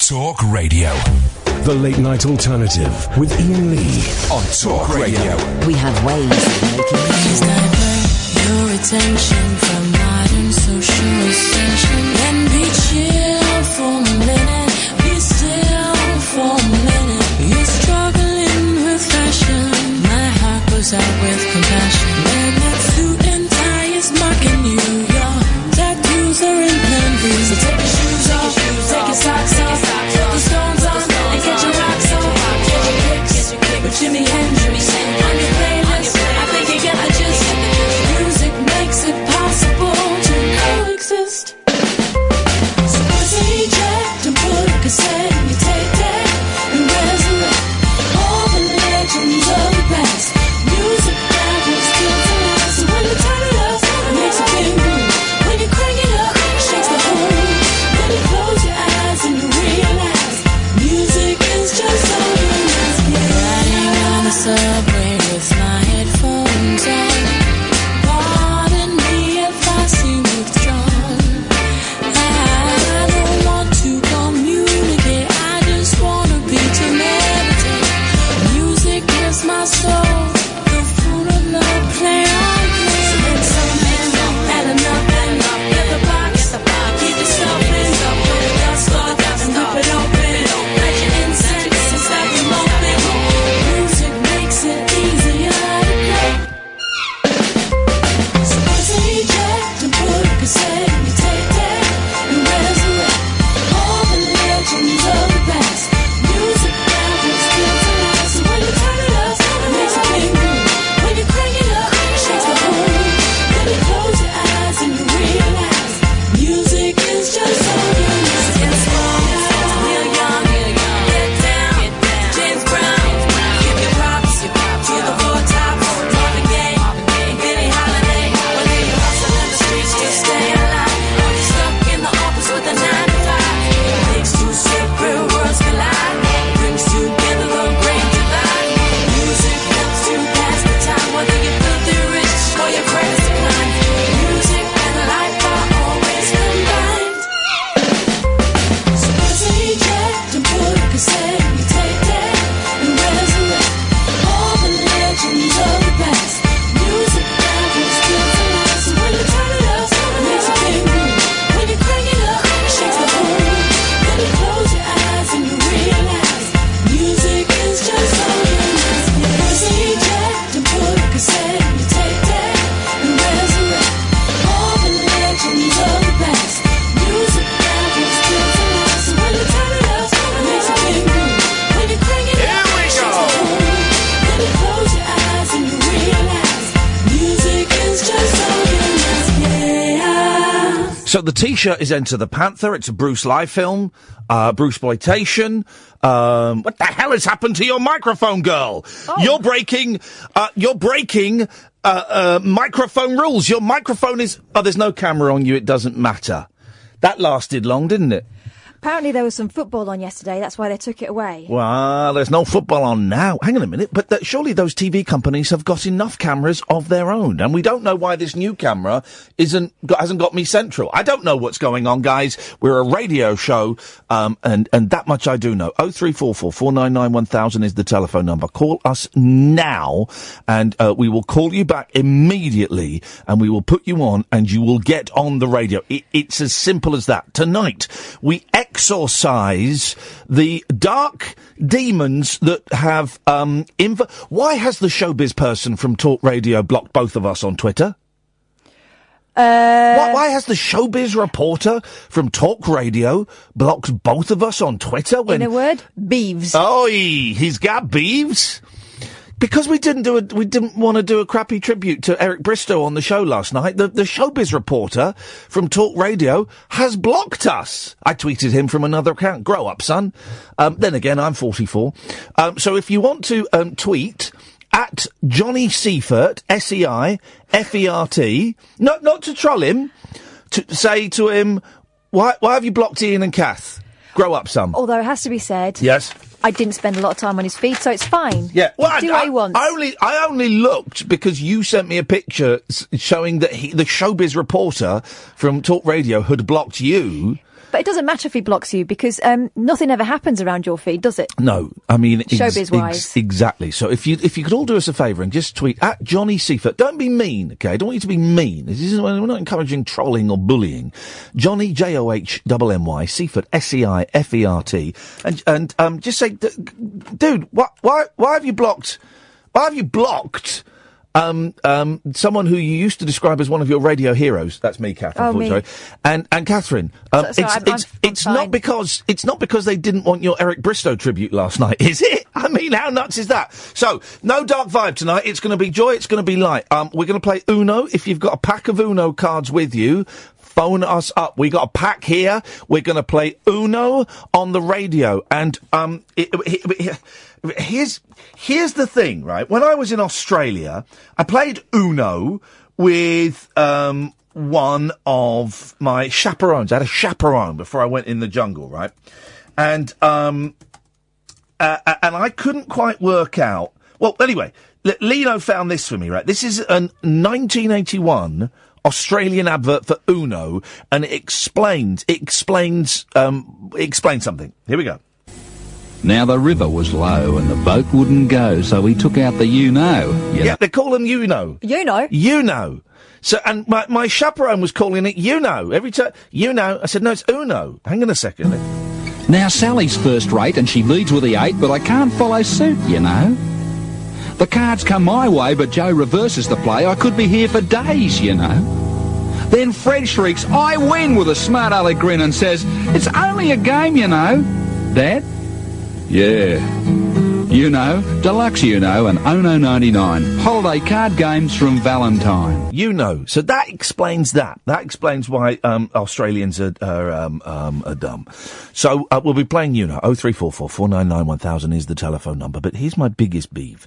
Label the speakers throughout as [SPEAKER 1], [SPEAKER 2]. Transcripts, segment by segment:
[SPEAKER 1] Talk Radio.
[SPEAKER 2] The Late Night Alternative with Ian Lee
[SPEAKER 1] on Talk Radio.
[SPEAKER 3] We have ways of making
[SPEAKER 4] She's gonna burn your attention from modern social ascension. And be chill for a minute, be still for a minute. You're struggling with fashion. My heart goes out with compassion. When that suit and tie is mocking you, your tattoos are in plain view. So take your shoes off, take your socks off, put the stones on, and get your rocks on. Get your kicks with Jimi Hendrix on your playlist. I think you get the gist. Music makes it possible to coexist. So I say Jack to put a cassette, you take that and resurrect all the legends of the past. Music that was built to last. So when you turn it up, it makes a big boom. When you crank it up, it shakes the whole room. Then you close your eyes and you realize music is just so nice. Riding on the subway with my headphones on. Pardon me if I seem withdrawn. I don't want to communicate. I just wanna be to meditate. Music is my soul. The food of love play on me. So when some man had enough, and up in the box, keep it stopping. Put the dust on and rip it open. Let your incense and stop you moping. Music makes it easier to play. So I say Jack to put a cassette, you take that and resurrect all the legends of the past. Music that was built to last. So when you turn it up, it makes a big boom. When you crank it up, it shakes the whole room. Then you close your eyes and you realize music is just so good. It's wrong. Neil Young, get down, James Brown, give your props to the four tops, Marvin Gaye, Billie Holiday. Whether you're hustling in the streets, just stay alive. Or you're stuck in the office with a nine to five. It makes two separate worlds collide. Brings together the great divide. Music helps to pass the time, whether you're filthy rich or your credit's declined. Music and life are always combined. So I say Jack to put a cassette, you take that and resurrect all the legends of the past. Music that was built to last. So when you turn it up, it makes a big boom. When you crank it up, it shakes the whole room. Then you close your eyes and you realize music is just so nice. I say Jack to put a cassette, you take that and resurrect all the legends of the past. Music that was built to last. So when you turn it up, it makes a big boom. When you crank it up, it shakes the whole room. Then you close your eyes and you realize music is just so nice. Yeah.
[SPEAKER 5] So the T-shirt is Enter the Panther. It's a Bruce Lee film, uh, Bruce exploitation. Um, what the hell has happened to your microphone, girl? You're breaking, uh, you're breaking uh, uh, microphone rules. Your microphone is. Oh, there's no camera on you. It doesn't matter. That lasted long, didn't it?
[SPEAKER 6] Apparently there was some football on yesterday. That's why they took it away.
[SPEAKER 5] Well, there's no football on now. Hang on a minute, but that, surely those TV companies have got enough cameras of their own, and we don't know why this new camera isn't got, hasn't got me central. I don't know what's going on, guys. We're a radio show, um, and and that much I do know. Oh three four four four nine nine one thousand is the telephone number. Call us now, and uh, we will call you back immediately, and we will put you on, and you will get on the radio. It, it's as simple as that. Tonight we exorcise the dark demons that have um inv- why has the showbiz person from talk radio blocked both of us on twitter
[SPEAKER 6] Uh,
[SPEAKER 5] why, why has the showbiz reporter from talk radio blocked both of us on twitter when
[SPEAKER 6] in a word, beeves.
[SPEAKER 5] Oi, he's got beeves. Because we didn't do a, we didn't want to do a crappy tribute to Eric Bristow on the show last night. The, the showbiz reporter from Talk Radio has blocked us. I tweeted him from another account. Grow up, son. Um, then again, I'm 44. Um, so if you want to um, tweet at Johnny Seifert, S E I F E R T, not not to troll him, to say to him, why why have you blocked Ian and Kath? Grow up, son.
[SPEAKER 6] Although it has to be said,
[SPEAKER 5] Yes.
[SPEAKER 6] I didn't spend a lot of time on his feed, so it's fine.
[SPEAKER 5] Yeah,
[SPEAKER 6] Well, do what he wants.
[SPEAKER 5] I only I only looked because you sent me a picture s- showing that he, the showbiz reporter from Talk Radio had blocked you.
[SPEAKER 6] But But it doesn't matter if he blocks you because um, nothing ever happens around your feed, does it?
[SPEAKER 5] No, I mean
[SPEAKER 6] Showbiz-wise.
[SPEAKER 5] exactly. So if you if you could all do us a favour and just tweet at Johnny Seifert. Don't be mean, okay? I don't want you to be mean. This isn't, we're not encouraging trolling or bullying. Johnny J O H M M Y Seifert S E I F E R T and and um just say, "D- dude, why why why have you blocked? Why have you blocked? Um, um, someone who you used to describe as one of your radio heroes. That's me, Catherine.
[SPEAKER 6] Oh, me.
[SPEAKER 5] unfortunately. And and Catherine. Um,
[SPEAKER 6] So- so
[SPEAKER 5] it's
[SPEAKER 6] I'm- I'm-
[SPEAKER 5] it's, it's not because it's not because they didn't want your Eric Bristow tribute last night, is it? I mean, how nuts is that? So no dark vibe tonight. It's going to be joy. It's going to be light. Um, we're going to play Uno. If you've got a pack of Uno cards with you. Phone us up. We got a pack here. We're going to play Uno on the radio. And um, it, it- it- here's here's the thing, right? When I was in Australia, I played Uno with um, one of my chaperones. I had a chaperone before I went in the jungle, right? And um, uh, uh, and I couldn't quite work out. Well, anyway, L- Lino found this for me, right? This is an 1981 Australian advert for Uno, and it explains it explains um, it explains something. Here we go.
[SPEAKER 7] Now the river was low and the boat wouldn't go, so we took out the you know.
[SPEAKER 5] Yeah, they call them Uno.
[SPEAKER 6] You know.
[SPEAKER 5] You know. So, and my, my chaperone was calling it you know every time. You know, I said no, it's Uno. Hang on a second.
[SPEAKER 7] Now Sally's first rate and she leads with the eight, but I can't follow suit, you know. The cards come my way, but Joe reverses the play. I could be here for days, you know. Then Fred shrieks, I win, with a smart aleck grin and says, It's only a game, you know. Dad? Yeah. You know, deluxe, you know, and Ono 99. Holiday card games from Valentine.
[SPEAKER 5] You know. So that explains that. That explains why um, Australians are, are, um, um, are dumb. So uh, we'll be playing you know. 0344 499 1000 is the telephone number. But here's my biggest beef.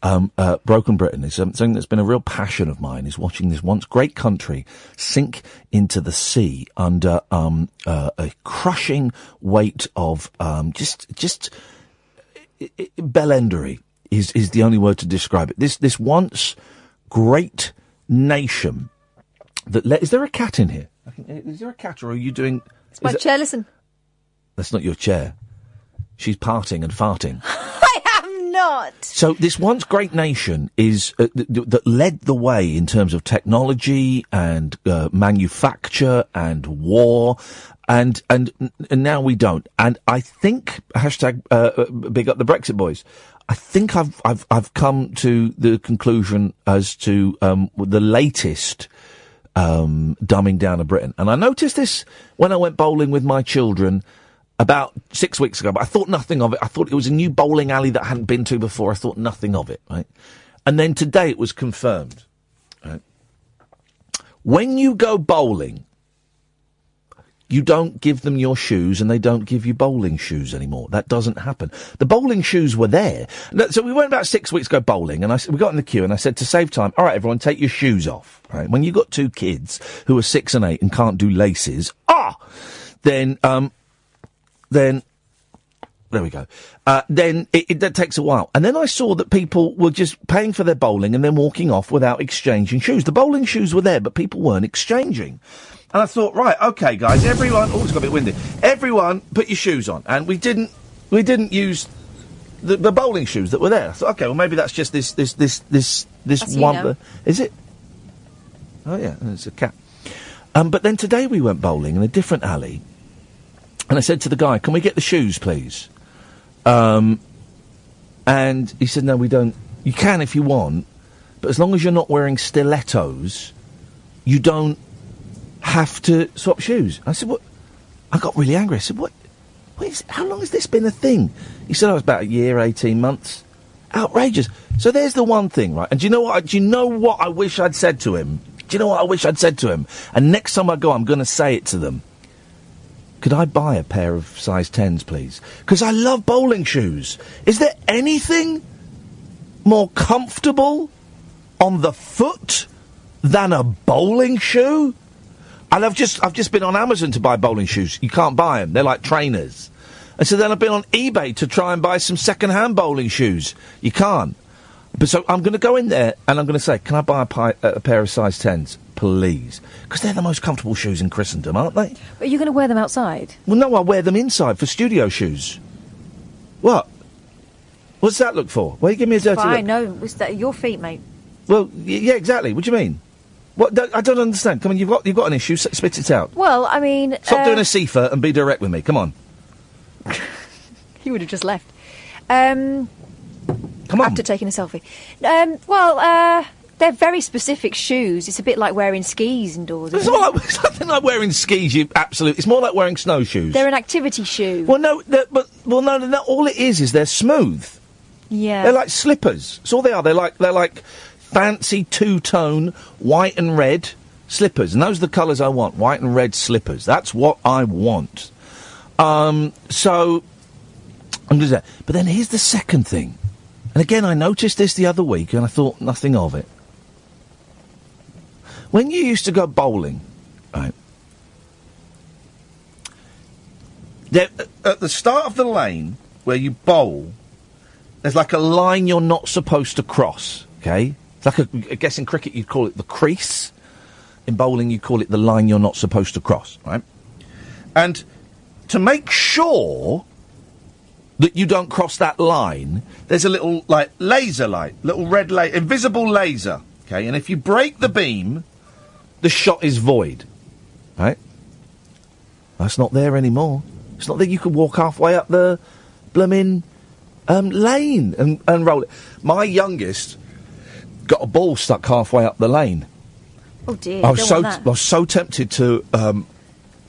[SPEAKER 5] Um, uh, Broken Britain is um, something that's been a real passion of mine is watching this once great country sink into the sea under um, uh, a crushing weight of um, just just i- i- bellendery is is the only word to describe it. This this once great nation that le- is there a cat in here? I think- Is there a cat or are you doing?
[SPEAKER 6] It's my
[SPEAKER 5] is it-
[SPEAKER 6] chair. Listen,
[SPEAKER 5] that's not your chair. She's parting and farting.
[SPEAKER 6] I am not.
[SPEAKER 5] So this once great nation is uh, th- th- that led the way in terms of technology and uh, manufacture and war, and and and now we don't. And I think hashtag uh, uh, big up the Brexit boys. I think I've I've I've come to the conclusion as to um, the latest um, dumbing down of Britain. And I noticed this when I went bowling with my children about six weeks ago, but I thought nothing of it. I thought it was a new bowling alley that I hadn't been to before. I thought nothing of it, right? And then today it was confirmed. Right? When you go bowling, you don't give them your shoes and they don't give you bowling shoes anymore. That doesn't happen. The bowling shoes were there. No, So we went about six weeks ago bowling and I, s- we got in the queue and I said to save time, all right, everyone, take your shoes off. Right? When you got two kids who are six and eight and can't do laces, ah, then, um, then there we go. Uh, then it, it that takes a while, and then I saw that people were just paying for their bowling and then walking off without exchanging shoes. The bowling shoes were there, but people weren't exchanging. And I thought, right, okay, guys, everyone. Oh, it's got a bit windy. Everyone, put your shoes on, and we didn't. We didn't use the, the bowling shoes that were there. I thought, okay, well, maybe that's just this this this this this
[SPEAKER 8] That's you
[SPEAKER 5] one.
[SPEAKER 8] know.
[SPEAKER 5] Is it? Oh yeah, it's a cat. Um, but then today we went bowling in a different alley, and I said to the guy, "Can we get the shoes, please?" Um, and he said, "No, we don't. You can if you want, but as long as you're not wearing stilettos, you don't have to swap shoes." I said, "What?" I got really angry. I said, "What? what is, how long has this been a thing?" He said, "Oh, it's about a year, eighteen months." Outrageous. So there's the one thing, right? And do you know what? I- Do you know what I wish I'd said to him? Do you know what I wish I'd said to him? And next time I go, I'm going to say it to them. Could I buy a pair of size 10s, please? Because I love bowling shoes. Is there anything more comfortable on the foot than a bowling shoe? And I've just, I've just been on Amazon to buy bowling shoes. You can't buy them. They're like trainers. And so then I've been on eBay to try and buy some second-hand bowling shoes. You can't. But so I'm going to go in there and I'm going to say, can I buy a, pi- a pair of size 10s, please. Because they're the most comfortable shoes in Christendom, aren't they?
[SPEAKER 6] But you're going to wear them outside?
[SPEAKER 5] Well, no, I wear them inside for studio shoes. What? What's that look for? Why you give me a dirty
[SPEAKER 6] Fine,
[SPEAKER 5] look?
[SPEAKER 6] no, it's that- your feet, mate.
[SPEAKER 5] Well, y- yeah, exactly. What do you mean? What? Don't, I don't understand. Come on, you've got you've got an issue. s- Spit it out.
[SPEAKER 6] Well, I mean,
[SPEAKER 5] Stop
[SPEAKER 6] uh,
[SPEAKER 5] doing a CIFA and be direct with me. Come on.
[SPEAKER 6] He would have just left. Um,
[SPEAKER 5] Come on.
[SPEAKER 6] After taking a selfie. Um, well, uh, they're very specific shoes. It's a bit like wearing skis indoors.
[SPEAKER 5] It's
[SPEAKER 6] isn't
[SPEAKER 5] not like, it's nothing like wearing skis. You absolutely. It's more like wearing snowshoes.
[SPEAKER 6] it? They're an activity shoe.
[SPEAKER 5] well, no, they're- but well, no, no, no, all it is is they're smooth.
[SPEAKER 6] Yeah.
[SPEAKER 5] They're like slippers. That's all they are. They're like they're like fancy two tone white and red slippers, and those are the colours I want. White and red slippers. That's what I want. Um, so I'm just. But then here's the second thing, and again I noticed this the other week, and I thought nothing of it. When you used to go bowling, right? There, at the start of the lane where you bowl, there's like a line you're not supposed to cross. Okay, it's like a, I guess in cricket you'd call it the crease. In bowling, you call it the line you're not supposed to cross. Right, and to make sure that you don't cross that line, there's a little like laser light, little red la invisible laser. Okay, and if you break the beam, the shot is void. Right, that's not there anymore. It's not that you could walk halfway up the blooming um, lane and, and roll it. My youngest got a ball stuck halfway up the lane.
[SPEAKER 6] oh dear.
[SPEAKER 5] I was
[SPEAKER 6] don't
[SPEAKER 5] so
[SPEAKER 6] want that.
[SPEAKER 5] I was so tempted to um,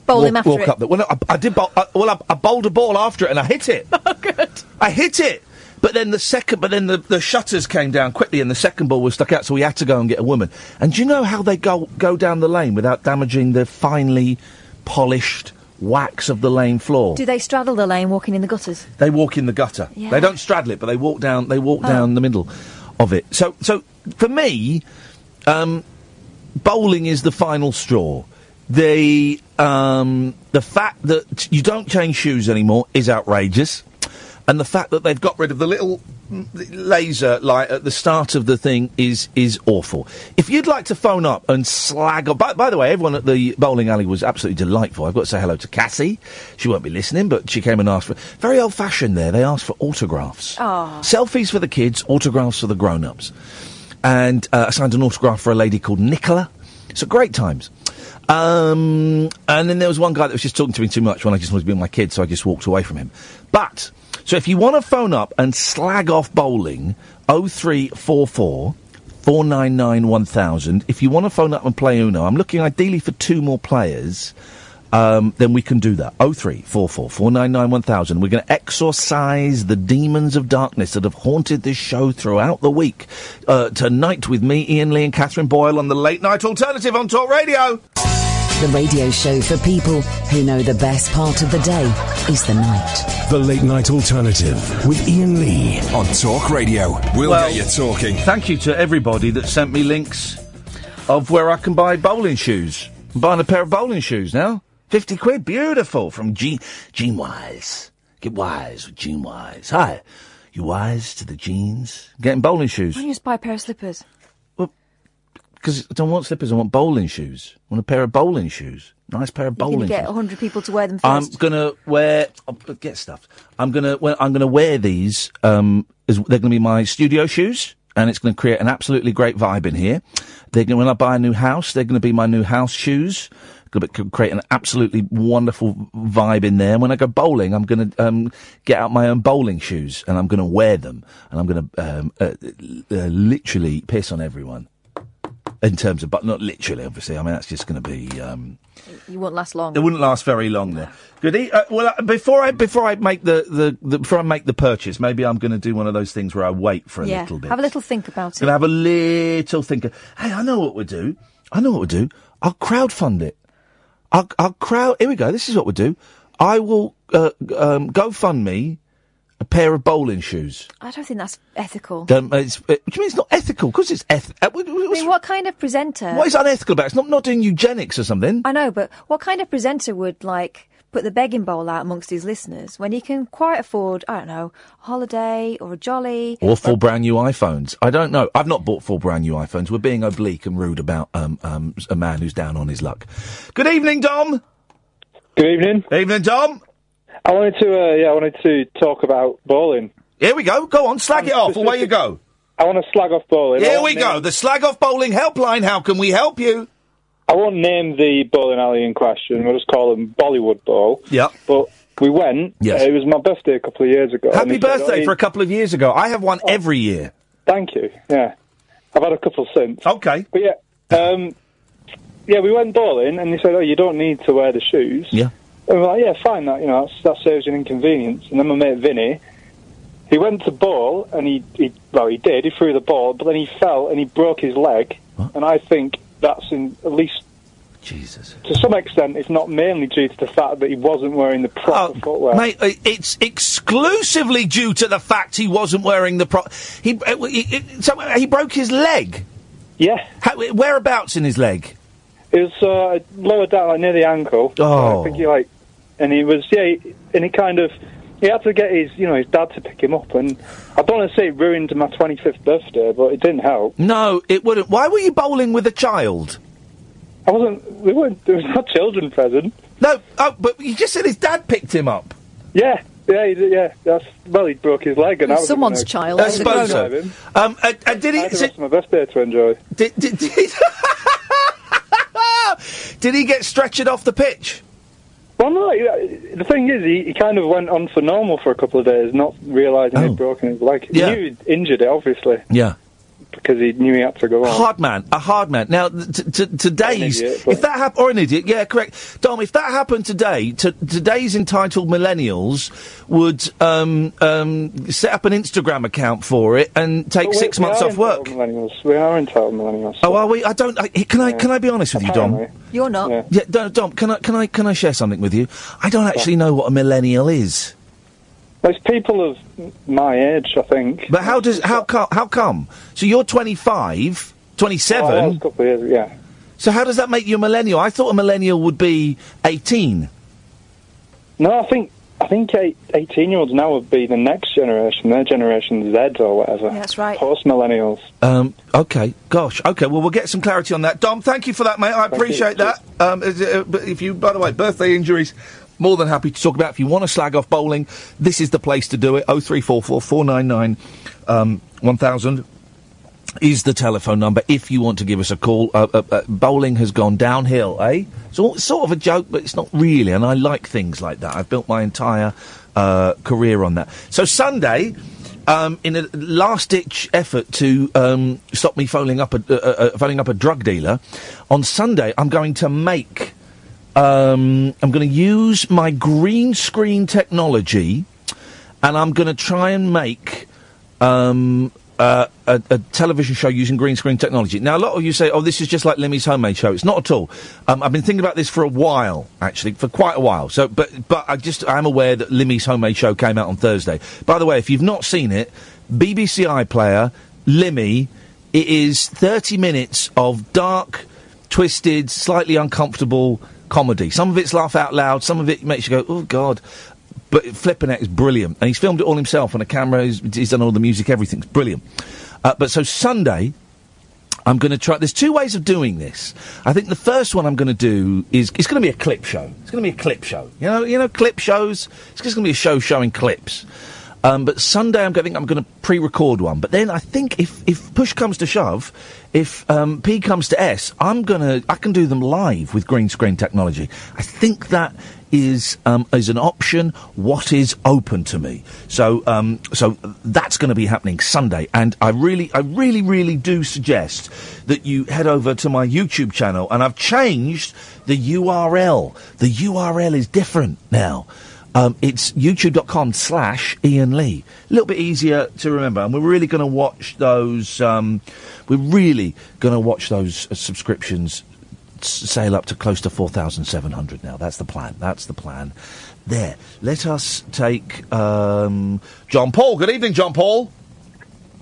[SPEAKER 6] Bowl
[SPEAKER 5] walk,
[SPEAKER 6] him after
[SPEAKER 5] walk
[SPEAKER 6] it.
[SPEAKER 5] up there. Well, no, I, I did. Bowl, I, well, I, I bowled a ball after it and I hit it. Oh, good. I hit it. But then the second, but then the, the shutters came down quickly, and the second ball was stuck out, so we had to go and get a woman. And do you know how they go go down the lane without damaging the finely polished wax of the lane floor?
[SPEAKER 6] Do they straddle the lane walking in the gutters?
[SPEAKER 5] They walk in the gutter.
[SPEAKER 6] Yeah.
[SPEAKER 5] They don't straddle it, but they walk down. They walk
[SPEAKER 6] Oh.
[SPEAKER 5] down the middle of it. So, so for me, um, bowling is the final straw. The um, the fact that you don't change shoes anymore is outrageous, and the fact that they've got rid of the little mm, laser light at the start of the thing is is awful. If you'd like to phone up and slag, off, by, by the way, everyone at the bowling alley was absolutely delightful. I've got to say hello to Cassie. She won't be listening, but she came and asked for very old fashioned. There, they asked for autographs.
[SPEAKER 6] Aw.
[SPEAKER 5] Selfies for the kids, autographs for the grown ups. And uh, I signed an autograph for a lady called Nicola. So great times. Um, and then there was one guy that was just talking to me too much when I just wanted to be with my kids, so I just walked away from him. But, so if you want to phone up and slag off bowling, 0344 499 1000. If you want to phone up and play Uno, I'm looking ideally for two more players um, then we can do that. 0344 499 1000. We're going to exorcise the demons of darkness that have haunted this show throughout the week. Uh, tonight with me, Ian Lee, and Catherine Boyle on the Late Night Alternative on Talk Radio.
[SPEAKER 4] The radio show for people who know the best part of the day is the night.
[SPEAKER 2] The Late Night Alternative with Ian Lee.
[SPEAKER 1] On Talk Radio, we'll
[SPEAKER 5] Well-
[SPEAKER 1] get you talking.
[SPEAKER 5] Thank you to everybody that sent me links of where I can buy bowling shoes. I'm buying a pair of bowling shoes now. 50 quid, beautiful, from Gene, Gene Wise. Get wise with Gene Wise. Hi, you wise to the jeans? Getting bowling shoes.
[SPEAKER 6] Why don't you just buy a pair of slippers?
[SPEAKER 5] because I don't want slippers. I want bowling shoes. I want a pair of bowling shoes. Nice pair of
[SPEAKER 6] You're going to
[SPEAKER 5] bowling.
[SPEAKER 6] get
[SPEAKER 5] shoes.
[SPEAKER 6] 100 people to wear them
[SPEAKER 5] I'm
[SPEAKER 6] first.
[SPEAKER 5] gonna wear. I'll p- oh, get stuffed. I'm gonna. Well, I'm gonna wear these. Um, as, they're gonna be my studio shoes, and it's gonna create an absolutely great vibe in here. They're gonna. When I buy a new house, they're gonna be my new house shoes. Gonna be- could create an absolutely wonderful vibe in there. And when I go bowling, I'm gonna um, get out my own bowling shoes, and I'm gonna wear them, and I'm gonna um, uh, uh, literally piss on everyone. In terms of, but not literally, obviously. I mean, that's just going to be um,
[SPEAKER 6] you won't last long.
[SPEAKER 5] it wouldn't last very long there. Good. e- Uh, well, uh, before I before I make the, the, the before I make the purchase, maybe I'm going to do one of those things where I wait for a
[SPEAKER 6] yeah.
[SPEAKER 5] little bit.
[SPEAKER 6] Have a little think about it.
[SPEAKER 5] Gonna have a little think. of- Hey, I know what we'll do. I know what we'll do. I'll crowdfund it. I'll, I'll crowd. Here we go. This is what we'll do. I will uh, um, go fund me a pair of bowling shoes.
[SPEAKER 6] I don't think that's ethical.
[SPEAKER 5] Um, it's, uh, what do you mean it's not ethical? Because it's eth. uh, what-
[SPEAKER 6] I mean,
[SPEAKER 5] what's-
[SPEAKER 6] what kind of presenter?
[SPEAKER 5] what is unethical about it? It's not not doing eugenics or something.
[SPEAKER 6] I know, but what kind of presenter would like put the begging bowl out amongst his listeners when he can quite afford, I don't know, a holiday or a jolly.
[SPEAKER 5] Or full brand new iPhones. I don't know. I've not bought full brand new iPhones. We're being oblique and rude about um, um, a man who's down on his luck. Good evening, Dom.
[SPEAKER 9] Good evening.
[SPEAKER 5] Evening, Dom.
[SPEAKER 9] I wanted to, uh, yeah, I wanted to talk about bowling. Um,
[SPEAKER 5] Here we go. Go on, slag it off. Away you go.
[SPEAKER 9] I want to slag off bowling. I
[SPEAKER 5] Here
[SPEAKER 9] won't
[SPEAKER 5] we go.
[SPEAKER 9] name-
[SPEAKER 5] The Slag Off Bowling Helpline. How can we help you?
[SPEAKER 9] I won't name the bowling alley in question. We'll just call them Bollywood Bowl.
[SPEAKER 5] Yep.
[SPEAKER 9] But we went.
[SPEAKER 5] Yes.
[SPEAKER 9] uh, it was my birthday a couple of years ago. and
[SPEAKER 5] Happy
[SPEAKER 9] he said,
[SPEAKER 5] birthday
[SPEAKER 9] "Oh,
[SPEAKER 5] for a couple of years ago. I have one every year.
[SPEAKER 9] Thank you. Yeah, I've had a couple since.
[SPEAKER 5] Okay.
[SPEAKER 9] But yeah, um, yeah, we went bowling, and they said, "Oh, you don't need to wear the shoes."
[SPEAKER 5] Yeah.
[SPEAKER 9] And we're like, "Yeah, fine. That you know that's, that saves you an inconvenience." And then my mate Vinny, he went to bowl, and he, he well, he did. He threw the ball, but then he fell and he broke his leg. And I think that's in at least
[SPEAKER 5] Jesus.
[SPEAKER 9] to some extent, it's not mainly due to the fact that he wasn't wearing the proper footwear.
[SPEAKER 5] Oh, Mate, i- it's exclusively due to the fact he wasn't wearing the pro. He, uh, he, he- so uh, he broke his leg.
[SPEAKER 9] Yeah,
[SPEAKER 5] How, whereabouts in his leg?
[SPEAKER 9] it was uh, lower down, like near the ankle.
[SPEAKER 5] Oh.
[SPEAKER 9] I think he like, and he was yeah, he, and he kind of he had to get his you know his dad to pick him up, and I don't want to say it ruined my twenty fifth birthday, but it didn't help.
[SPEAKER 5] No, it wouldn't. Why were you bowling with a child?
[SPEAKER 9] I wasn't. We weren't. There was no children present.
[SPEAKER 5] No, oh, but you just said his dad picked him up.
[SPEAKER 9] Yeah, yeah, he, did- yeah. That's well, he broke his leg, and that was
[SPEAKER 8] Someone's child.
[SPEAKER 5] I
[SPEAKER 8] That's a
[SPEAKER 5] suppose
[SPEAKER 8] grown-up.
[SPEAKER 5] so.
[SPEAKER 9] driving.
[SPEAKER 5] Um, uh, uh, did
[SPEAKER 9] I
[SPEAKER 5] he?
[SPEAKER 9] had the
[SPEAKER 5] so-
[SPEAKER 9] rest of my birthday to enjoy.
[SPEAKER 5] Did, did, did, did he get stretchered off the pitch?
[SPEAKER 9] Well, no. he- uh, The thing is, he, he kind of went on for normal for a couple of days, not realizing
[SPEAKER 5] Oh.
[SPEAKER 9] he'd broken his leg.
[SPEAKER 5] Yeah.
[SPEAKER 9] He knew he'd injured it, obviously,
[SPEAKER 5] Yeah.
[SPEAKER 9] because he knew he had to go on.
[SPEAKER 5] Hard man, a hard man. Now, t- t- today's,
[SPEAKER 9] An idiot, but-
[SPEAKER 5] if that happened, or an idiot, yeah, correct. Dom, if that happened today, t- today's entitled millennials would um, um, set up an Instagram account for it and take
[SPEAKER 9] But we-
[SPEAKER 5] six
[SPEAKER 9] we
[SPEAKER 5] months
[SPEAKER 9] are
[SPEAKER 5] off work.
[SPEAKER 9] entitled Millennials. We are entitled millennials.
[SPEAKER 5] Oh, are we? I don't. I, can I? Can I be honest with you, Dom?
[SPEAKER 9] Apparently.
[SPEAKER 8] You're not.
[SPEAKER 9] Yeah.
[SPEAKER 5] Yeah, Dom. Dom, Can I? Can I? Can I share something with you? I don't actually know what a millennial is.
[SPEAKER 9] There's people of my age, I think.
[SPEAKER 5] But how does how come how come? So you're 25,
[SPEAKER 9] Oh, that
[SPEAKER 5] 27.
[SPEAKER 9] was a couple of years ago, yeah.
[SPEAKER 5] so how does that make you a millennial? I thought a millennial would be 18.
[SPEAKER 9] No, I think I think eight, 18 year olds now would be the next generation. Their generation Z or whatever.
[SPEAKER 8] That's right.
[SPEAKER 9] Post millennials.
[SPEAKER 5] Um, okay, gosh, okay. Well, we'll get some clarity on that. Dom, thank you for that, mate. I appreciate that. Um, is it- uh, but if you, by the way, birthday injuries, more than happy to talk about. If you want to slag off bowling, this is the place to do it. Oh three four four four nine nine um, one thousand is the telephone number if you want to give us a call. Uh, uh, uh, bowling has gone downhill, eh? It's all, it's sort of a joke, but it's not really. And I like things like that. I've built my entire uh, career on that. So Sunday, um, in a last-ditch effort to um, stop me phoning up a uh, uh, uh, phoning up a drug dealer, on Sunday I'm going to make. Um, I'm going to use my green screen technology, and I'm going to try and make um, uh, a, a television show using green screen technology. Now, a lot of you say, oh, this is just like Lemmy's homemade show. It's not at all. Um, I've been thinking about this for a while, actually, for quite a while. So, but, but I just, I'm aware that Lemmy's homemade show came out on Thursday. By the way, if you've not seen it, BBC iPlayer, Lemmy, it is 30 minutes of dark, twisted, slightly uncomfortable comedy. Some of it's laugh out loud, some of it makes you go, oh, God. But flipping it is brilliant. And he's filmed it all himself on a camera. He's, he's done all the music, everything's brilliant. Uh, but so Sunday, I'm going to try. There's two ways of doing this. I think the first one I'm going to do is it's going to be a clip show. It's going to be a clip show. You know, you know, clip shows. It's just going to be a show showing clips. Um, but Sunday, I'm going. I think I'm going to pre-record one. But then I think if if push comes to shove, if um, P comes to S, I'm gonna I can do them live with green screen technology. I think that is um, is an option. What is open to me? So um, so that's going to be happening Sunday, and I really I really really do suggest that you head over to my YouTube channel, and I've changed the URL. The URL is different now. Um, it's youtube.com slash Ian Lee. A little bit easier to remember. And we're really going to watch those, um, we're really going to watch those uh, subscriptions s- sail up to close to 4,700 now. That's the plan. That's the plan. There. Let us take um, John Paul. Good evening, John Paul.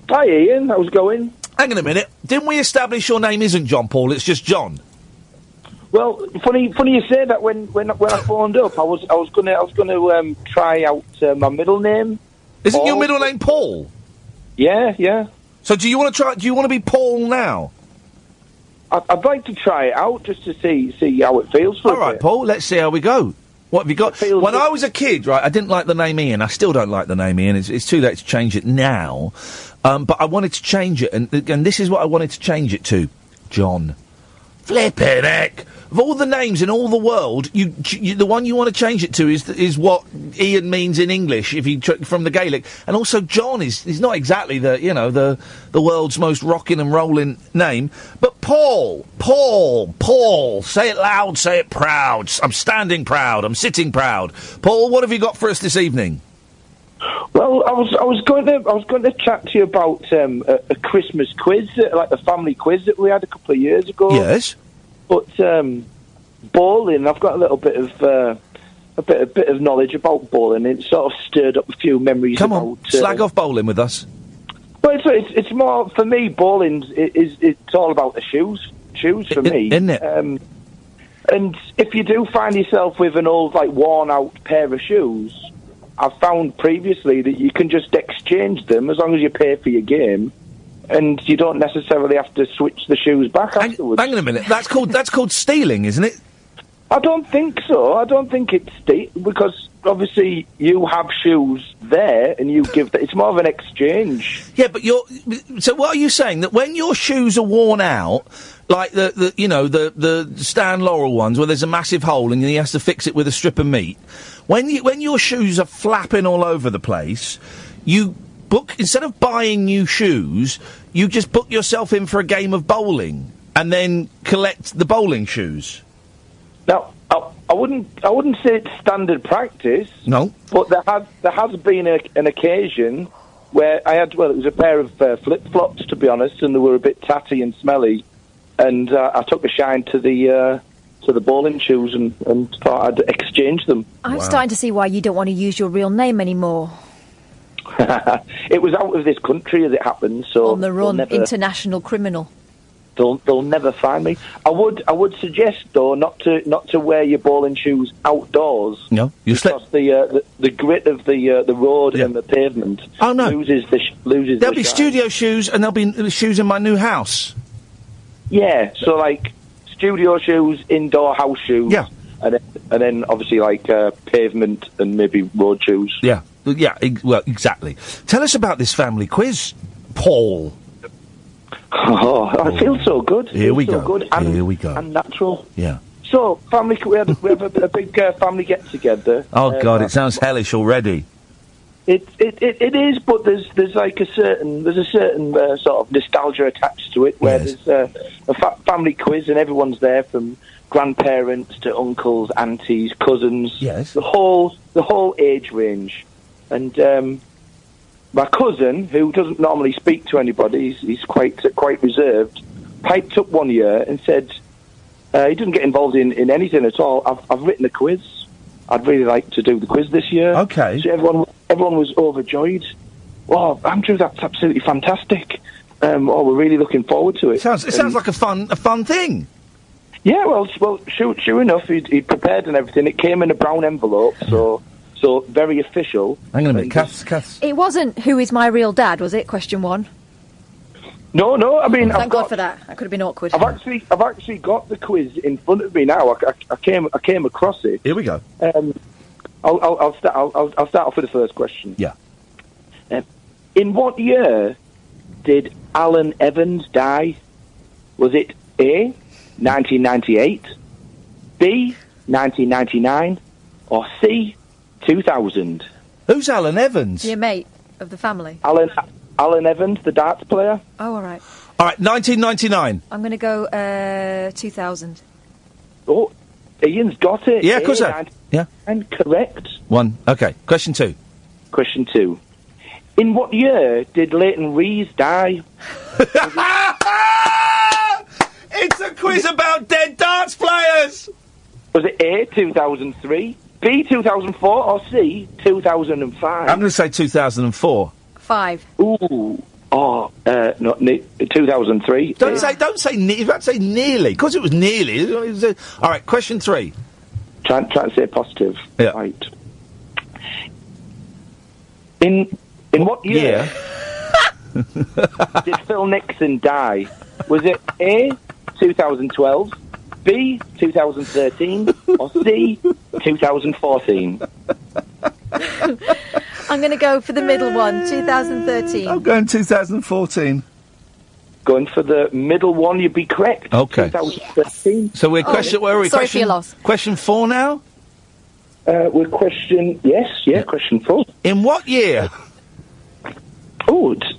[SPEAKER 9] Hi, Ian. How's it going?
[SPEAKER 5] Hang on a minute. Didn't we establish your name isn't John Paul? It's just John.
[SPEAKER 8] Well, funny, funny you say that. When when when I phoned up, I was I was gonna I was gonna um, try out uh, my middle name.
[SPEAKER 5] Isn't your
[SPEAKER 8] Paul.
[SPEAKER 5] middle name Paul?
[SPEAKER 8] Yeah, yeah.
[SPEAKER 5] So do you want to try? Do you want to be Paul now?
[SPEAKER 8] I, I'd like to try it out just to see see how it feels for
[SPEAKER 5] All right, Paul. Let's see how we go. What have you got? When I was a kid, right, I didn't like the name Ian. I still don't like the name Ian. It's, it's too late to change it now. Um, but I wanted to change it, and, and this is what I wanted to change it to: John. Flippin' heck! Of all the names in all the world, you, you the one you want to change it to is is what Ian means in English, if you tr- from the Gaelic. And also, John is is not exactly the you know the the world's most rocking and rolling name. But Paul, Paul, Paul, say it loud, say it proud. S- I'm standing proud. I'm sitting proud. Paul, what have you got for us this evening?
[SPEAKER 8] Well, I was I was going to I was going to chat to you about um, a, a Christmas quiz, uh, like the family quiz that we had a couple of years ago.
[SPEAKER 5] Yes.
[SPEAKER 8] But um, bowling, I've got a little bit of uh, a bit a bit of knowledge about bowling. It sort of stirred up a few memories.
[SPEAKER 5] Come
[SPEAKER 8] about, uh,
[SPEAKER 5] on, slag off bowling with us.
[SPEAKER 8] Well, it's, it's, it's more for me. Bowling i- is it's all about the shoes. Shoes for
[SPEAKER 5] I-
[SPEAKER 8] me,
[SPEAKER 5] isn't it?
[SPEAKER 8] Um, and if you do find yourself with an old, like worn-out pair of shoes, I've found previously that you can just exchange them as long as you pay for your game, and you don't necessarily have to switch the shoes back afterwards.
[SPEAKER 5] Hang on a minute. That's called that's called stealing, isn't it?
[SPEAKER 8] I don't think so. I don't think it's de- because obviously you have shoes there, and you give. The- it's more of an exchange.
[SPEAKER 5] Yeah, but you're. So what are you saying that when your shoes are worn out, like the, the you know the the Stan Laurel ones where there's a massive hole and he has to fix it with a strip of meat, when you when your shoes are flapping all over the place, you book instead of buying new shoes, you just book yourself in for a game of bowling and then collect the bowling shoes.
[SPEAKER 8] Now, I, I wouldn't, I wouldn't say it's standard practice,
[SPEAKER 5] No.
[SPEAKER 8] but there has there has been a, an occasion where I had well, it was a pair of uh, flip flops to be honest, and they were a bit tatty and smelly, and uh, I took a shine to the uh, to the bowling shoes and, and thought I'd exchange them.
[SPEAKER 6] I'm starting to see why you don't want to use your real name anymore.
[SPEAKER 8] it was out of this country as it happened, so
[SPEAKER 6] On the run,
[SPEAKER 8] they'll never,
[SPEAKER 6] international criminal.
[SPEAKER 8] they'll, they'll never find me. I would I would suggest though not to not to wear your bowling shoes outdoors.
[SPEAKER 5] No, you slip.
[SPEAKER 8] because the, uh, the the grit of the uh, the road and the pavement
[SPEAKER 5] Oh, no.
[SPEAKER 8] loses the sh- loses
[SPEAKER 5] There'll
[SPEAKER 8] the
[SPEAKER 5] be
[SPEAKER 8] shine.
[SPEAKER 5] studio shoes and there'll be uh, shoes in my new house.
[SPEAKER 8] yeah so like studio shoes indoor house shoes
[SPEAKER 5] Yeah.
[SPEAKER 8] and then, and then obviously like uh, pavement and maybe road shoes
[SPEAKER 5] Yeah, yeah, ex- well, exactly. Tell us about this family quiz, Paul.
[SPEAKER 8] oh I feel so good
[SPEAKER 5] Here we
[SPEAKER 8] Feel so
[SPEAKER 5] go.
[SPEAKER 8] good and,
[SPEAKER 5] Here we go.
[SPEAKER 8] and natural
[SPEAKER 5] Yeah.
[SPEAKER 8] so family we have, we have a, a big uh, family get together
[SPEAKER 5] Oh
[SPEAKER 8] Um,
[SPEAKER 5] God, it sounds hellish already.
[SPEAKER 8] It, it, it, it is, but there's there's like a certain there's a certain uh, sort of nostalgia attached to it, where
[SPEAKER 5] Yes.
[SPEAKER 8] there's uh, a fa- family quiz and everyone's there from grandparents to uncles, aunties, cousins,
[SPEAKER 5] Yes.
[SPEAKER 8] the whole the whole age range, and um, my cousin who doesn't normally speak to anybody, he's, he's quite quite reserved, piped up one year and said uh, he didn't get involved in, in anything at all. I've, I've written a quiz. I'd really like to do the quiz this year.
[SPEAKER 5] Okay.
[SPEAKER 8] So everyone, everyone was overjoyed. Oh, Andrew, that's absolutely fantastic. Um, oh, we're really looking forward to it.
[SPEAKER 5] It sounds it sounds like a fun a fun thing.
[SPEAKER 8] Yeah, well, s- well, sure, sure enough, he'd, he'd prepared and everything. It came in a brown envelope, so so very official.
[SPEAKER 5] Hang on a minute,
[SPEAKER 8] And-
[SPEAKER 5] Kath. Kath.
[SPEAKER 6] It wasn't who is my real dad, was it? Question one.
[SPEAKER 8] No, no, I mean,
[SPEAKER 6] Thank
[SPEAKER 8] I've
[SPEAKER 6] God
[SPEAKER 8] got-
[SPEAKER 6] for that. That could have been awkward.
[SPEAKER 8] I've actually, I've actually got the quiz in front of me now. I, I, I came, I came across it.
[SPEAKER 5] Here we go.
[SPEAKER 8] Um, I'll, I'll, I'll, start, I'll, I'll- I'll start off with the first question.
[SPEAKER 5] Yeah.
[SPEAKER 8] Um, in what year did Alan Evans die? Was it A, 1998, B, 1999, or C, 2000?
[SPEAKER 5] Who's Alan Evans?
[SPEAKER 6] Your mate of the family.
[SPEAKER 8] Alan, Alan Evans, the darts player?
[SPEAKER 6] Oh, all right.
[SPEAKER 5] All right, 1999.
[SPEAKER 6] I'm going to go uh, 2000.
[SPEAKER 8] Oh, Ian's got it.
[SPEAKER 5] Yeah,
[SPEAKER 8] A,
[SPEAKER 5] of course. I-
[SPEAKER 8] 1999,
[SPEAKER 5] Yeah,
[SPEAKER 8] correct.
[SPEAKER 5] one. Okay, question two.
[SPEAKER 8] Question two. In what year did Leighton Rees die?
[SPEAKER 5] it's a quiz about dead darts players.
[SPEAKER 8] Was it A, 2003, B, 2004, or C, 2005?
[SPEAKER 5] Um, I'm going to say 2004.
[SPEAKER 6] Five.
[SPEAKER 8] Ooh, Oh, uh, no, ne- 2003.
[SPEAKER 5] Don't
[SPEAKER 8] Uh,
[SPEAKER 5] say, don't say, ne- don't say nearly, because it was nearly. It was a- All right, question three.
[SPEAKER 8] Try, try to say positive.
[SPEAKER 5] Yeah.
[SPEAKER 8] Right. In in what year did Phil Nixon die? Was it A, 2012, B, 2013, or C, 2014?
[SPEAKER 6] I'm going to go for the middle one, 2013.
[SPEAKER 5] I'm going 2014.
[SPEAKER 8] Going for the middle one, you'd be correct.
[SPEAKER 5] Okay.
[SPEAKER 8] 2013.
[SPEAKER 5] So we're
[SPEAKER 6] Oh,
[SPEAKER 5] question. Where are we?
[SPEAKER 6] sorry for
[SPEAKER 5] question,
[SPEAKER 6] your loss.
[SPEAKER 5] Question four now.
[SPEAKER 8] Uh, we're question, yes, yeah, question four.
[SPEAKER 5] In what year?
[SPEAKER 8] Oh, it's,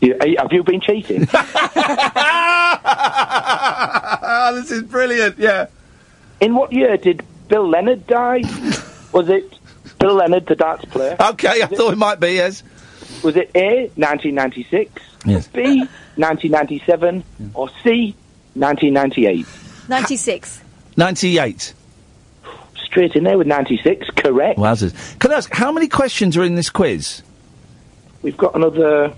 [SPEAKER 8] you, are- have you been cheating?
[SPEAKER 5] this is brilliant. Yeah.
[SPEAKER 8] In what year did Bill Leonard die? Was it Bill Leonard, the darts player?
[SPEAKER 5] Okay, I thought it might be yes.
[SPEAKER 8] Was it A, 1996,
[SPEAKER 5] Yes.
[SPEAKER 8] B, 1997, or C, 1998?
[SPEAKER 6] 96.
[SPEAKER 5] 98.
[SPEAKER 8] Straight in there with 96, correct.
[SPEAKER 5] Wowzers. Can I ask how many questions are in this quiz?
[SPEAKER 8] We've got another.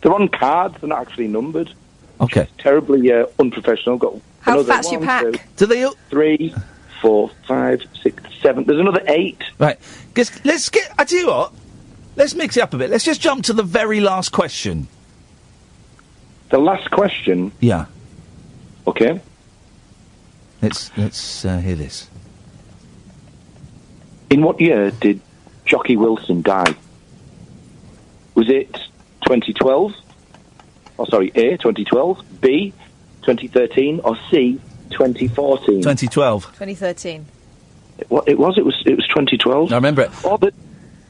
[SPEAKER 8] They're on cards, they're not actually numbered.
[SPEAKER 5] Okay.
[SPEAKER 8] Terribly uh, unprofessional. Got
[SPEAKER 6] How
[SPEAKER 8] another
[SPEAKER 6] fat's your
[SPEAKER 8] one,
[SPEAKER 6] pack?
[SPEAKER 8] two,
[SPEAKER 5] Do they? all-
[SPEAKER 8] three, four, five, six, seven. There's another eight.
[SPEAKER 5] Right. Guess, let's get. I tell you what. Let's mix it up a bit. Let's just jump to the very last question.
[SPEAKER 8] The last question,
[SPEAKER 5] Yeah.
[SPEAKER 8] okay?
[SPEAKER 5] Let's let's uh, hear this.
[SPEAKER 8] In what year did Jockey Wilson die? Was it 2012? Oh, sorry, A, 2012, B, 2013, or C, 2014?
[SPEAKER 5] 2012.
[SPEAKER 6] 2013.
[SPEAKER 8] It wa- It was, it was, it was 2012.
[SPEAKER 5] I remember it.
[SPEAKER 8] Oh, but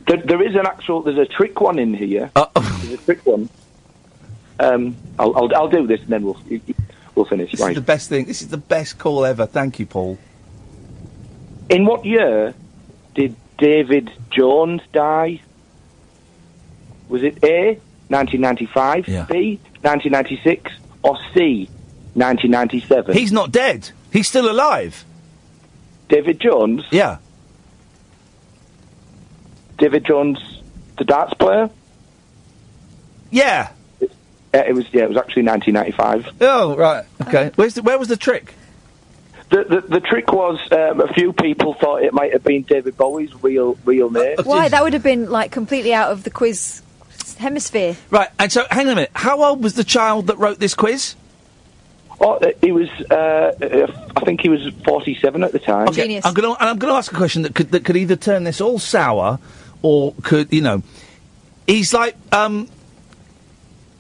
[SPEAKER 8] there, there is an actual, there's a trick one in here.
[SPEAKER 5] Uh,
[SPEAKER 8] There's a trick one. Um, I'll, I'll, I'll do this and then we'll, we'll finish.
[SPEAKER 5] This is
[SPEAKER 8] Right.
[SPEAKER 5] the best thing. This is the best call ever. Thank you, Paul.
[SPEAKER 8] In what year did David Jones die? Was it A, 1995,
[SPEAKER 5] Yeah.
[SPEAKER 8] B, 1996, or C, 1997?
[SPEAKER 5] He's not dead. He's still alive.
[SPEAKER 8] David Jones,
[SPEAKER 5] Yeah.
[SPEAKER 8] David Jones, the darts player.
[SPEAKER 5] Yeah.
[SPEAKER 8] Uh, it was yeah, it was actually 1995.
[SPEAKER 5] Oh right. Okay. Where's the, where was the trick?
[SPEAKER 8] The the, the trick was um, a few people thought it might have been David Bowie's real real name.
[SPEAKER 6] Why? That would have been like completely out of the quiz hemisphere.
[SPEAKER 5] Right. And so, hang on a minute. How old was the child that wrote this quiz?
[SPEAKER 8] Oh, uh, he was uh, uh, I think he was 47 at the time.
[SPEAKER 5] Okay,
[SPEAKER 6] Genius.
[SPEAKER 5] I'm going to I'm going to ask a question that could that could either turn this all sour, or could you know, he's like um,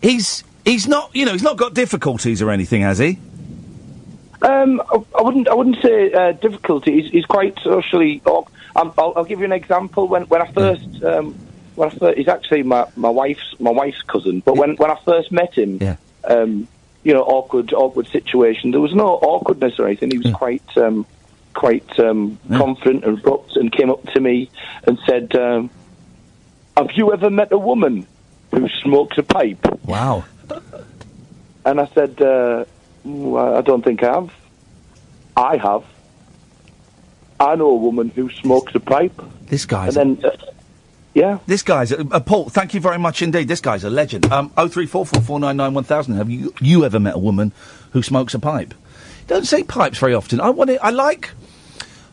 [SPEAKER 5] he's he's not you know he's not got difficulties or anything, has he?
[SPEAKER 8] Um, I, I wouldn't. I wouldn't say uh, difficulty. He's, he's quite socially. Or, I'll, I'll, I'll give you an example. When when I first um, when I first, he's actually my, my wife's my wife's cousin. But when, when I first met him,
[SPEAKER 5] Yeah.
[SPEAKER 8] um, you know, awkward awkward situation. There was no awkwardness or anything. He was quite um, quite um, confident and abrupt, and came up to me and said, um, "Have you ever met a woman who smokes a pipe?"
[SPEAKER 5] Wow.
[SPEAKER 8] And I said, uh, "Well, I don't think I have. I have. I know a woman who smokes a pipe.
[SPEAKER 5] This guy's
[SPEAKER 8] And then, uh, yeah,
[SPEAKER 5] this guy's uh, uh, Paul. Thank you very much indeed. This guy's a legend. Um, oh three four four four nine nine one thousand. Have you you ever met a woman who smokes a pipe? Don't say pipes very often. I wanted I like.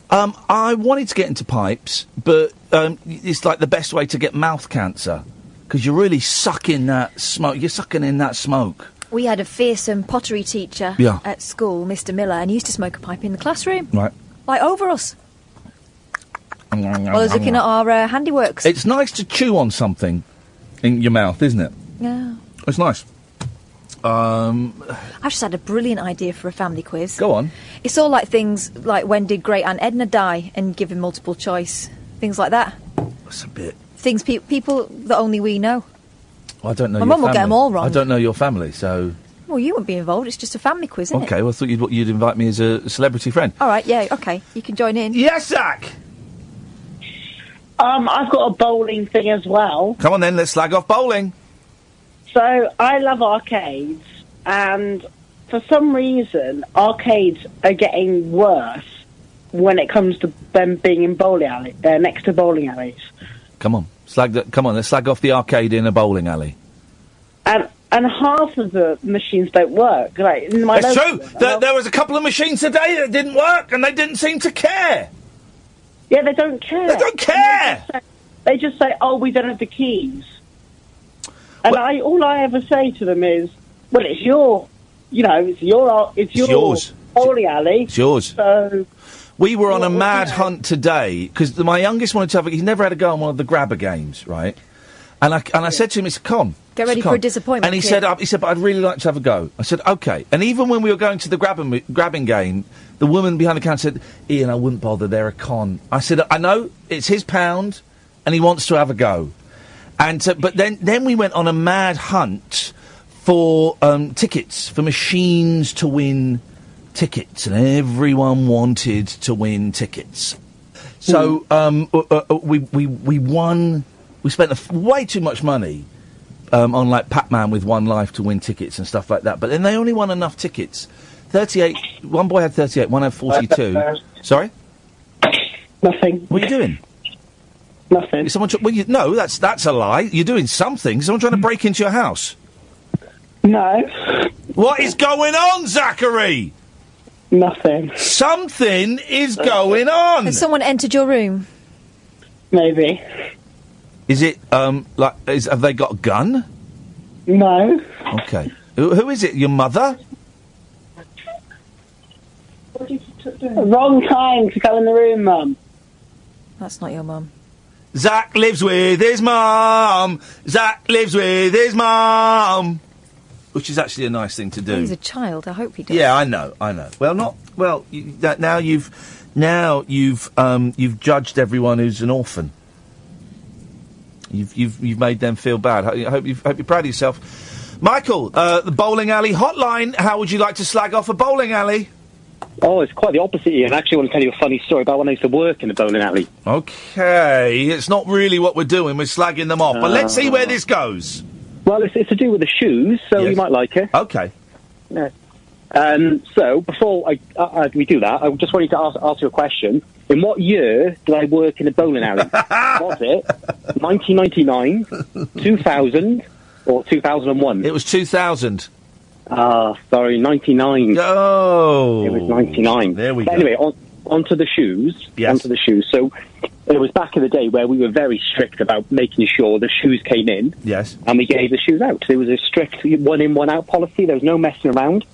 [SPEAKER 5] Um, I wanted to get into pipes, but um, y- it's like the best way to get mouth cancer because you're really sucking that smoke. You're sucking in that smoke.
[SPEAKER 6] We had a fearsome pottery teacher
[SPEAKER 5] Yeah.
[SPEAKER 6] at school, Mr. Miller, and he used to smoke a pipe in the classroom.
[SPEAKER 5] Right.
[SPEAKER 6] Like over us. While I was looking at our uh, handiworks.
[SPEAKER 5] It's nice to chew on something in your mouth, isn't it?
[SPEAKER 6] yeah.
[SPEAKER 5] It's nice. Um,
[SPEAKER 6] I just had a brilliant idea for a family quiz.
[SPEAKER 5] Go on.
[SPEAKER 6] It's all like things like when did Great Aunt Edna die and giving multiple choice, things like that.
[SPEAKER 5] That's a bit.
[SPEAKER 6] Things pe- people that only we know.
[SPEAKER 5] I don't know.
[SPEAKER 6] My
[SPEAKER 5] your
[SPEAKER 6] mum will get
[SPEAKER 5] family.
[SPEAKER 6] 'em all wrong.
[SPEAKER 5] I don't know your family, so
[SPEAKER 6] Well, you wouldn't be involved. It's just a family quiz, isn't
[SPEAKER 5] okay.
[SPEAKER 6] it?
[SPEAKER 5] Well, I thought you'd you'd invite me as a celebrity friend.
[SPEAKER 6] All right. Yeah. Okay. You can join in.
[SPEAKER 5] Yes, Zach.
[SPEAKER 10] Um, I've got a bowling thing as well.
[SPEAKER 5] Come on then. Let's slag off bowling.
[SPEAKER 10] So I love arcades, and for some reason, arcades are getting worse when it comes to them being in bowling alley, uh, next to bowling alleys.
[SPEAKER 5] Come on, slag. The, come on. Let's slag off the arcade in a bowling alley.
[SPEAKER 10] And and half of the machines don't work. Like in my
[SPEAKER 5] it's
[SPEAKER 10] local
[SPEAKER 5] true.
[SPEAKER 10] one, I
[SPEAKER 5] There, there was a couple of machines today that didn't work, and they didn't seem to care.
[SPEAKER 10] Yeah, they don't care. They don't
[SPEAKER 5] care.
[SPEAKER 10] They just say, "Oh, we don't have the keys." And I, all I ever say to them is, "Well, it's your, you know, it's your, it's, your
[SPEAKER 5] yours.
[SPEAKER 10] Holy alley.
[SPEAKER 5] It's yours.
[SPEAKER 10] So
[SPEAKER 5] We were on a mad hunt today because my youngest wanted to have. a- He's never had a go on one of the grabber games, right? And I and I said to him, "It's a con."
[SPEAKER 6] Get
[SPEAKER 5] It's
[SPEAKER 6] ready for
[SPEAKER 5] con."
[SPEAKER 6] a disappointment,
[SPEAKER 5] And he
[SPEAKER 6] kid.
[SPEAKER 5] said, uh, "He said, but I'd really like to have a go." I said, "Okay." And even when we were going to the grabbing grabbing game, the woman behind the counter said, "Ian, I wouldn't bother. They're a con." I said, "I know it's his pound, and he wants to have a go." And uh, but then then we went on a mad hunt for um, tickets for machines to win tickets, and everyone wanted to win tickets. So
[SPEAKER 10] Hmm.
[SPEAKER 5] um, uh, uh, uh, we we we won. We spent a f- way too much money um, on like Pac-Man with One Life to win tickets and stuff like that. But then they only won enough tickets. Thirty-eight. One boy had thirty-eight. One had forty-two. Sorry.
[SPEAKER 10] Uh, Nothing.
[SPEAKER 5] What are you doing?
[SPEAKER 10] Nothing.
[SPEAKER 5] Someone. Tr- well, you, no, that's that's a lie. You're doing something. Someone trying to break into your house.
[SPEAKER 10] Hmm. No.
[SPEAKER 5] What is going on, Zachary?
[SPEAKER 10] Nothing.
[SPEAKER 5] Something is going on.
[SPEAKER 6] Has someone entered your room?
[SPEAKER 10] Maybe.
[SPEAKER 5] Is it um like is, have they got a gun?
[SPEAKER 10] No.
[SPEAKER 5] Okay. Who, who is it? Your mother?
[SPEAKER 10] wrong time to go in the room, Mum.
[SPEAKER 6] That's not your mum.
[SPEAKER 5] Zach lives with his mum. Zach lives with his mum, which is actually a nice thing to do.
[SPEAKER 6] He's a child. I hope he does.
[SPEAKER 5] Yeah, I know, I know. Well, not well. You, that now you've now you've um, you've judged everyone who's an orphan. You've you've you've made them feel bad. I I hope you hope you're proud of yourself, Michael. Uh, the bowling alley hotline. How would you like to slag off a bowling alley?
[SPEAKER 11] Oh, it's quite the opposite, Ian. I actually want to tell you a funny story about when I used to work in a bowling alley.
[SPEAKER 5] Okay, it's not really what we're doing. We're slagging them off, but let's see where this goes.
[SPEAKER 11] Well, it's, it's to do with the shoes, so you might like it.
[SPEAKER 5] Okay.
[SPEAKER 11] Yeah. Um, so, before I, I, I, we do that, I just wanted to ask, ask you a question. In what year did I work in a bowling alley? was it 1999, 2000, or 2001?
[SPEAKER 5] It was 2000.
[SPEAKER 11] Ah, sorry, 99.
[SPEAKER 5] Oh.
[SPEAKER 11] It was 99. There we
[SPEAKER 5] go.
[SPEAKER 11] Anyway, on, onto the shoes. Yes. Onto the shoes. So, it was back in the day where we were very strict about making sure the shoes came in.
[SPEAKER 5] Yes.
[SPEAKER 11] and we gave the shoes out. There was a strict one in, one out policy. There was no messing around.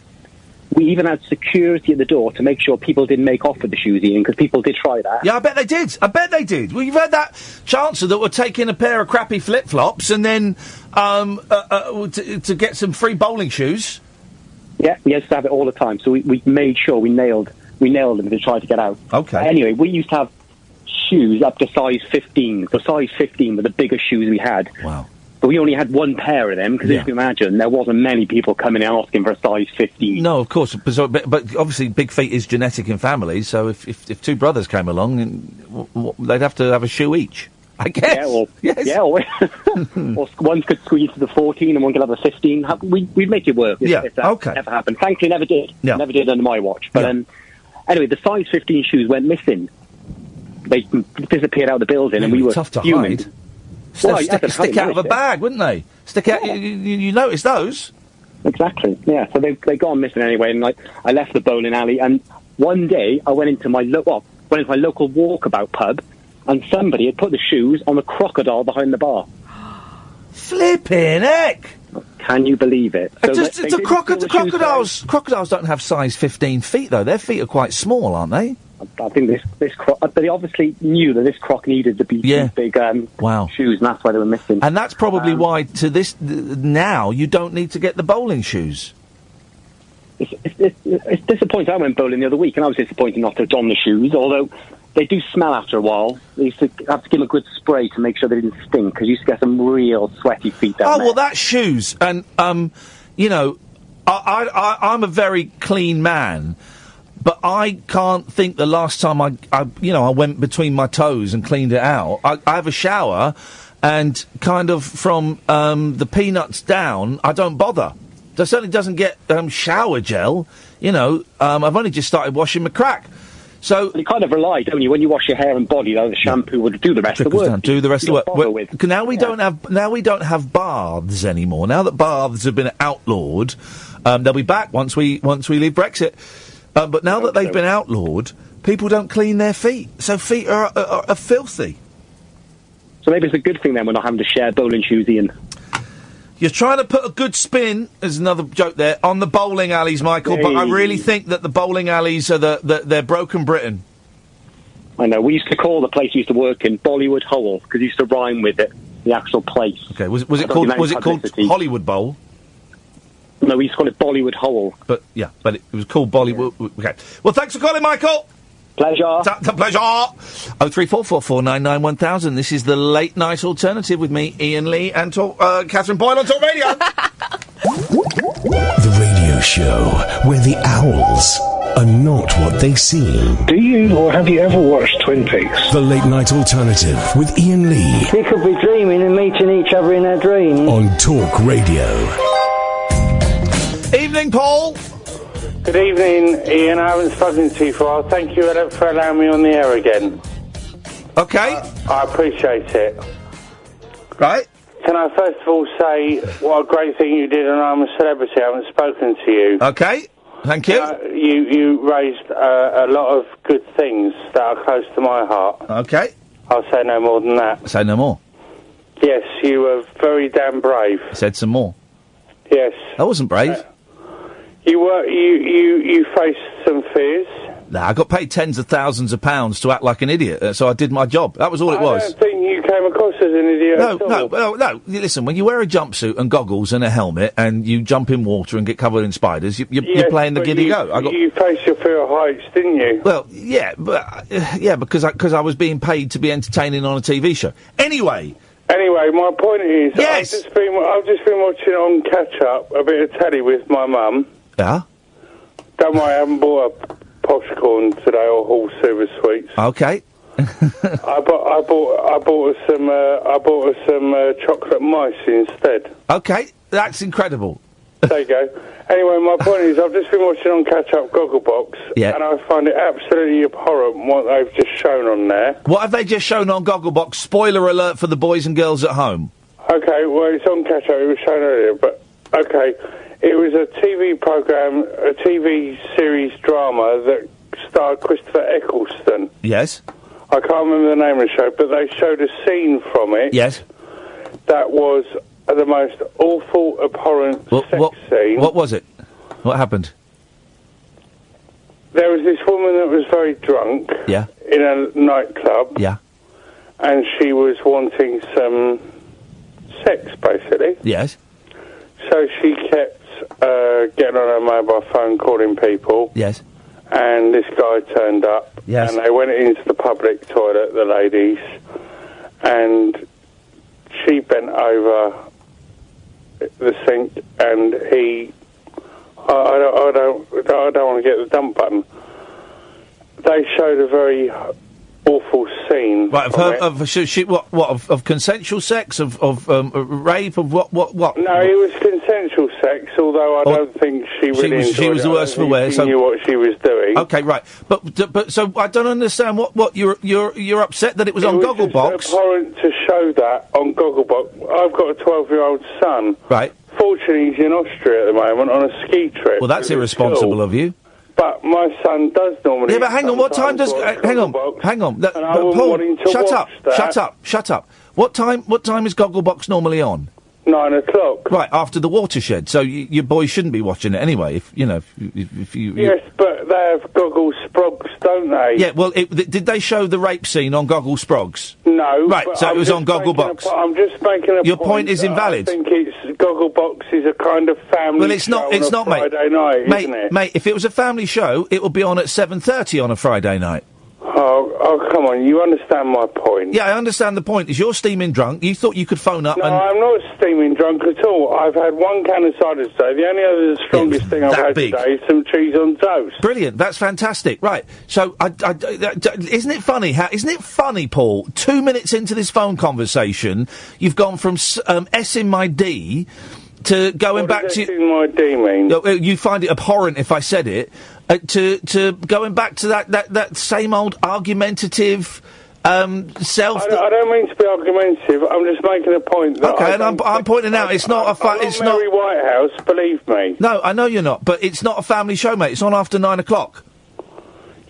[SPEAKER 11] We even had security at the door to make sure people didn't make off with the shoes, Ian, because people did try that.
[SPEAKER 5] Yeah, I bet they did. I bet they did. Well, you've had that chancer that were taking a pair of crappy flip flops and then um, uh, uh, to, to get some free bowling shoes.
[SPEAKER 11] Yeah, we used to have it all the time, so we, we made sure we nailed we nailed them to try to get out.
[SPEAKER 5] Okay.
[SPEAKER 11] Anyway, we used to have shoes up to size fifteen. So size fifteen were the biggest shoes we had.
[SPEAKER 5] Wow.
[SPEAKER 11] But we only had one pair of them because,
[SPEAKER 5] Yeah.
[SPEAKER 11] if you can imagine, there wasn't many people coming in asking for a size fifteen.
[SPEAKER 5] No, of course, but, so- but, but obviously big feet is genetic in families. So if, if, if two brothers came along, then w- w- they'd have to have a shoe each. I guess.
[SPEAKER 11] Yeah, or, yeah, or, or one could squeeze to the 14 and one could have a 15. Ha- We, we'd make it work if,
[SPEAKER 5] Yeah,
[SPEAKER 11] if that
[SPEAKER 5] okay.
[SPEAKER 11] ever happened. Thankfully, never did.
[SPEAKER 5] Yeah.
[SPEAKER 11] Never did under my watch. But
[SPEAKER 5] Yeah.
[SPEAKER 11] um, anyway, the size 15 shoes went missing. They disappeared out of the building and we were
[SPEAKER 5] tough to
[SPEAKER 11] fuming.
[SPEAKER 5] hide.
[SPEAKER 11] Well,
[SPEAKER 5] St-
[SPEAKER 11] you had
[SPEAKER 5] stick
[SPEAKER 11] to hide
[SPEAKER 5] stick out of a
[SPEAKER 11] most it.
[SPEAKER 5] bag, wouldn't they? Stick out. You, you, you notice those?
[SPEAKER 11] Exactly. Yeah. So they they gone missing anyway, and like I left the bowling alley, and one day I went into my lo- well, went into my local walkabout pub, and somebody had put the shoes on the crocodile behind the bar.
[SPEAKER 5] Flipping heck!
[SPEAKER 11] Can you believe it?
[SPEAKER 5] It's just,
[SPEAKER 11] they-
[SPEAKER 5] it's a
[SPEAKER 11] they didn't
[SPEAKER 5] croco-
[SPEAKER 11] steal the shoes
[SPEAKER 5] crocodiles. Crocodiles don't have size fifteen feet though. Their feet are quite small, aren't they?
[SPEAKER 11] I think this this croc, but they obviously knew that this croc needed to be
[SPEAKER 5] Yeah.
[SPEAKER 11] these big um,
[SPEAKER 5] Wow.
[SPEAKER 11] shoes, and that's why they were missing.
[SPEAKER 5] And that's probably
[SPEAKER 11] Um,
[SPEAKER 5] why to this th- now you don't need to get the bowling shoes.
[SPEAKER 11] It's, it's, it's, it's disappointing. I went bowling the other week, and I was disappointed not to have donned the shoes. Although they do smell after a while. They used to have to give them a good spray to make sure they didn't stink, because you used to get some real sweaty feet down
[SPEAKER 5] Oh
[SPEAKER 11] there.
[SPEAKER 5] well, that's shoes, and um, you know, I, I, I I'm a very clean man, but I can't think the last time I, I you know I went between my toes and cleaned it out. I, I have a shower, and kind of from um, the peanuts down, I don't bother. That certainly doesn't get um, shower gel. You know, um, I've only just started washing my crack. So
[SPEAKER 11] you kind of rely, don't you, when you wash your hair and body, though the shampoo would do the rest of the
[SPEAKER 5] Trickles
[SPEAKER 11] work.
[SPEAKER 5] down. Do the rest
[SPEAKER 11] You
[SPEAKER 5] of the
[SPEAKER 11] don't
[SPEAKER 5] work.
[SPEAKER 11] bother
[SPEAKER 5] We-
[SPEAKER 11] with.
[SPEAKER 5] Now we don't have now we don't have baths anymore. Now that baths have been outlawed, um, they'll be back once we once we leave Brexit. Uh, but now that they've been outlawed, people don't clean their feet, so feet are, are, are filthy.
[SPEAKER 11] So maybe it's a good thing then we're not having to share bowling shoes, Ian.
[SPEAKER 5] You're trying to put a good spin. There's another joke there on the bowling alleys, Michael. But I
[SPEAKER 11] Hey.
[SPEAKER 5] really think that the bowling alleys are the, the they're broken Britain.
[SPEAKER 11] I know. We used to call the place we used to work in Bollywood Hole because it used to rhyme with it, the actual place.
[SPEAKER 5] Okay, was, was
[SPEAKER 11] I
[SPEAKER 5] it
[SPEAKER 11] thought
[SPEAKER 5] called
[SPEAKER 11] you meant
[SPEAKER 5] was it called
[SPEAKER 11] publicity.
[SPEAKER 5] Hollywood Bowl?
[SPEAKER 11] No, we used to call it Bollywood Hole.
[SPEAKER 5] But yeah, but it, it was called Bollywood. Okay. Well, thanks for calling, Michael.
[SPEAKER 11] Pleasure.
[SPEAKER 5] Ta- ta- pleasure. Oh three four four four nine nine one thousand. This is the late night alternative with me, Ian Lee, and talk, uh, Catherine Boyle on Talk Radio.
[SPEAKER 2] The radio show where the owls are not what they seem.
[SPEAKER 12] Do you or have you ever watched Twin Peaks?
[SPEAKER 2] The late night alternative with Ian Lee
[SPEAKER 13] We could be dreaming and meeting each other in our dreams.
[SPEAKER 2] on Talk Radio.
[SPEAKER 5] Evening, Paul.
[SPEAKER 14] Good evening, Ian. I haven't spoken to you for a while. Thank you for allowing me on the air again. Uh,
[SPEAKER 5] Okay.
[SPEAKER 14] I appreciate it.
[SPEAKER 5] Right.
[SPEAKER 14] Can I first of all say what a great thing you did and I'm a Celebrity? I haven't spoken to you. Uh,
[SPEAKER 5] Okay. Uh, Thank you.
[SPEAKER 14] you you raised uh, a lot of good things that are close to my heart.
[SPEAKER 5] okay.
[SPEAKER 14] I'll say no more than that.
[SPEAKER 5] Say no more.
[SPEAKER 14] Yes, you were very damn brave.
[SPEAKER 5] Said some more.
[SPEAKER 14] Yes, Uh,
[SPEAKER 5] That wasn't brave.
[SPEAKER 14] you were. You you you faced some fears.
[SPEAKER 5] Nah, I got paid tens of thousands of pounds to act like an idiot, uh, so I did my job. That was all it
[SPEAKER 14] I
[SPEAKER 5] was.
[SPEAKER 14] don't think you came across as an idiot.
[SPEAKER 5] No,
[SPEAKER 14] at all.
[SPEAKER 5] no, no, no. You- Listen, when you wear a jumpsuit and goggles and a helmet and you jump in water and get covered in spiders, you, you,
[SPEAKER 14] Yes,
[SPEAKER 5] you're playing the
[SPEAKER 14] but
[SPEAKER 5] giddy
[SPEAKER 14] you,
[SPEAKER 5] go. I got,
[SPEAKER 14] You faced your fear of heights, didn't you?
[SPEAKER 5] Well, yeah, but uh, yeah, because I, cause I was being paid to be entertaining on a TV show. Anyway,
[SPEAKER 14] Anyway, my point is,
[SPEAKER 5] Yes.
[SPEAKER 14] I've just been I've just been watching on catch up a bit of telly with my mum.
[SPEAKER 5] yeah,
[SPEAKER 14] Don't worry, I haven't bought a popcorn today or whole silver sweets.
[SPEAKER 5] okay,
[SPEAKER 14] I bought I bought I bought her some uh, I bought her some uh, chocolate mice instead.
[SPEAKER 5] okay, that's incredible.
[SPEAKER 14] There you go. Anyway, my point is, I've just been watching on catch up Gogglebox,
[SPEAKER 5] Yeah.
[SPEAKER 14] and I find it absolutely abhorrent what they've just shown on there.
[SPEAKER 5] What have they just shown on Gogglebox? Spoiler alert for the boys and girls at home.
[SPEAKER 14] Okay, well, it's on catch up. It was shown earlier, but okay, it was a TV program, a TV series drama that starred Christopher Eccleston.
[SPEAKER 5] Yes,
[SPEAKER 14] I can't remember the name of the show, but they showed a scene from it
[SPEAKER 5] yes.
[SPEAKER 14] that was the most awful, abhorrent
[SPEAKER 5] What, what, what was it? What happened?
[SPEAKER 14] There was this woman that was very drunk
[SPEAKER 5] Yeah.
[SPEAKER 14] in a nightclub.
[SPEAKER 5] Yeah.
[SPEAKER 14] And she was wanting some sex, basically.
[SPEAKER 5] Yes.
[SPEAKER 14] So she kept uh, getting on her mobile phone, calling people.
[SPEAKER 5] Yes.
[SPEAKER 14] And this guy turned up.
[SPEAKER 5] Yes.
[SPEAKER 14] And they went into the public toilet, the ladies. And she bent over the sink, and he. I, I, don't, I, don't, I don't want to get the dump button. They showed a very awful scene.
[SPEAKER 5] Right, uh, of,
[SPEAKER 14] from
[SPEAKER 5] her,
[SPEAKER 14] it.
[SPEAKER 5] of she, she, what, what, of, of consensual sex, of, of um, uh, rape, of what, what, what?
[SPEAKER 14] No, it was consensual sex, although I
[SPEAKER 5] Oh,
[SPEAKER 14] don't think she
[SPEAKER 5] she
[SPEAKER 14] really
[SPEAKER 5] was- she
[SPEAKER 14] enjoyed it. I
[SPEAKER 5] was the
[SPEAKER 14] don't
[SPEAKER 5] worst for
[SPEAKER 14] think
[SPEAKER 5] wear,
[SPEAKER 14] She
[SPEAKER 5] so-
[SPEAKER 14] knew what she was doing.
[SPEAKER 5] Okay, right, but, d- but so I don't understand what, what you're you're you're upset that it was on
[SPEAKER 14] was just
[SPEAKER 5] Gogglebox,
[SPEAKER 14] abhorrent to show that on Gogglebox. I've got a 12-year-old son.
[SPEAKER 5] right?
[SPEAKER 14] Fortunately, he's in Austria at the moment on a ski trip.
[SPEAKER 5] Well, that's
[SPEAKER 14] with his
[SPEAKER 5] irresponsible
[SPEAKER 14] school.
[SPEAKER 5] of you.
[SPEAKER 14] But my son does normally.
[SPEAKER 5] Yeah, but hang on. What time does?
[SPEAKER 14] sometimes
[SPEAKER 5] uh,
[SPEAKER 14] watch
[SPEAKER 5] hang on,
[SPEAKER 14] Gogglebox,
[SPEAKER 5] hang on. That-
[SPEAKER 14] and I
[SPEAKER 5] but
[SPEAKER 14] wouldn't
[SPEAKER 5] Paul,
[SPEAKER 14] want him to
[SPEAKER 5] shut
[SPEAKER 14] watch
[SPEAKER 5] up,
[SPEAKER 14] that.
[SPEAKER 5] shut up, shut up. What time? What time is Gogglebox normally on?
[SPEAKER 14] Nine o'clock.
[SPEAKER 5] Right after the watershed. So y- your boy shouldn't be watching it anyway. If you know, if, if, if you, you-
[SPEAKER 14] Yes, but they have goggle sprogs, don't they?
[SPEAKER 5] yeah. Well, it, th- did they show the rape scene on Goggle Sprogs?
[SPEAKER 14] No.
[SPEAKER 5] Right,
[SPEAKER 14] but
[SPEAKER 5] so it
[SPEAKER 14] I'm
[SPEAKER 5] was
[SPEAKER 14] just
[SPEAKER 5] on Gogglebox.
[SPEAKER 14] making a po- I'm just making a
[SPEAKER 5] Your point is
[SPEAKER 14] that
[SPEAKER 5] invalid.
[SPEAKER 14] I think it's Gogglebox is a kind of family.
[SPEAKER 5] Well, it's not.
[SPEAKER 14] show
[SPEAKER 5] It's
[SPEAKER 14] on a
[SPEAKER 5] not, mate.
[SPEAKER 14] Friday night,
[SPEAKER 5] mate,
[SPEAKER 14] isn't it?
[SPEAKER 5] mate. If it was a family show, it would be on at seven thirty on a Friday night.
[SPEAKER 14] Oh, oh, come on. You understand my point?
[SPEAKER 5] Yeah, I understand the point. Is you're steaming drunk? You thought you could phone up
[SPEAKER 14] No,
[SPEAKER 5] and
[SPEAKER 14] I'm not steaming drunk at all. I've had one can of cider today. The only other the strongest thing I've
[SPEAKER 5] that
[SPEAKER 14] had
[SPEAKER 5] big.
[SPEAKER 14] today is some cheese on toast.
[SPEAKER 5] Brilliant. That's fantastic. Right. So, I, I- I- isn't it funny? How isn't it funny, Paul? Two minutes into this phone conversation, you've gone from s- um, S in my D to going back
[SPEAKER 14] does
[SPEAKER 5] to
[SPEAKER 14] S in my D mean?
[SPEAKER 5] uh, You find it abhorrent if I said it. uh, to to going back to that that, that same old argumentative um, self.
[SPEAKER 14] I don't, I don't mean to be argumentative. I'm just making a point. That
[SPEAKER 5] Okay,
[SPEAKER 14] I
[SPEAKER 5] and I'm,
[SPEAKER 14] don't
[SPEAKER 5] I'm
[SPEAKER 14] think-
[SPEAKER 5] pointing out it's not a fa-
[SPEAKER 14] I'm not
[SPEAKER 5] it's
[SPEAKER 14] Mary Whitehouse. Believe me.
[SPEAKER 5] No, I know you're not, but it's not a family show, mate. It's on after nine o'clock.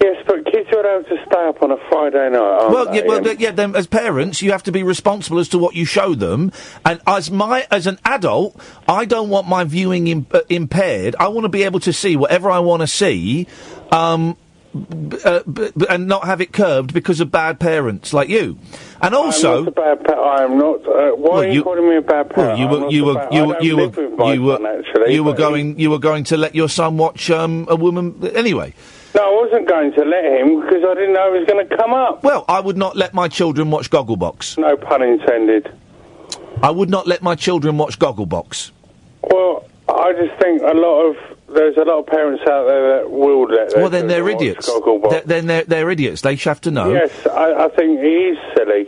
[SPEAKER 14] Yes, but kids are allowed to stay up on a Friday night. Aren't
[SPEAKER 5] well,
[SPEAKER 14] they? Um,
[SPEAKER 5] yeah, well,
[SPEAKER 14] And-
[SPEAKER 5] th- yeah. Then, as parents, you have to be responsible as to what you show them. And as my as an adult, I don't want my viewing im- uh, impaired. I want to be able to see whatever I want to see, um, b- uh, b- b- and not have it curbed because of bad parents like you. And also,
[SPEAKER 14] I'm not a bad pa- I am not. Uh, why
[SPEAKER 5] Well,
[SPEAKER 14] are you,
[SPEAKER 5] you-
[SPEAKER 14] calling me a bad
[SPEAKER 5] Well,
[SPEAKER 14] parent?
[SPEAKER 5] you
[SPEAKER 14] I'm
[SPEAKER 5] were
[SPEAKER 14] not
[SPEAKER 5] you
[SPEAKER 14] a
[SPEAKER 5] were
[SPEAKER 14] bad- I
[SPEAKER 5] you were
[SPEAKER 14] don't
[SPEAKER 5] you
[SPEAKER 14] live with my
[SPEAKER 5] were you
[SPEAKER 14] son,
[SPEAKER 5] were
[SPEAKER 14] actually,
[SPEAKER 5] you were
[SPEAKER 14] but-
[SPEAKER 5] going you were going to let your son watch um, a woman anyway.
[SPEAKER 14] No, I wasn't going to let him because I didn't know he was going to come up.
[SPEAKER 5] Well, I would not let my children watch Gogglebox.
[SPEAKER 14] No pun intended.
[SPEAKER 5] I would not let my children watch Gogglebox.
[SPEAKER 14] Well, I just think a lot of there's a lot of parents out there that will let. Their
[SPEAKER 5] Well, then they're
[SPEAKER 14] children watch
[SPEAKER 5] idiots.
[SPEAKER 14] Gogglebox.
[SPEAKER 5] They're, then they're they're idiots. They should have to know.
[SPEAKER 14] Yes, I, I think he is silly.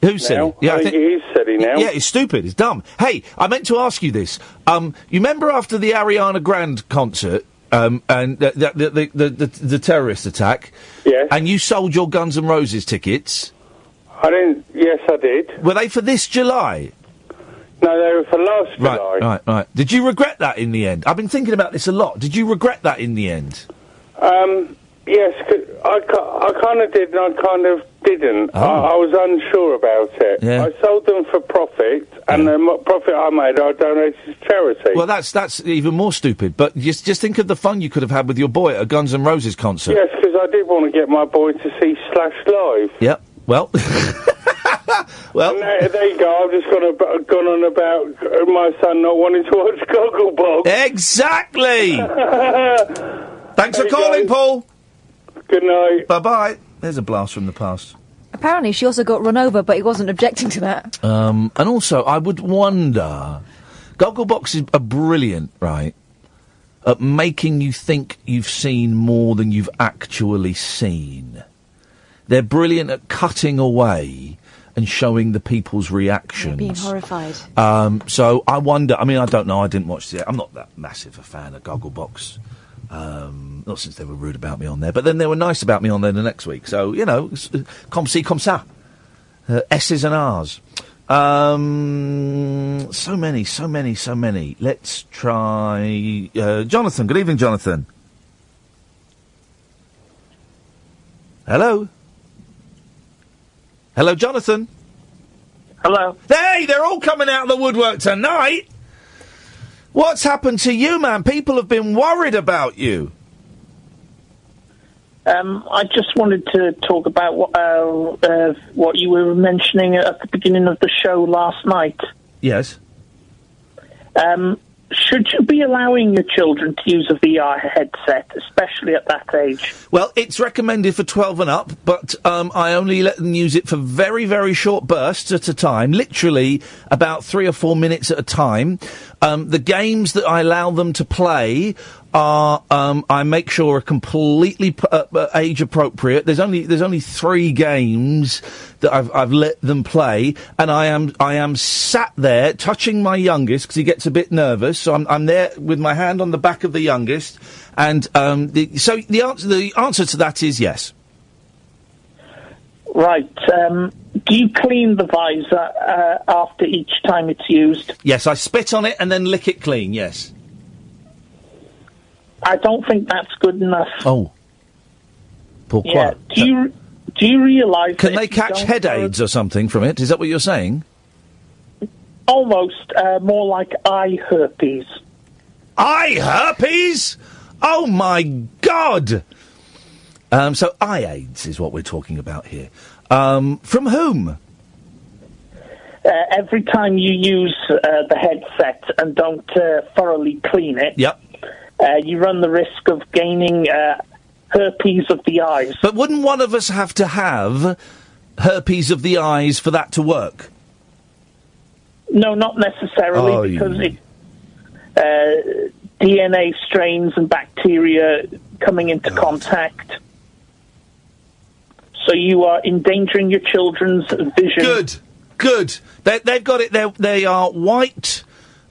[SPEAKER 5] Who's silly?
[SPEAKER 14] now. I, think, he is silly now.
[SPEAKER 5] Yeah, it's stupid. It's dumb. Hey, I meant to ask you this. Um, you remember after the Ariana Grande concert um, and the the, the, the, the the terrorist attack?
[SPEAKER 14] Yes.
[SPEAKER 5] And you sold your Guns N' Roses tickets.
[SPEAKER 14] I didn't. Yes, I did.
[SPEAKER 5] Were they for this July?
[SPEAKER 14] No, they were for last
[SPEAKER 5] Right,
[SPEAKER 14] July.
[SPEAKER 5] right, right. Did you regret that in the end? I've been thinking about this a lot. Did you regret that in the end?
[SPEAKER 14] Um, yes, 'cause I, ki- I kind of did and I kind of didn't. I, I was unsure about it.
[SPEAKER 5] Oh. Yeah.
[SPEAKER 14] I sold them for profit, and the mo- profit I made, I donated to charity.
[SPEAKER 5] Well, that's that's even more stupid. But just just think of the fun you could have had with your boy at a Guns N' Roses concert.
[SPEAKER 14] Yes, because I did want to get my boy to see Slash live.
[SPEAKER 5] Yep. Well, well,
[SPEAKER 14] and there, there you go. I've just gone, ab- gone on about uh, my son not wanting to watch Gogglebox.
[SPEAKER 5] Exactly. Thanks for calling, Paul.
[SPEAKER 14] Good night.
[SPEAKER 5] Bye bye. There's a blast from the past.
[SPEAKER 6] Apparently, she also got run over, but he wasn't objecting to that.
[SPEAKER 5] Um, and also, I would wonder. Goggleboxes are brilliant, right? At making you think you've seen more than you've actually seen. They're brilliant at cutting away and showing the people's reactions.
[SPEAKER 6] Being horrified.
[SPEAKER 5] Um, so I wonder. I mean, I don't know. I didn't watch the. I'm not that massive a fan of Gogglebox. Um, not since they were rude about me on there, but then they were nice about me on there the next week. So you know, s- comme ci comme ça. Uh, S's and R's. Um, so many, so many, so many. Let's try uh, Jonathan. Good evening, Jonathan. Hello. Hello, Jonathan.
[SPEAKER 15] Hello.
[SPEAKER 5] Hey, they're all coming out of the woodwork tonight. What's happened to you, man? People have been worried about you.
[SPEAKER 15] Um, I just wanted to talk about what, uh, uh, what you were mentioning at the beginning of the show last night.
[SPEAKER 5] Yes.
[SPEAKER 15] Um, should you be allowing your children to use a VR headset, especially at that age?
[SPEAKER 5] Well, it's recommended for 12 and up, but um, I only let them use it for very, very short bursts at a time, literally about three or four minutes at a time. Um, the games that I allow them to play are, um, I make sure, are completely p- uh, uh, age appropriate. There's only there's only three games that I've, I've let them play, and I am I am sat there touching my youngest because he gets a bit nervous. So I'm I'm there with my hand on the back of the youngest, and um, the, so the answer the answer to that is yes.
[SPEAKER 15] Right. Um, do you clean the visor uh, after each time it's used?
[SPEAKER 5] Yes, I spit on it and then lick it clean. Yes.
[SPEAKER 15] I don't think that's good enough.
[SPEAKER 5] Oh. Paul
[SPEAKER 15] yeah.
[SPEAKER 5] Quart.
[SPEAKER 15] Do you do you realise?
[SPEAKER 5] Can
[SPEAKER 15] that
[SPEAKER 5] they
[SPEAKER 15] if you
[SPEAKER 5] catch
[SPEAKER 15] don't
[SPEAKER 5] head aids or something from it? Is that what you're saying?
[SPEAKER 15] Almost uh, more like eye herpes.
[SPEAKER 5] Eye herpes? Oh my god! Um, so eye aids is what we're talking about here. Um, from whom?
[SPEAKER 15] Uh, every time you use uh, the headset and don't uh, thoroughly clean it,
[SPEAKER 5] Yep.
[SPEAKER 15] uh, you run the risk of gaining uh, herpes of the eyes.
[SPEAKER 5] But wouldn't one of us have to have herpes of the eyes for that to work?
[SPEAKER 15] No, not necessarily,
[SPEAKER 5] Oh,
[SPEAKER 15] because
[SPEAKER 5] you-
[SPEAKER 15] it, uh, DNA strains and bacteria coming into contact. So you are endangering your children's vision.
[SPEAKER 5] Good, good. They, they've got it. They're, they are white,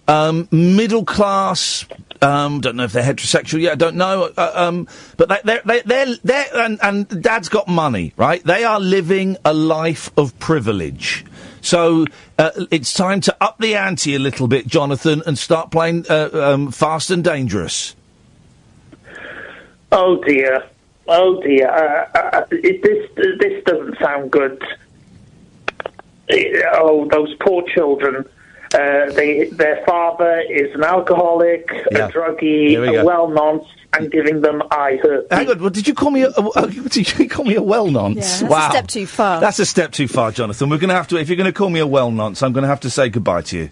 [SPEAKER 5] um, middle class Um, don't know if they're heterosexual. Yeah, I don't know. Uh, um, but they, they're, they, they're, they're and, and dad's got money, right? They are living a life of privilege. So uh, it's time to up the ante a little bit, Jonathan, and start playing uh, um, fast and dangerous.
[SPEAKER 15] Oh dear. Oh dear. Uh, uh, it, this this doesn't sound good. Eh, Oh, those poor children. Uh, they, their father is an alcoholic,
[SPEAKER 5] Yeah.
[SPEAKER 15] a druggie,
[SPEAKER 5] Here we
[SPEAKER 15] a
[SPEAKER 5] go.
[SPEAKER 15] well nonce, and giving them I hurt.
[SPEAKER 5] Hang on, what, did you call me a, a- a- did you call me a well nonce?
[SPEAKER 6] that's a
[SPEAKER 5] wow.
[SPEAKER 6] step too far.
[SPEAKER 5] That's a step too far, Jonathan. We're going to have to, if you're going to call me a well nonce, I'm going to have to say goodbye to you.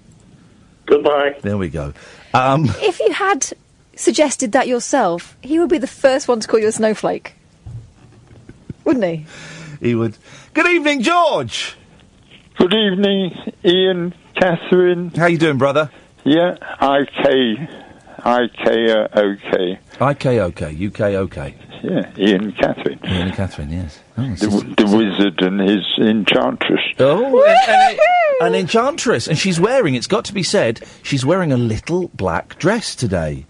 [SPEAKER 15] Goodbye.
[SPEAKER 5] There we go. Um,
[SPEAKER 6] If you had suggested that yourself, he would be the first one to call you a snowflake. Wouldn't he?
[SPEAKER 5] he would. Good evening, George.
[SPEAKER 16] Good evening, Ian, Catherine.
[SPEAKER 5] How you doing, brother?
[SPEAKER 16] Yeah, IK, IK, uh, OK.
[SPEAKER 5] IK, OK, UK, OK.
[SPEAKER 16] Yeah, Ian, Catherine.
[SPEAKER 5] Ian, Catherine, yes.
[SPEAKER 16] the, w- the wizard and his enchantress.
[SPEAKER 5] Oh, an, an, an enchantress, and she's wearing. It's got to be said, she's wearing a little black dress today.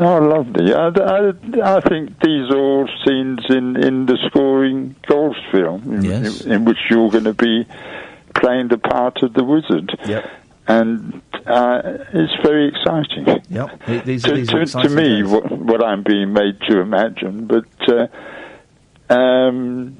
[SPEAKER 16] Oh, lovely. I, I, I think these are all scenes in, in the scoring goals film, in,
[SPEAKER 5] Yes.
[SPEAKER 16] in, which you're going to be playing the part of the wizard.
[SPEAKER 5] Yep.
[SPEAKER 16] And uh, it's very exciting.
[SPEAKER 5] Yep. th- These
[SPEAKER 16] to,
[SPEAKER 5] are, these are
[SPEAKER 16] to, to
[SPEAKER 5] exciting
[SPEAKER 16] me,
[SPEAKER 5] days.
[SPEAKER 16] what, what I'm being made to imagine. But uh, um,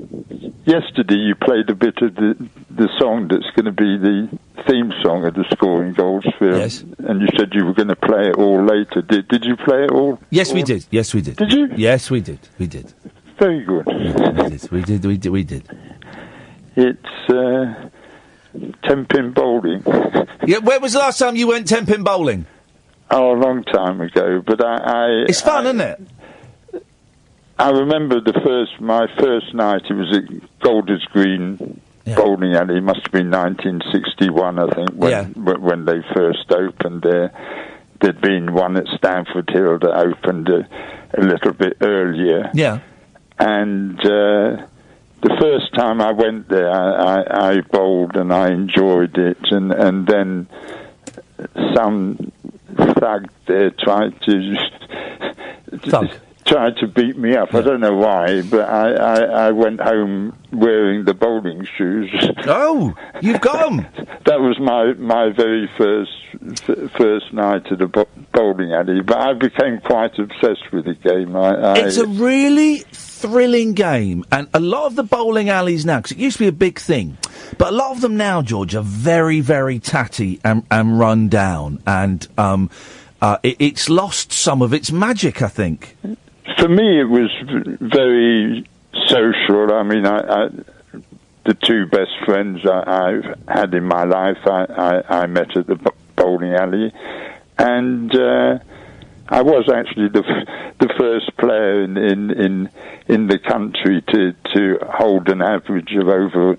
[SPEAKER 16] yesterday, you played a bit of the the song that's going to be the theme song of the scoring goals film, and you said you were going to play it all later. Did did you play it all?
[SPEAKER 5] Yes, we
[SPEAKER 16] all-
[SPEAKER 5] did. Yes, we did.
[SPEAKER 16] Did you?
[SPEAKER 5] Yes, we did. We did.
[SPEAKER 16] Very good.
[SPEAKER 5] Yes, we did. We did. We did. We did.
[SPEAKER 16] It's uh, ten pin bowling.
[SPEAKER 5] Yeah, where was the last time you went ten pin bowling?
[SPEAKER 16] Oh, a long time ago, but I. I
[SPEAKER 5] It's fun, isn't it?
[SPEAKER 16] I remember the first my first night. It was at Golders Green bowling alley. It must have been 1961, I think, when
[SPEAKER 5] Yeah.
[SPEAKER 16] when when they first opened there. There'd been one at Stamford Hill that opened a, a little bit earlier,
[SPEAKER 5] Yeah.
[SPEAKER 16] and uh, the first time I went there, I, I, I bowled and I enjoyed it, and and then some thug there tried to tried to beat me up. I don't know why, but I, I, I went home wearing the bowling shoes.
[SPEAKER 5] Oh, you've got 'em.
[SPEAKER 16] that was my my very first f- first night at a bo- bowling alley. But I became quite obsessed with the game. I, I,
[SPEAKER 5] It's a really thrilling game, and a lot of the bowling alleys now, because it used to be a big thing, but a lot of them now, George, are very, very tatty and, and run down, and um, uh, it, it's lost some of its magic, I think.
[SPEAKER 16] for me, it was v- very social. I mean, I, I the two best friends I, I've had in my life, I, I, I met at the b- bowling alley, and uh, I was actually the f- the first player in in in, in the country to, to hold an average of over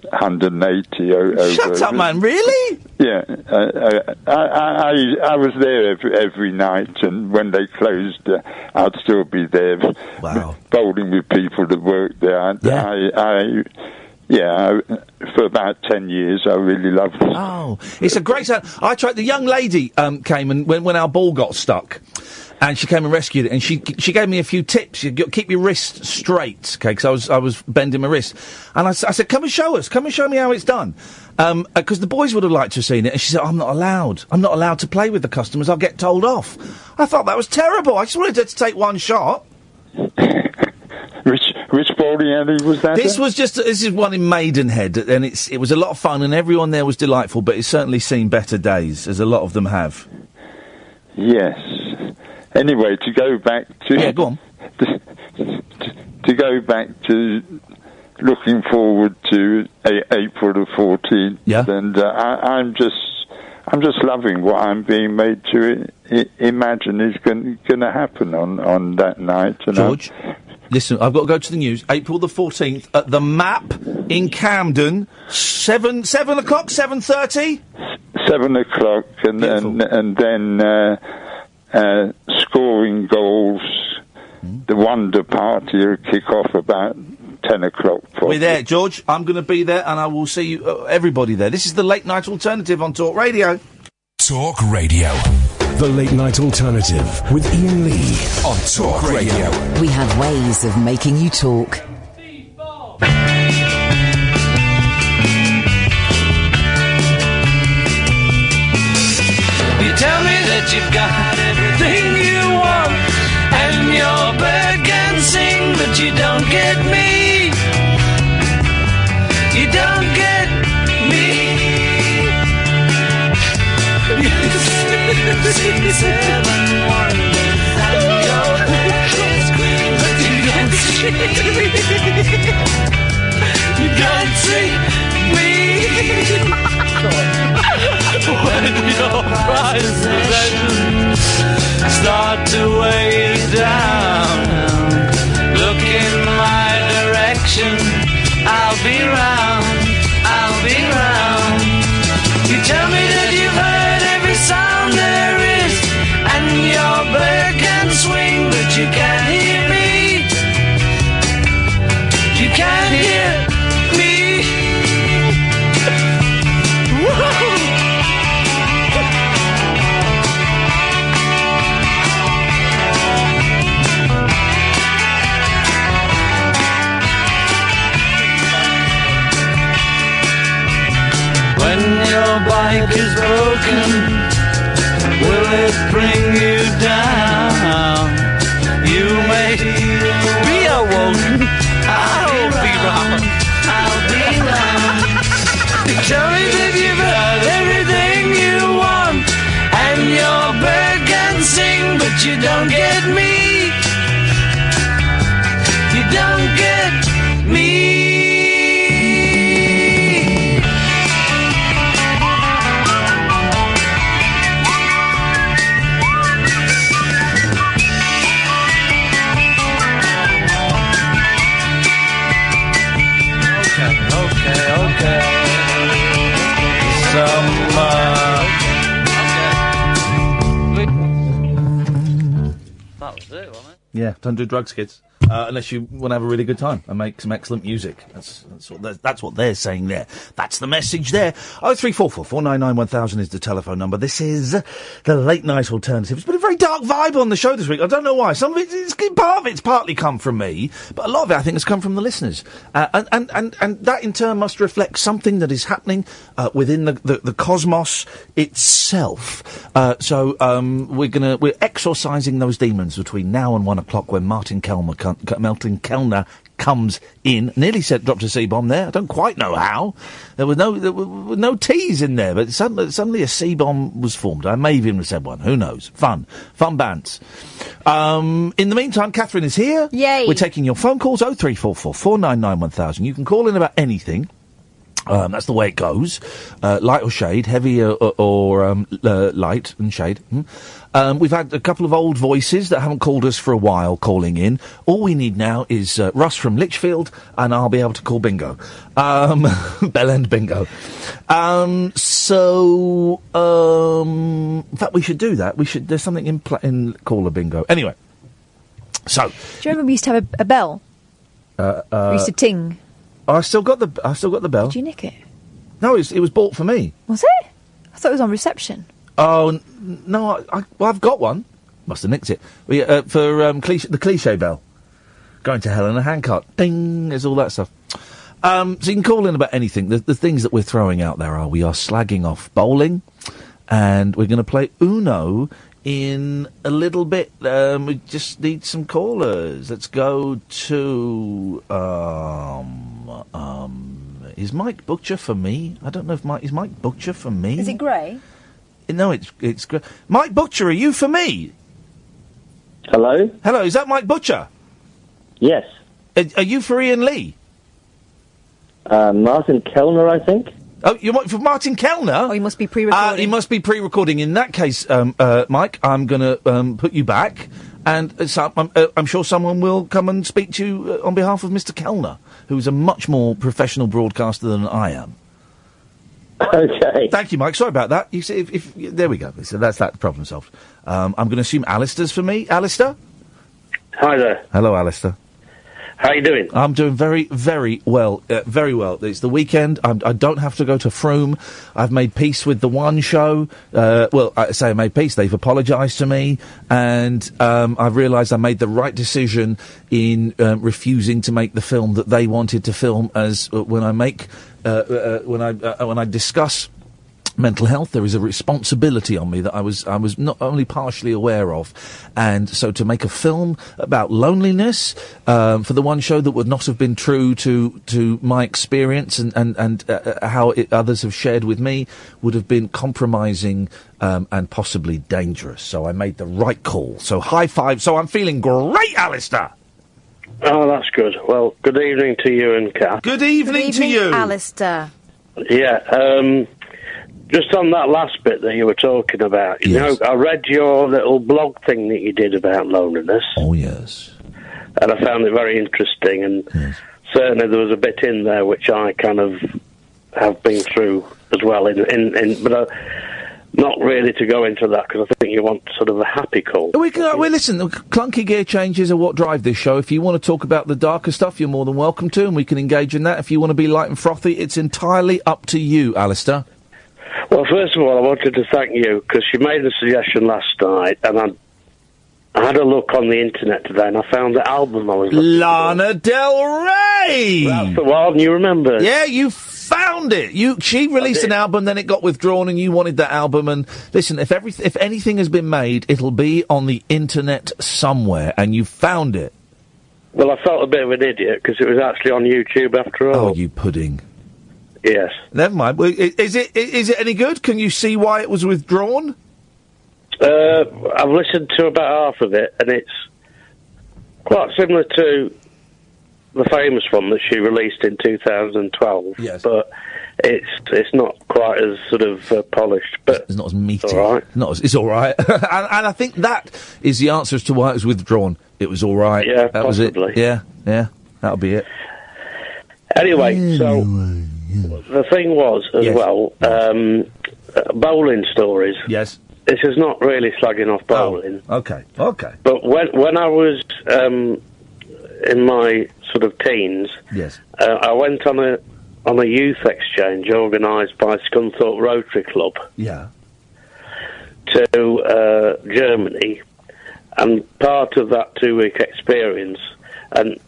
[SPEAKER 16] 180. O-
[SPEAKER 5] Shut
[SPEAKER 16] over,
[SPEAKER 5] up, man! Really?
[SPEAKER 16] yeah, uh, uh, I, I I- I was there every, every night, and when they closed, uh, I'd still be there. Wow. Bowling with people that worked there. I, yeah. I, I, yeah, I, for about ten years, I really loved it.
[SPEAKER 5] Oh, it's a great sound. I tried. The young lady um, came and when, when our ball got stuck, and she came and rescued it. And she she gave me a few tips. You got keep your wrist straight, okay? Because I was I was bending my wrist, and I, s- I said, "Come and show us. Come and show me how it's done." Because the boys would have liked to have seen it, and she said, "I'm not allowed. I'm not allowed to play with the customers. I'll get told off." I thought that was terrible. I just wanted her to take one shot.
[SPEAKER 16] Which which bowling alley was that?
[SPEAKER 5] This
[SPEAKER 16] at?
[SPEAKER 5] was just this is one in Maidenhead, and it's it was a lot of fun, and everyone there was delightful. But it's certainly seen better days, as a lot of them have.
[SPEAKER 16] Yes. Anyway, to go back to yeah, go on. To, to go back to looking forward to a, April the fourteenth. Yeah. And uh, I, I'm just I'm just loving what I'm being made to I- I- imagine is going to happen on on that night. And I'm-
[SPEAKER 5] George, listen, I've got to go to the news. April the fourteenth at the Map in Camden, seven seven o'clock, seven thirty.
[SPEAKER 16] seven o'clock, and and, and then uh, uh, scoring goals. The Wonder Party will kick off about ten o'clock.
[SPEAKER 5] We're there, George. I'm going to be there, and I will see you, uh, everybody there. This is the late night alternative on Talk Radio.
[SPEAKER 1] Talk Radio.
[SPEAKER 2] The Late Night Alternative with Ian Lee on Talk Radio.
[SPEAKER 4] We have ways of making you talk.
[SPEAKER 17] You tell me that you've got everything you want, and your bird can sing, but you don't get me. You don't get me. Six, seven wonders, and your bird is queen, but you don't see. You don't see me. when your prized possessions start to weigh you down. Look in my direction, I'll be round, I'll be round. You tell me that you've heard every sound there is, and your bird can swing, but you can't hear me. You can't hear me. When your bike is broken, will it bring you down? You may be awoken. I'll be round. I'll be round. Tell me that you've heard everything you want, and your bird can sing, but you don't get me. You don't get me. Okay, okay, okay. Some. That was it, wasn't it?
[SPEAKER 5] Yeah, don't do drugs, kids. Uh, unless you want to have a really good time and make some excellent music. That's that's what they're, that's what they're saying there. That's the message there. Oh three four four four nine nine one thousand is the telephone number. This is the late night alternative. It's been a very dark vibe on the show this week. I don't know why. Some of it, it's part of it's partly come from me, but a lot of it I think has come from the listeners, uh, and, and and and that in turn must reflect something that is happening uh, within the, the the cosmos itself. Uh, so um, we're gonna we're exorcising those demons between now and one o'clock when Martin Kellner com- co- Melton Kellner comes in. Nearly said dropped a C bomb there. I don't quite know how. There was no there were no T's in there, but suddenly, suddenly a C bomb was formed. I may have even said one. Who knows? Fun, fun bands. Um, in the meantime, Catherine is here.
[SPEAKER 17] Yay.
[SPEAKER 5] We're taking your phone calls. Oh three four four four nine nine one thousand. You can call in about anything. Um, that's the way it goes. Uh, light or shade, heavy uh, or, or, or um, l- uh, light and shade. Hmm. Um, we've had a couple of old voices that haven't called us for a while calling in. All we need now is uh, Russ from Lichfield, and I'll be able to call bingo. Um, Bell End bingo. Um, so, um, in fact, we should do that. We should. There's something in, pla in caller bingo. Anyway, so.
[SPEAKER 6] Do you remember we used to have a, a bell?
[SPEAKER 5] Uh,
[SPEAKER 6] we
[SPEAKER 5] uh,
[SPEAKER 6] used to ting.
[SPEAKER 5] I still got the I still got the bell.
[SPEAKER 6] Did you nick it?
[SPEAKER 5] No, it was, it was bought for me.
[SPEAKER 6] Was it? I thought it was on reception.
[SPEAKER 5] Oh n- no! I, I, well, I've got one. Must have nicked it. We, uh, for um, cliche, the cliche bell, going to hell in a handcart. Ding! There's all that stuff. Um, so you can call in about anything. The, the things that we're throwing out there are we are slagging off bowling, and we're going to play Uno in a little bit. Um, we just need some callers. Let's go to um, um, is Mike Butcher for me? I don't know if Mike is Mike Butcher for me.
[SPEAKER 6] Is it grey?
[SPEAKER 5] No, it's it's gr- Mike Butcher. Are you for me?
[SPEAKER 18] Hello.
[SPEAKER 5] Hello. Is that Mike Butcher?
[SPEAKER 18] Yes.
[SPEAKER 5] Are, are you for Ian Lee?
[SPEAKER 18] Uh, Martin Kellner, I think.
[SPEAKER 5] Oh, you want for Martin Kellner? Oh,
[SPEAKER 6] he must be
[SPEAKER 5] pre-recording. Uh, he must be pre-recording. In that case, um, uh, Mike, I'm going to um, put you back, and uh, some, I'm, uh, I'm sure someone will come and speak to you uh, on behalf of Mr. Kellner, who's a much more professional broadcaster than I am.
[SPEAKER 18] Okay.
[SPEAKER 5] Thank you, Mike. Sorry about that. You see, if, if there we go. So that's that problem solved. Um, I'm going to assume Alistair's for me. Alistair.
[SPEAKER 19] Hi there.
[SPEAKER 5] Hello, Alistair.
[SPEAKER 13] How you doing?
[SPEAKER 5] I'm doing very, very well. Uh, very well. It's the weekend. I'm, I don't have to go to Froome. I've made peace with the one show. Uh, well, I say I made peace. They've apologised to me, and um, I've realised I made the right decision in um, refusing to make the film that they wanted to film. As uh, when I make, uh, uh, when I uh, when I discuss mental health. There is a responsibility on me that I was I was not only partially aware of, and so to make a film about loneliness um, for the one show that would not have been true to to my experience and and and uh, how it, others have shared with me would have been compromising. Um, and possibly dangerous. So I made the right call. So high five. So I'm feeling great, Alistair.
[SPEAKER 13] Oh, that's good. Well, good evening to you and Kat.
[SPEAKER 5] Good evening,
[SPEAKER 6] Good evening, Alistair.
[SPEAKER 13] Yeah. Um, just on that last bit that you were talking about, you know, I read your little blog thing that you did about loneliness.
[SPEAKER 5] Oh yes.
[SPEAKER 13] And I found it very interesting, and certainly there was a bit in there which I kind of have been through as well. In, in, in but I, not really to go into that because I think you want sort of a happy call.
[SPEAKER 5] We can, we listen. the Clunky gear changes are what drive this show. If you want to talk about the darker stuff, you're more than welcome to, and we can engage in that. If you want to be light and frothy, it's entirely up to you, Alistair.
[SPEAKER 13] Well, first of all, I wanted to thank you because you made a suggestion last night, and I, I had a look on the internet today, and I found the album I was.
[SPEAKER 5] Lana Del Rey.
[SPEAKER 13] That's the one you remember.
[SPEAKER 5] Yeah, you found it. You she released an album, then it got withdrawn, and you wanted that album. And listen, if every if anything has been made, it'll be on the internet somewhere, and you found it.
[SPEAKER 13] Well, I felt a bit of an idiot because it was actually on YouTube after all.
[SPEAKER 5] Oh, you pudding!
[SPEAKER 13] Yes.
[SPEAKER 5] Never mind. Well, i- Is it i- is it any good? Can you see why it was withdrawn?
[SPEAKER 13] Uh, I've listened to about half of it, and it's quite similar to the famous one that she released in 2012. Yes. But it's it's not quite as sort of uh, polished. But
[SPEAKER 5] It's not as meaty. All right. Not as, it's all right. and, and I think that is the answer as to why it was withdrawn. It was all right.
[SPEAKER 13] Yeah,
[SPEAKER 5] that was it.
[SPEAKER 13] possibly.
[SPEAKER 5] Yeah, yeah, that'll be it.
[SPEAKER 13] Anyway, so the thing was as well um, uh, bowling stories.
[SPEAKER 5] Yes.
[SPEAKER 13] This is not really slagging off bowling.
[SPEAKER 5] Okay, okay.
[SPEAKER 13] But when when I was um, in my sort of teens,
[SPEAKER 5] Yes.
[SPEAKER 13] uh, I went on a on a youth exchange organised by Scunthorpe Rotary Club
[SPEAKER 5] Yeah.
[SPEAKER 13] to uh, Germany, and part of that two week experience, and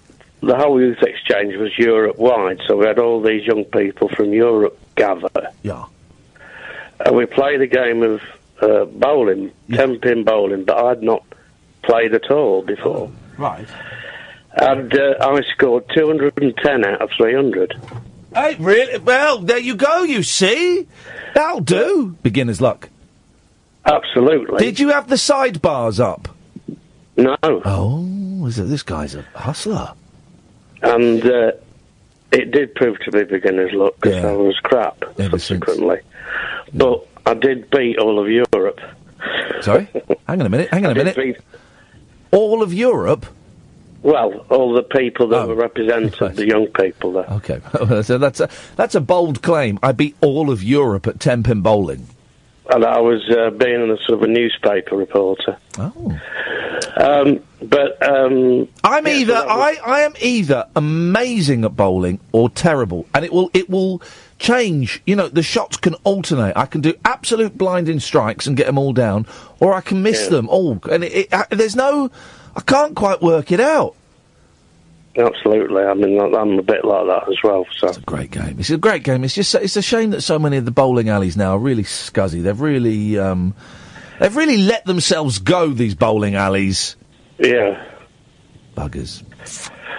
[SPEAKER 13] the whole youth exchange was Europe wide, so we had all these young people from Europe gather.
[SPEAKER 5] Yeah.
[SPEAKER 13] And we played a game of uh, bowling, 10 pin bowling, but I'd not played at all before.
[SPEAKER 5] Oh, Right.
[SPEAKER 13] And uh, I scored 210 out of 300.
[SPEAKER 5] Hey, really? Well, there you go. You see, that'll do. Beginner's luck.
[SPEAKER 13] Absolutely.
[SPEAKER 5] Did you have the sidebars up?
[SPEAKER 13] No.
[SPEAKER 5] Oh, is it, this guy's a hustler.
[SPEAKER 13] And uh, it did prove to be beginner's luck because I was crap subsequently.
[SPEAKER 5] Mm.
[SPEAKER 13] But I did beat all of Europe.
[SPEAKER 5] Sorry. hang on a minute. Hang on a minute. All of Europe. Oh,
[SPEAKER 13] Well, all the people that were represented, the young people there.
[SPEAKER 5] Okay, so that's a that's a bold claim. I beat all of Europe at ten pin bowling.
[SPEAKER 13] and I was uh, being a sort of a newspaper reporter.
[SPEAKER 5] Oh,
[SPEAKER 13] um, but um,
[SPEAKER 5] I'm either I, I am either amazing at bowling or terrible, and it will it will change. You know, the shots can alternate. I can do absolute blinding strikes and get them all down, or I can miss
[SPEAKER 13] Yeah.
[SPEAKER 5] them all. And it, it, I, there's no, I can't quite work it out.
[SPEAKER 13] absolutely, I mean, I- I'm a bit like that as well. So it's
[SPEAKER 5] a great game. It's a great game. It's just it's a shame that so many of the bowling alleys now are really scuzzy. They've really um, they've really let themselves go. These bowling alleys,
[SPEAKER 13] Yeah.
[SPEAKER 5] buggers.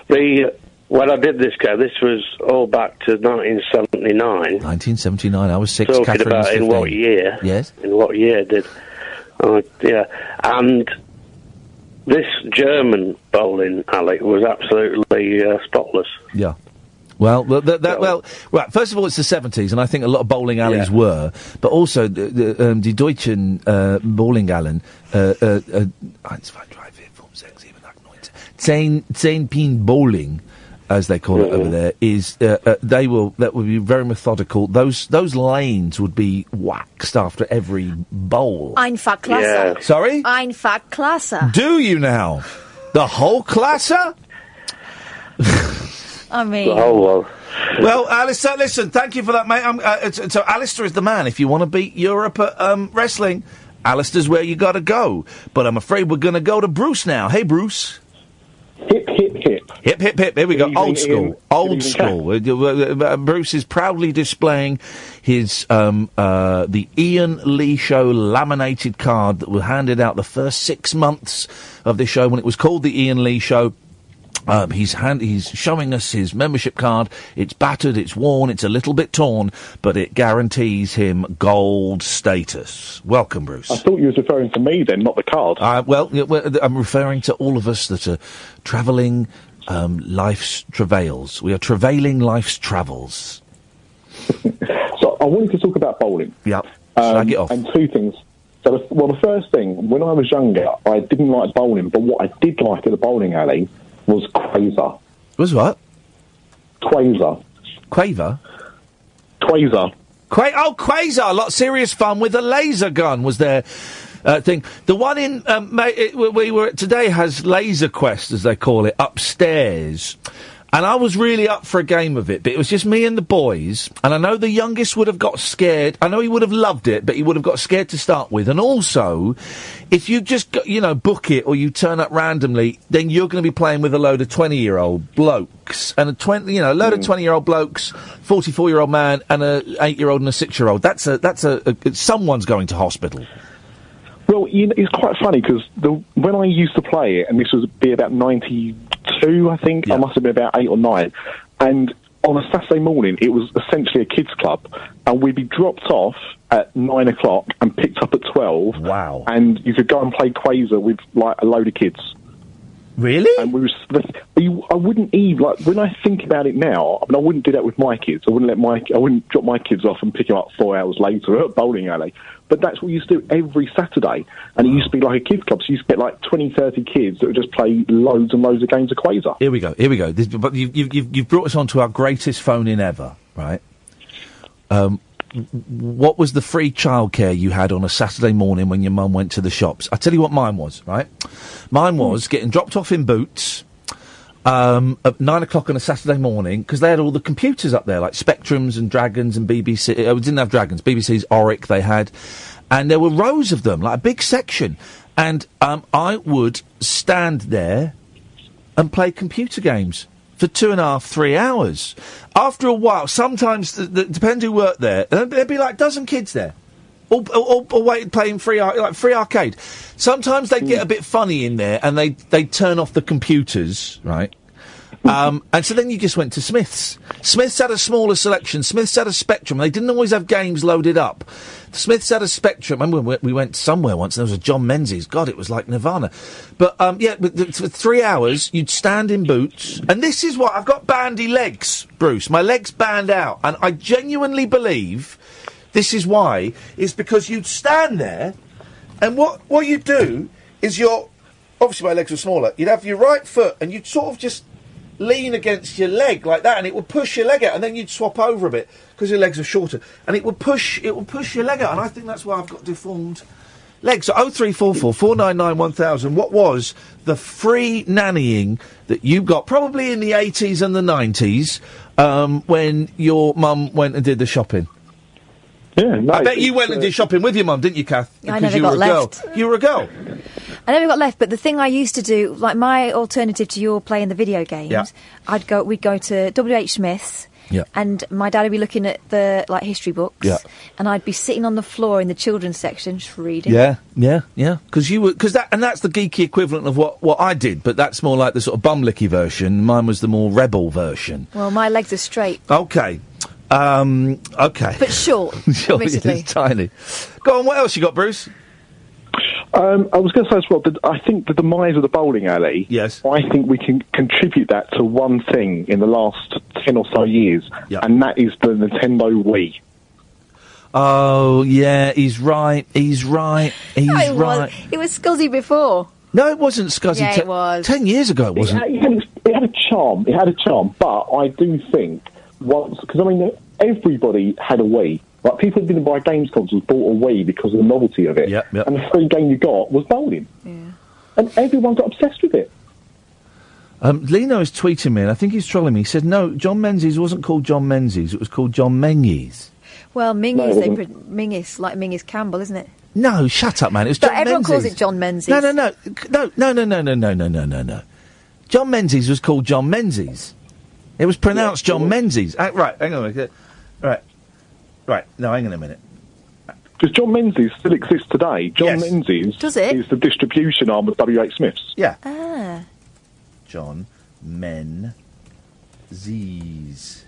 [SPEAKER 13] The when I did this game, this was all back to 1979.
[SPEAKER 5] 1979. I was six.
[SPEAKER 13] talking
[SPEAKER 5] Catherine
[SPEAKER 13] about
[SPEAKER 5] was
[SPEAKER 13] in
[SPEAKER 5] 15.
[SPEAKER 13] what year?
[SPEAKER 5] Yes.
[SPEAKER 13] In what year did? Uh, yeah, and this German bowling alley was absolutely uh, spotless.
[SPEAKER 5] Yeah. Well, th th that, well, right. First of all, it's the seventies, and I think a lot of bowling alleys were, but also the, the, um, die Deutschen uh, bowling allen. Uh, uh, uh, eins, zwei, drei, vier, fünf, sechs, sieben, acht, neun, zehn, zehn pin bowling, as they call it over there, is uh, uh, they will that would be very methodical. Those those lanes would be waxed after every bowl.
[SPEAKER 6] Einfach Klasse.
[SPEAKER 5] Sorry.
[SPEAKER 6] Einfach Klasse.
[SPEAKER 5] Do you now? The whole classer?
[SPEAKER 6] I mean,
[SPEAKER 5] world. Well, Alistair, listen, thank you for that, mate. Um, uh, it's- so, Alistair is the man. If you want to beat Europe at um, wrestling, Alistair's where you got to go. But I'm afraid we're going to go to Bruce now. Hey, Bruce.
[SPEAKER 19] Hip, hip, hip.
[SPEAKER 5] Hip, hip, hip. Here we go.
[SPEAKER 19] Good
[SPEAKER 5] Old
[SPEAKER 19] evening, Ian.
[SPEAKER 5] school.
[SPEAKER 19] Good evening,
[SPEAKER 5] Old school. Uh, uh, uh, Bruce is proudly displaying his um, uh, the Ian Lee Show laminated card that was handed out the first six months of this show when it was called the Ian Lee Show. Um, he's hand, he's showing us his membership card. It's battered, it's worn, it's a little bit torn, but it guarantees him gold status. Welcome, Bruce.
[SPEAKER 19] I thought you was referring to me then, not the card.
[SPEAKER 5] Uh, well, yeah, well, th- I'm referring to all of us that are travelling um, life's travails. We are travailing life's travels.
[SPEAKER 19] So I wanted to talk about bowling.
[SPEAKER 5] Yeah.
[SPEAKER 19] Um, And two things. So, the, well, the first thing, when I was younger, I didn't like bowling, but what I did like at the bowling alley was Quasar.
[SPEAKER 5] Was what?
[SPEAKER 19] Quasar.
[SPEAKER 5] Quaver?
[SPEAKER 19] Quasar.
[SPEAKER 5] Qua- oh, Quasar! A lot of serious fun with a laser gun was their uh, thing. The one in um, ma- it, we- we were at today has Laser Quest, as they call it, upstairs. And I was really up for a game of it, but it was just me and the boys. And I know the youngest would have got scared. I know he would have loved it, but he would have got scared to start with. And also, if you just go, you know book it or you turn up randomly, then you're going to be playing with a load of twenty-year-old blokes and a twenty, you know, a load of twenty-year-old blokes, forty-four-year-old man and a eight-year-old and a six-year-old. That's a that's a, a someone's going to hospital.
[SPEAKER 19] Well, you know, it's quite funny because when I used to play it, and this was be about '92, I think I must have been about eight or nine, and on a Saturday morning, it was essentially a kids' club, and we'd be dropped off at nine o'clock and picked up at twelve.
[SPEAKER 5] Wow!
[SPEAKER 19] And you could go and play Quasar with like a load of kids.
[SPEAKER 5] Really?
[SPEAKER 19] And we was, you- I wouldn't even like when I think about it now. I mean, I wouldn't do that with my kids. I wouldn't let my I wouldn't drop my kids off and pick them up four hours later at a bowling alley. But that's what we used to do every Saturday, and it used to be like a kids club. So you used to get like 20, 30 kids that would just play loads and loads of games of Quasar.
[SPEAKER 5] Here we go. Here we go. This, but you, you, you've, you've brought us on to our greatest phone in ever, right? Um, w- what was the free childcare you had on a Saturday morning when your mum went to the shops? I tell you what mine was, right? Mine was getting dropped off in boots um, at nine o'clock on a Saturday morning because they had all the computers up there, like Spectrums and Dragons and BBC. Oh, we didn't have Dragons, BBC's Oric they had, and there were rows of them, like a big section. And um, I would stand there and play computer games for two and a half, three hours. After a while, sometimes, th th depend who worked there, and there'd be like a dozen kids there. All, all, all wait, playing free ar- like free arcade. Sometimes they get a bit funny in there, and they they turn off the computers, right? Um, and so then you just went to Smith's. Smith's had a smaller selection. Smith's had a spectrum. They didn't always have games loaded up. Smith's had a spectrum. I remember we- we went somewhere once and there was a John Menzies. God, it was like Nirvana. But um, yeah, but th- for three hours you'd stand in boots. And this is what I've got bandy legs, Bruce. My legs band out. And I genuinely believe this is why, is because you'd stand there and what, what you'd do is your. Obviously, my legs were smaller. You'd have your right foot and you'd sort of just lean against your leg like that, and it would push your leg out, and then you'd swap over a bit because your legs are shorter, and it would push it would push your leg out, and I think that's why I've got deformed legs. So oh three four four four nine nine one thousand. What was the free nannying that you got probably in the eighties and the nineties um, when your mum went and did the shopping?
[SPEAKER 19] Yeah,
[SPEAKER 5] I bet you went and did shopping with your mum, didn't you, Kath?
[SPEAKER 6] I
[SPEAKER 5] Because
[SPEAKER 6] never
[SPEAKER 5] you were
[SPEAKER 6] got
[SPEAKER 5] a girl.
[SPEAKER 6] left.
[SPEAKER 5] You were a girl.
[SPEAKER 6] I never got left, but the thing I used to do, like my alternative to your playing the video games,
[SPEAKER 5] Yeah.
[SPEAKER 6] I'd go. We'd go to W. H. Smith's.
[SPEAKER 5] Yeah.
[SPEAKER 6] And my dad would be looking at the like history books,
[SPEAKER 5] Yeah.
[SPEAKER 6] and I'd be sitting on the floor in the children's section just reading.
[SPEAKER 5] Yeah, yeah, yeah. Because you were because that and that's the geeky equivalent of what what I did, but that's more like the sort of bumlicky version. Mine was the more rebel version.
[SPEAKER 6] Well, my legs are straight,
[SPEAKER 5] Okay, um, okay.
[SPEAKER 6] but short.
[SPEAKER 5] Sure, it
[SPEAKER 6] admittedly.
[SPEAKER 5] is tiny. Go on. What else you got, Bruce?
[SPEAKER 19] Um, I was going to say as well that I think the demise of the bowling alley.
[SPEAKER 5] Yes.
[SPEAKER 19] I think we can contribute that to one thing in the last ten or so years, and that is the Nintendo Wii.
[SPEAKER 5] Oh yeah, he's right. He's right. He's
[SPEAKER 6] No, it
[SPEAKER 5] right.
[SPEAKER 6] was. It was scuzzy before.
[SPEAKER 5] No, it wasn't Scuzzy.
[SPEAKER 6] Yeah,
[SPEAKER 5] Te-
[SPEAKER 6] it was.
[SPEAKER 5] Ten years ago, it wasn't.
[SPEAKER 19] It, had- it had, it had a charm. It had a charm, but I do think once because I mean everybody had a Wii. Like people who didn't buy games consoles bought a Wii because of the novelty of it. And the free game you got was bowling. And everyone got obsessed with it.
[SPEAKER 5] Um, Lino is tweeting me, and I think he's trolling me. He said, "No, John Menzies wasn't called John Menzies; it was called John Menzies."
[SPEAKER 6] Well, Mingis,
[SPEAKER 5] No.
[SPEAKER 6] they pre- Mingis, like Mingis Campbell, isn't it?
[SPEAKER 5] No, shut up, man. It's
[SPEAKER 6] but
[SPEAKER 5] John
[SPEAKER 6] everyone
[SPEAKER 5] Menzies.
[SPEAKER 6] calls it John Menzies.
[SPEAKER 5] No, no, no, no, no, no, no, no, no, no, no, no, no. John Menzies was called John Menzies. It was pronounced John Menzies. Uh, right, hang on a minute. Right, right. No, hang on a minute.
[SPEAKER 19] Because John Menzies still exists today. John Menzies
[SPEAKER 6] Does it?
[SPEAKER 19] is the distribution arm of WH Smith's.
[SPEAKER 5] Yeah.
[SPEAKER 6] Ah.
[SPEAKER 5] John Menzies.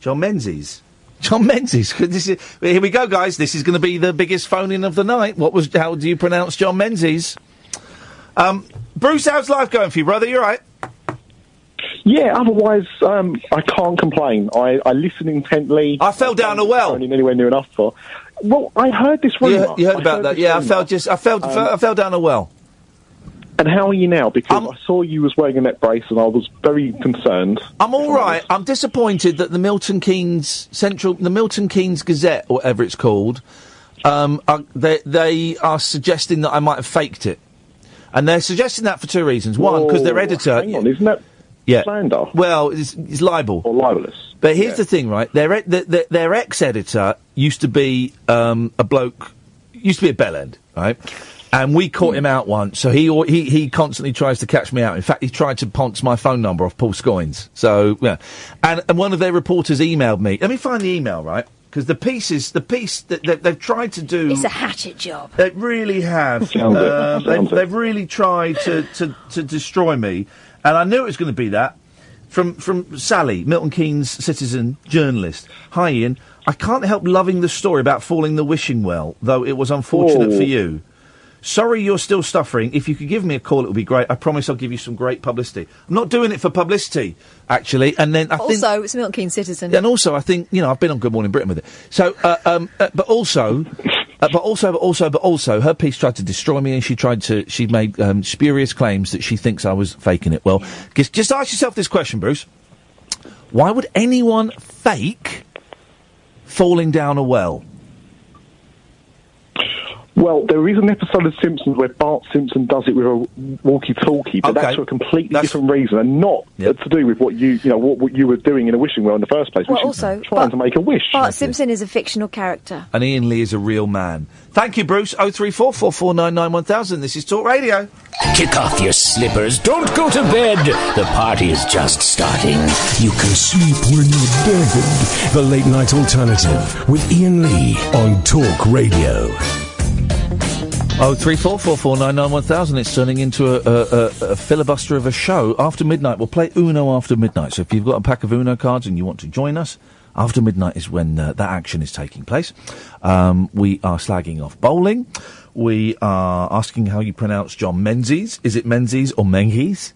[SPEAKER 5] John Menzies. John Menzies. This is, here we go, guys. This is going to be the biggest phone-in of the night. What was? How do you pronounce John Menzies? Um, Bruce, how's life going for you, brother? You're right.
[SPEAKER 19] Yeah, otherwise um, I can't complain. I, I listen intently. I
[SPEAKER 5] fell down a well.
[SPEAKER 19] Anywhere near enough for. Well, I heard this
[SPEAKER 5] You,
[SPEAKER 19] rumour.
[SPEAKER 5] you heard
[SPEAKER 19] I
[SPEAKER 5] about that?
[SPEAKER 19] this
[SPEAKER 5] Yeah, I
[SPEAKER 19] rumour.
[SPEAKER 5] fell just. I fell.
[SPEAKER 19] Um,
[SPEAKER 5] I fell down a well. Um,
[SPEAKER 19] And how are you now? Because I saw you was wearing a neck brace, and I was very concerned.
[SPEAKER 5] I'm all right. I'm disappointed that the Milton Keynes Central, the Milton Keynes Gazette, or whatever it's called, um, are, they, they are suggesting that I might have faked it, and they're suggesting that for two reasons. One, because their
[SPEAKER 19] Whoa,
[SPEAKER 5] editor,
[SPEAKER 19] hang on, isn't that
[SPEAKER 5] yeah,
[SPEAKER 19] slander?
[SPEAKER 5] Well, it's, it's libel or
[SPEAKER 19] libelous.
[SPEAKER 5] But here's
[SPEAKER 19] Yeah.
[SPEAKER 5] the thing, right? Their e- the, the, their ex editor used to be um, a bloke, used to be a bellend, right? And we
[SPEAKER 19] Hmm.
[SPEAKER 5] caught him out once, so he al- he he constantly tries to catch me out. In fact, he tried to ponce my phone number off Paul Scoins. So yeah, and and one of their reporters emailed me. Let me find the email, right? Because the piece is the piece that, that they've tried to do.
[SPEAKER 6] It's a hatchet job.
[SPEAKER 5] They really have.
[SPEAKER 6] Sounds it.
[SPEAKER 5] Um,
[SPEAKER 6] Sounds
[SPEAKER 5] they've, they've really tried to, to, to destroy me, and I knew it was going to be that. From from Sally, Milton Keynes citizen journalist. Hi, Ian. I can't help loving the story about falling the wishing well, though it was unfortunate
[SPEAKER 20] Oh.
[SPEAKER 5] for you. Sorry you're still suffering. If you could give me a call, it would be great. I promise I'll give you some great publicity. I'm not doing it for publicity, actually. And then I think
[SPEAKER 6] also, it's a Milton Keynes citizen.
[SPEAKER 5] and also, I think you know I've been on Good Morning Britain with it. So, uh, um, uh, but also, uh, but also, but also, but also, her piece tried to destroy me, and she tried to she made um, spurious claims that she thinks I was faking it. Well, just, just ask yourself this question, Bruce: Why would anyone fake falling down a well?
[SPEAKER 19] Well, there is an episode of Simpsons where Bart Simpson does it with a walkie-talkie, but that's for a completely different reason and not to do with what you, you know, what, what you were doing in a wishing well in the first place.
[SPEAKER 6] Well,
[SPEAKER 19] which is
[SPEAKER 6] also,
[SPEAKER 19] trying to make a wish.
[SPEAKER 6] Bart Simpson is a fictional character.
[SPEAKER 5] And Ian Lee is a real man. Thank you, Bruce. Oh three four four four nine nine one thousand. This is Talk Radio.
[SPEAKER 21] Kick off your slippers. Don't go to bed. The party is just starting.
[SPEAKER 2] You can sleep when you're dead. The late night alternative with Ian Lee on Talk Radio.
[SPEAKER 5] Oh three four four four nine nine one thousand. It's turning into a, a, a, a filibuster of a show. After midnight, we'll play Uno after midnight. So if you've got a pack of Uno cards and you want to join us, after midnight is when uh, that action is taking place. Um, we are slagging off bowling. We are asking how you pronounce John Menzies. Is it Menzies or Menzies?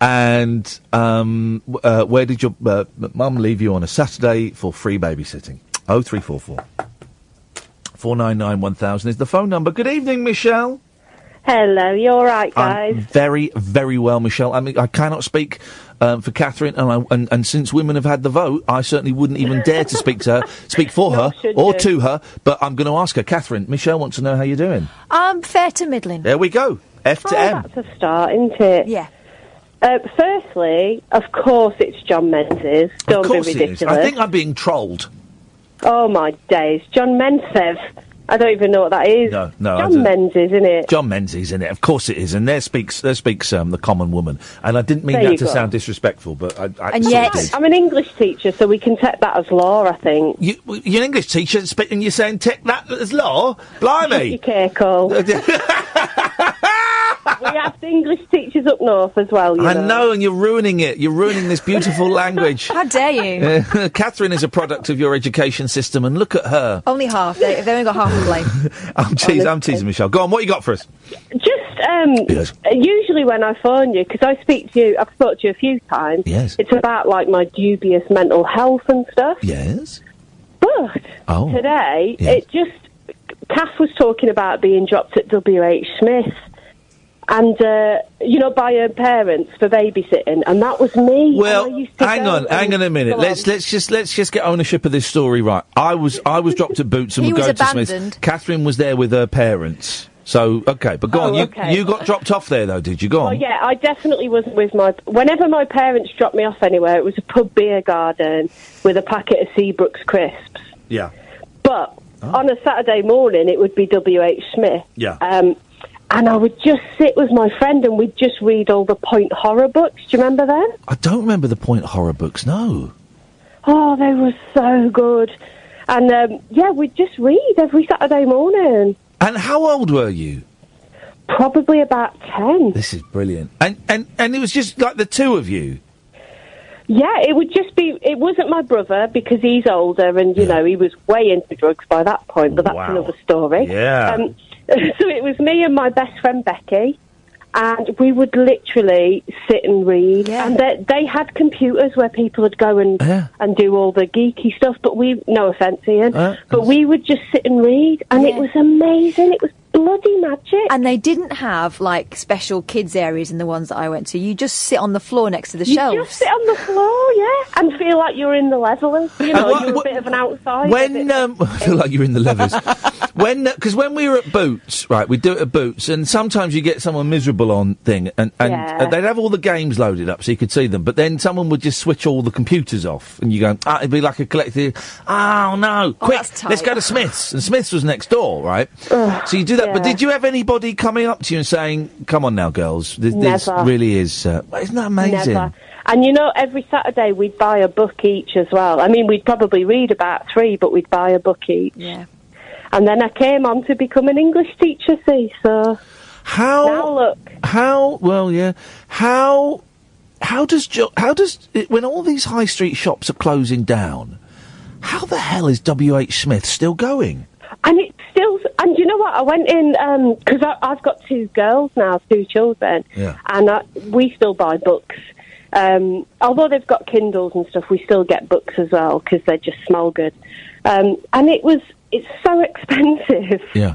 [SPEAKER 5] And um, w- uh, where did your uh, m- mum leave you on a Saturday for free babysitting? Oh three four four. 499 1000 is the phone number. Good evening, Michelle.
[SPEAKER 22] Hello, you all right, guys?
[SPEAKER 5] I'm very, very well, Michelle. I mean, I cannot speak um, for Catherine, and, I, and and since women have had the vote, I certainly wouldn't even dare to speak to her, speak for her
[SPEAKER 6] should
[SPEAKER 5] or
[SPEAKER 6] you.
[SPEAKER 5] to her. But I'm going to ask her. Catherine, Michelle wants to know how you're doing.
[SPEAKER 6] Um, fair to middling.
[SPEAKER 5] There we go. F to
[SPEAKER 22] Oh,
[SPEAKER 5] M.
[SPEAKER 22] that's a start, isn't it?
[SPEAKER 6] Yeah.
[SPEAKER 22] Uh, firstly, of course it's John Menzies. Don't
[SPEAKER 5] of course
[SPEAKER 22] be
[SPEAKER 5] it is.
[SPEAKER 22] ridiculous.
[SPEAKER 5] I think I'm being trolled.
[SPEAKER 22] Oh my days, John Menzies. I don't even know what that is.
[SPEAKER 5] No, no, I
[SPEAKER 22] John
[SPEAKER 5] don't-
[SPEAKER 22] Menzies, isn't it?
[SPEAKER 5] John Menzies in it. Of course it is. And there speaks there speaks um, the common woman. And I didn't mean
[SPEAKER 22] There
[SPEAKER 5] that
[SPEAKER 22] you
[SPEAKER 5] to
[SPEAKER 22] go.
[SPEAKER 5] sound disrespectful, but I, I
[SPEAKER 22] And
[SPEAKER 5] sort of
[SPEAKER 22] yet,
[SPEAKER 5] did.
[SPEAKER 22] I'm an English teacher, so we can take that as law. I think.
[SPEAKER 5] You, you're an English teacher and spit- and you're saying tech that as law? Blimey.
[SPEAKER 22] Your cake all. we have the English teachers up north as well. You
[SPEAKER 5] I know, and you're ruining it. You're ruining this beautiful language.
[SPEAKER 6] How dare you?
[SPEAKER 5] Uh, Catherine is a product of your education system, and look at her.
[SPEAKER 6] Only half. They, they only got half the blame.
[SPEAKER 5] I'm, teas- I'm teasing Michelle. Go on, what you got for us?
[SPEAKER 22] Just um,
[SPEAKER 5] Yes.
[SPEAKER 22] usually when I phone you, because I speak to you, I've spoke to you a few times.
[SPEAKER 5] Yes.
[SPEAKER 22] It's about like my dubious mental health and stuff.
[SPEAKER 5] Yes.
[SPEAKER 22] But
[SPEAKER 5] Oh.
[SPEAKER 22] today, it just Kath was talking about being dropped at W. H. Smith, and uh, you know by her parents for babysitting, and that was me.
[SPEAKER 5] Well,
[SPEAKER 22] And I used to
[SPEAKER 5] hang
[SPEAKER 22] go
[SPEAKER 5] on, hang on a minute.
[SPEAKER 22] Go
[SPEAKER 5] Let's let's just let's just get ownership of this story right. I was I was dropped at Boots and
[SPEAKER 22] He
[SPEAKER 5] would go
[SPEAKER 22] was
[SPEAKER 5] to Smith.
[SPEAKER 22] abandoned.
[SPEAKER 5] Catherine was there with her parents. So okay, but go
[SPEAKER 22] Oh,
[SPEAKER 5] on. You
[SPEAKER 22] okay.
[SPEAKER 5] you got dropped off there though, did you? Go
[SPEAKER 22] Oh
[SPEAKER 5] on.
[SPEAKER 22] yeah, I definitely wasn't with my. Whenever my parents dropped me off anywhere, it was a pub beer garden with a packet of Seabrook's crisps.
[SPEAKER 5] Yeah.
[SPEAKER 22] But on a Saturday morning, it would be W. H. Smith.
[SPEAKER 5] Yeah.
[SPEAKER 22] Um, and I would just sit with my friend, and we'd just read all the point horror books. Do you remember them?
[SPEAKER 5] I don't remember the Point horror books. No.
[SPEAKER 22] Oh, they were so good. And um, yeah, we'd just read every Saturday morning.
[SPEAKER 5] And how old were you?
[SPEAKER 22] Probably about ten.
[SPEAKER 5] This is brilliant. And and and it was just like the two of you.
[SPEAKER 22] Yeah, it would just be. It wasn't my brother because he's older, and you know he was way into drugs by that point. But that's another story.
[SPEAKER 17] Yeah.
[SPEAKER 22] Um, so it was me and my best friend Becky, and we would literally sit and read. And they, they had computers where people would go and and do all the geeky stuff. But we, no offence, Ian, but we would just sit and read, and it was amazing. It was bloody magic.
[SPEAKER 6] And they didn't have like special kids areas in the ones that I went to. You just sit on the floor next to the
[SPEAKER 22] You
[SPEAKER 6] shelves.
[SPEAKER 22] just sit on the floor, yeah, and feel like you're in the levelers. You know, you're a bit of an outsider.
[SPEAKER 5] When um, I feel like you're in the levers. when because when we were at Boots, right, we would do it at Boots, and sometimes you get someone miserable on thing, and and
[SPEAKER 22] Yeah.
[SPEAKER 5] uh, they'd have all the games loaded up so you could see them, but then someone would just switch all the computers off, and you go, ah, it'd be like a collective. Oh no! Quick, let's go to Smiths, and Smiths was next door, right? so you do that, but
[SPEAKER 22] yeah.
[SPEAKER 5] did you have anybody coming up to you and saying, "Come on now, girls, this, this
[SPEAKER 22] Never.
[SPEAKER 5] really is." Uh, isn't that amazing?
[SPEAKER 22] Never. And you know, every Saturday we'd buy a book each as well. I mean, we'd probably read about three, but we'd buy a book each.
[SPEAKER 6] Yeah.
[SPEAKER 22] And then I came on to become an English teacher, see, so.
[SPEAKER 5] How?
[SPEAKER 22] Now look.
[SPEAKER 5] How? Well, yeah. How? How does jo- how does it, when all these high street shops are closing down? How the hell is W H Smith still going?
[SPEAKER 22] And it's still, and you know what? I went in, because I I've got two girls now, two children,
[SPEAKER 17] Yeah.
[SPEAKER 22] and I, we still buy books. Um, although they've got Kindles and stuff, we still get books as well because they just smell good. Um, and it was, it's so expensive.
[SPEAKER 5] Yeah.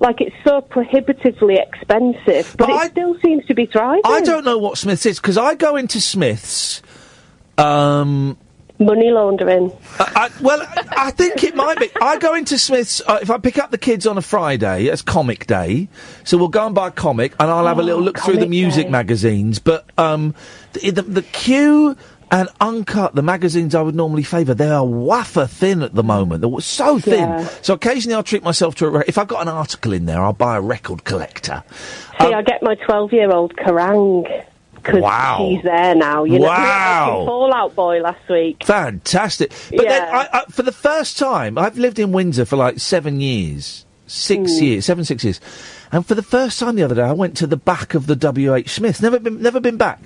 [SPEAKER 22] Like it's so prohibitively expensive, but, it still seems to be thriving.
[SPEAKER 5] I don't know what Smiths is because I go into Smiths. Um,
[SPEAKER 22] Money laundering.
[SPEAKER 5] I, I- well, I think it might be. I go into Smith's uh, if I pick up the kids on a Friday. It's comic day, so we'll go and buy a comic, and I'll
[SPEAKER 22] Ah,
[SPEAKER 5] have a little look through the music magazines. But um, the, the, the Q and Uncut, the magazines I would normally favour, they are wafer thin at the moment. They're so thin.
[SPEAKER 22] Yeah.
[SPEAKER 5] So occasionally I'll treat myself to a. Re- if I've got an article in there, I'll buy a record collector.
[SPEAKER 22] See, I get my 12 year old Kerrang. 'cause
[SPEAKER 5] Wow.
[SPEAKER 22] She's there now, you know.
[SPEAKER 5] Wow.
[SPEAKER 22] She was watching Fallout Boy last week.
[SPEAKER 5] Fantastic. But then,
[SPEAKER 22] Yeah.
[SPEAKER 5] I, I, for the first time, I've lived in Windsor for like seven years, six
[SPEAKER 22] Mm.
[SPEAKER 5] years, seven, six years. And for the first time the other day, I went to the back of the WH Smith. Never been, never been back.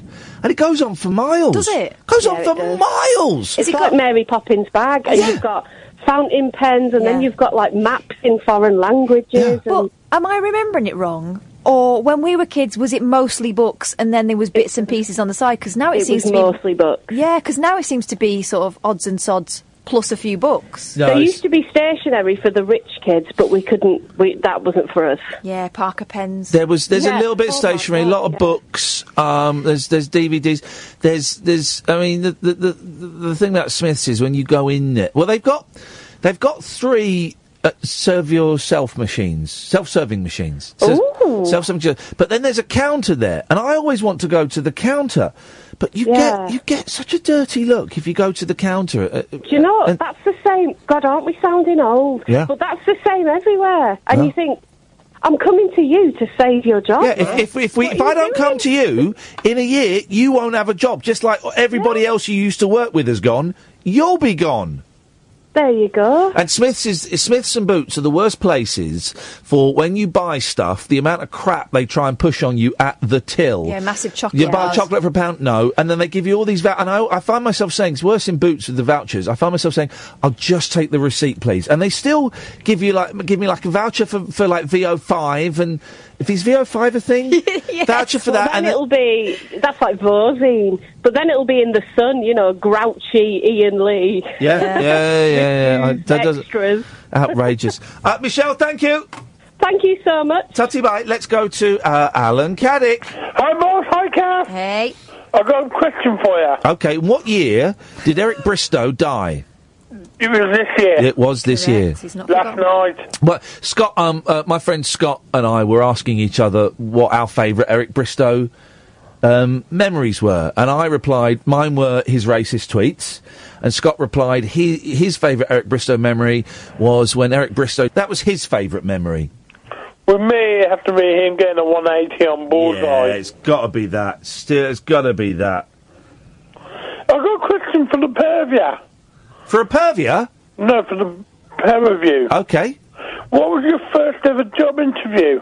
[SPEAKER 5] And it goes on for miles.
[SPEAKER 22] Does it?
[SPEAKER 5] Goes
[SPEAKER 22] Yeah,
[SPEAKER 5] on
[SPEAKER 22] it
[SPEAKER 5] for
[SPEAKER 22] does.
[SPEAKER 5] miles.
[SPEAKER 22] It's like Mary Poppins bag, and you've got fountain pens, and then you've got like maps in foreign languages.
[SPEAKER 6] Well, am I remembering it wrong? Or when we were kids, was it mostly books and then there was bits and pieces on the side? Because now it,
[SPEAKER 22] It was
[SPEAKER 6] seems to
[SPEAKER 22] mostly books.
[SPEAKER 6] Yeah, because now it seems to be sort of odds and sods plus a few books.
[SPEAKER 22] there used to be stationery for the rich kids, but we couldn't. We, that wasn't for us.
[SPEAKER 6] Yeah, Parker pens.
[SPEAKER 5] There was there's
[SPEAKER 6] Yeah.
[SPEAKER 5] a little bit of stationery, a lot of books. Um, there's there's DVDs. There's there's I mean the the the, the thing about Smiths is when you go in there. Well, they've got they've got three. Uh, serve yourself machines, self-serving machines, So- self-serving. But then there's a counter there, and I always want to go to the counter, but you
[SPEAKER 22] Yeah.
[SPEAKER 5] get you get such a dirty look if you go to the counter. Uh, uh,
[SPEAKER 22] Do you know what?
[SPEAKER 5] and-
[SPEAKER 22] that's the same. God, aren't we sounding old?
[SPEAKER 5] Yeah.
[SPEAKER 22] But that's the same everywhere. And you think, I'm coming to you to save your job.
[SPEAKER 5] Yeah, if, if, if we
[SPEAKER 22] What
[SPEAKER 5] if
[SPEAKER 22] are
[SPEAKER 5] I
[SPEAKER 22] you
[SPEAKER 5] don't come to you in a year, you won't have a job. Just like everybody else you used to work with has gone, you'll be gone.
[SPEAKER 22] There you go.
[SPEAKER 5] And Smiths is Smiths and Boots are the worst places for when you buy stuff. The amount of crap they try and push on you at the till.
[SPEAKER 6] Yeah, massive chocolate
[SPEAKER 5] You buy
[SPEAKER 6] bars.
[SPEAKER 5] chocolate for a pound, no, and then they give you all these. vou- and I, I find myself saying it's worse in Boots with the vouchers. I find myself saying, "I'll just take the receipt, please." And they still give you like give me like a voucher for for like VO five, and if is VO five a thing, voucher for
[SPEAKER 22] Well,
[SPEAKER 5] that,
[SPEAKER 22] then
[SPEAKER 5] and
[SPEAKER 22] it'll be that's like Vosine, but then it'll be in the sun, you know, grouchy Ian Lee.
[SPEAKER 5] Yeah, yeah, yeah, yeah. yeah. I- that doesn't
[SPEAKER 22] Extras.
[SPEAKER 5] outrageous. Uh, Michelle, thank you.
[SPEAKER 22] Thank you so much.
[SPEAKER 5] Tutty bye. Let's go to uh, Alan Caddick.
[SPEAKER 20] Hi, Mark. Hi, Kath.
[SPEAKER 6] Hey.
[SPEAKER 20] I've got a question for you.
[SPEAKER 5] Okay, in what year did Eric Bristow die?
[SPEAKER 20] It was this year.
[SPEAKER 5] It was this year.
[SPEAKER 20] Last night.
[SPEAKER 5] But Scott, um, uh, my friend Scott and I were asking each other what our favourite Eric Bristow um, memories were, and I replied mine were his racist tweets, and Scott replied he, his favourite Eric Bristow memory was when Eric Bristow. That was his favourite memory.
[SPEAKER 20] With me, it have to be him getting a 180 on
[SPEAKER 5] Yeah,
[SPEAKER 20] bullseye.
[SPEAKER 5] it's got to be that. Still, it's got to be that.
[SPEAKER 20] I've got a question for the pair of you.
[SPEAKER 5] For a pervia?
[SPEAKER 20] No, for the pair of you.
[SPEAKER 5] Okay.
[SPEAKER 20] What was your first ever job interview?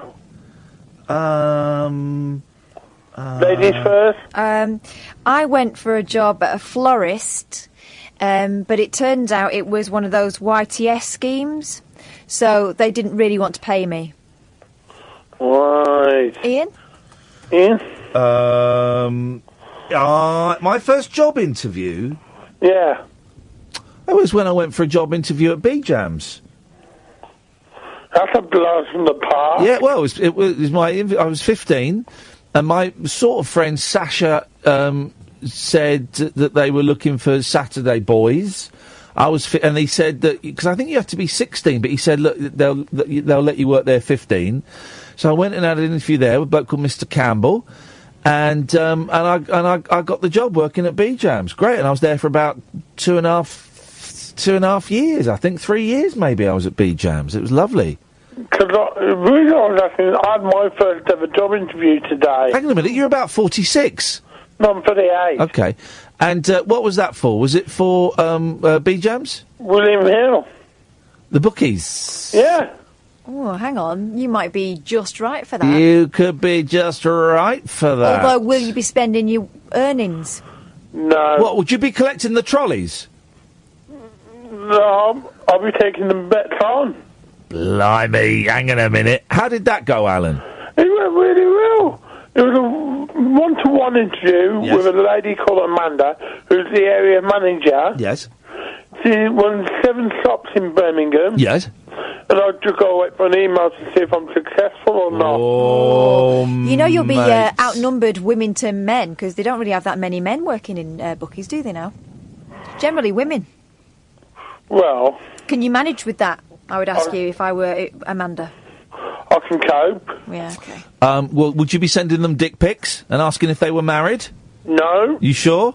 [SPEAKER 5] Um.
[SPEAKER 20] Ladies first.
[SPEAKER 6] Um, I went for a job at a florist, um, but it turned out it was one of those YTS schemes, so they didn't really want to pay me.
[SPEAKER 20] Right.
[SPEAKER 6] Ian?
[SPEAKER 20] Ian?
[SPEAKER 5] Um, uh, my first job interview.
[SPEAKER 20] Yeah.
[SPEAKER 5] That was when I went for a job interview at B Jams.
[SPEAKER 20] That's a blast from the past.
[SPEAKER 5] Yeah, well, it was, it was it was my. I was fifteen, and my sort of friend Sasha um, said that they were looking for Saturday boys. I was, fi- and he said that because I think you have to be sixteen, but he said look, they'll they'll let you work there fifteen. So I went and had an interview there with a bloke called Mr Campbell, and um, and I and I, I got the job working at B Jams. Great, and I was there for about two and a half two and a half years, I think three years maybe. I was at B Jams. It was lovely.
[SPEAKER 20] Because I, the reason I was asking, I had my first ever job interview today.
[SPEAKER 5] Hang on a minute, you're about Uh, 46.
[SPEAKER 20] No, I'm 38.
[SPEAKER 5] Okay. And uh, what was that for? Was it for um, uh, B Jams?
[SPEAKER 20] William Hill.
[SPEAKER 5] The bookies.
[SPEAKER 20] Yeah.
[SPEAKER 6] Oh, hang on. You might be just right for that.
[SPEAKER 5] You could be just right for that.
[SPEAKER 6] Although, will you be spending your earnings?
[SPEAKER 20] No.
[SPEAKER 5] What, would you be collecting the trolleys?
[SPEAKER 20] No, I'm- I'll be taking the bets on.
[SPEAKER 5] Blimey, hang on a minute. How did that go, Alan?
[SPEAKER 20] It went really well. It was a one-to-one interview
[SPEAKER 5] Yes.
[SPEAKER 20] with a lady called Amanda, who's the area manager.
[SPEAKER 5] Yes.
[SPEAKER 20] She runs seven shops in Birmingham.
[SPEAKER 5] Yes.
[SPEAKER 20] And I just go wait for an email to see if I'm successful or not.
[SPEAKER 5] Oh,
[SPEAKER 6] You know you'll be uh,
[SPEAKER 20] Mm, Mate.
[SPEAKER 6] outnumbered women to men because they don't really have that many men working in uh, bookies, do they now? Generally, women.
[SPEAKER 20] Well,
[SPEAKER 6] Can you manage with that? I would ask you if I were uh, Amanda.
[SPEAKER 20] I can cope.
[SPEAKER 6] Yeah, okay.
[SPEAKER 5] Um, well, would you be sending them dick pics and asking if they were married?
[SPEAKER 20] No,
[SPEAKER 5] You sure?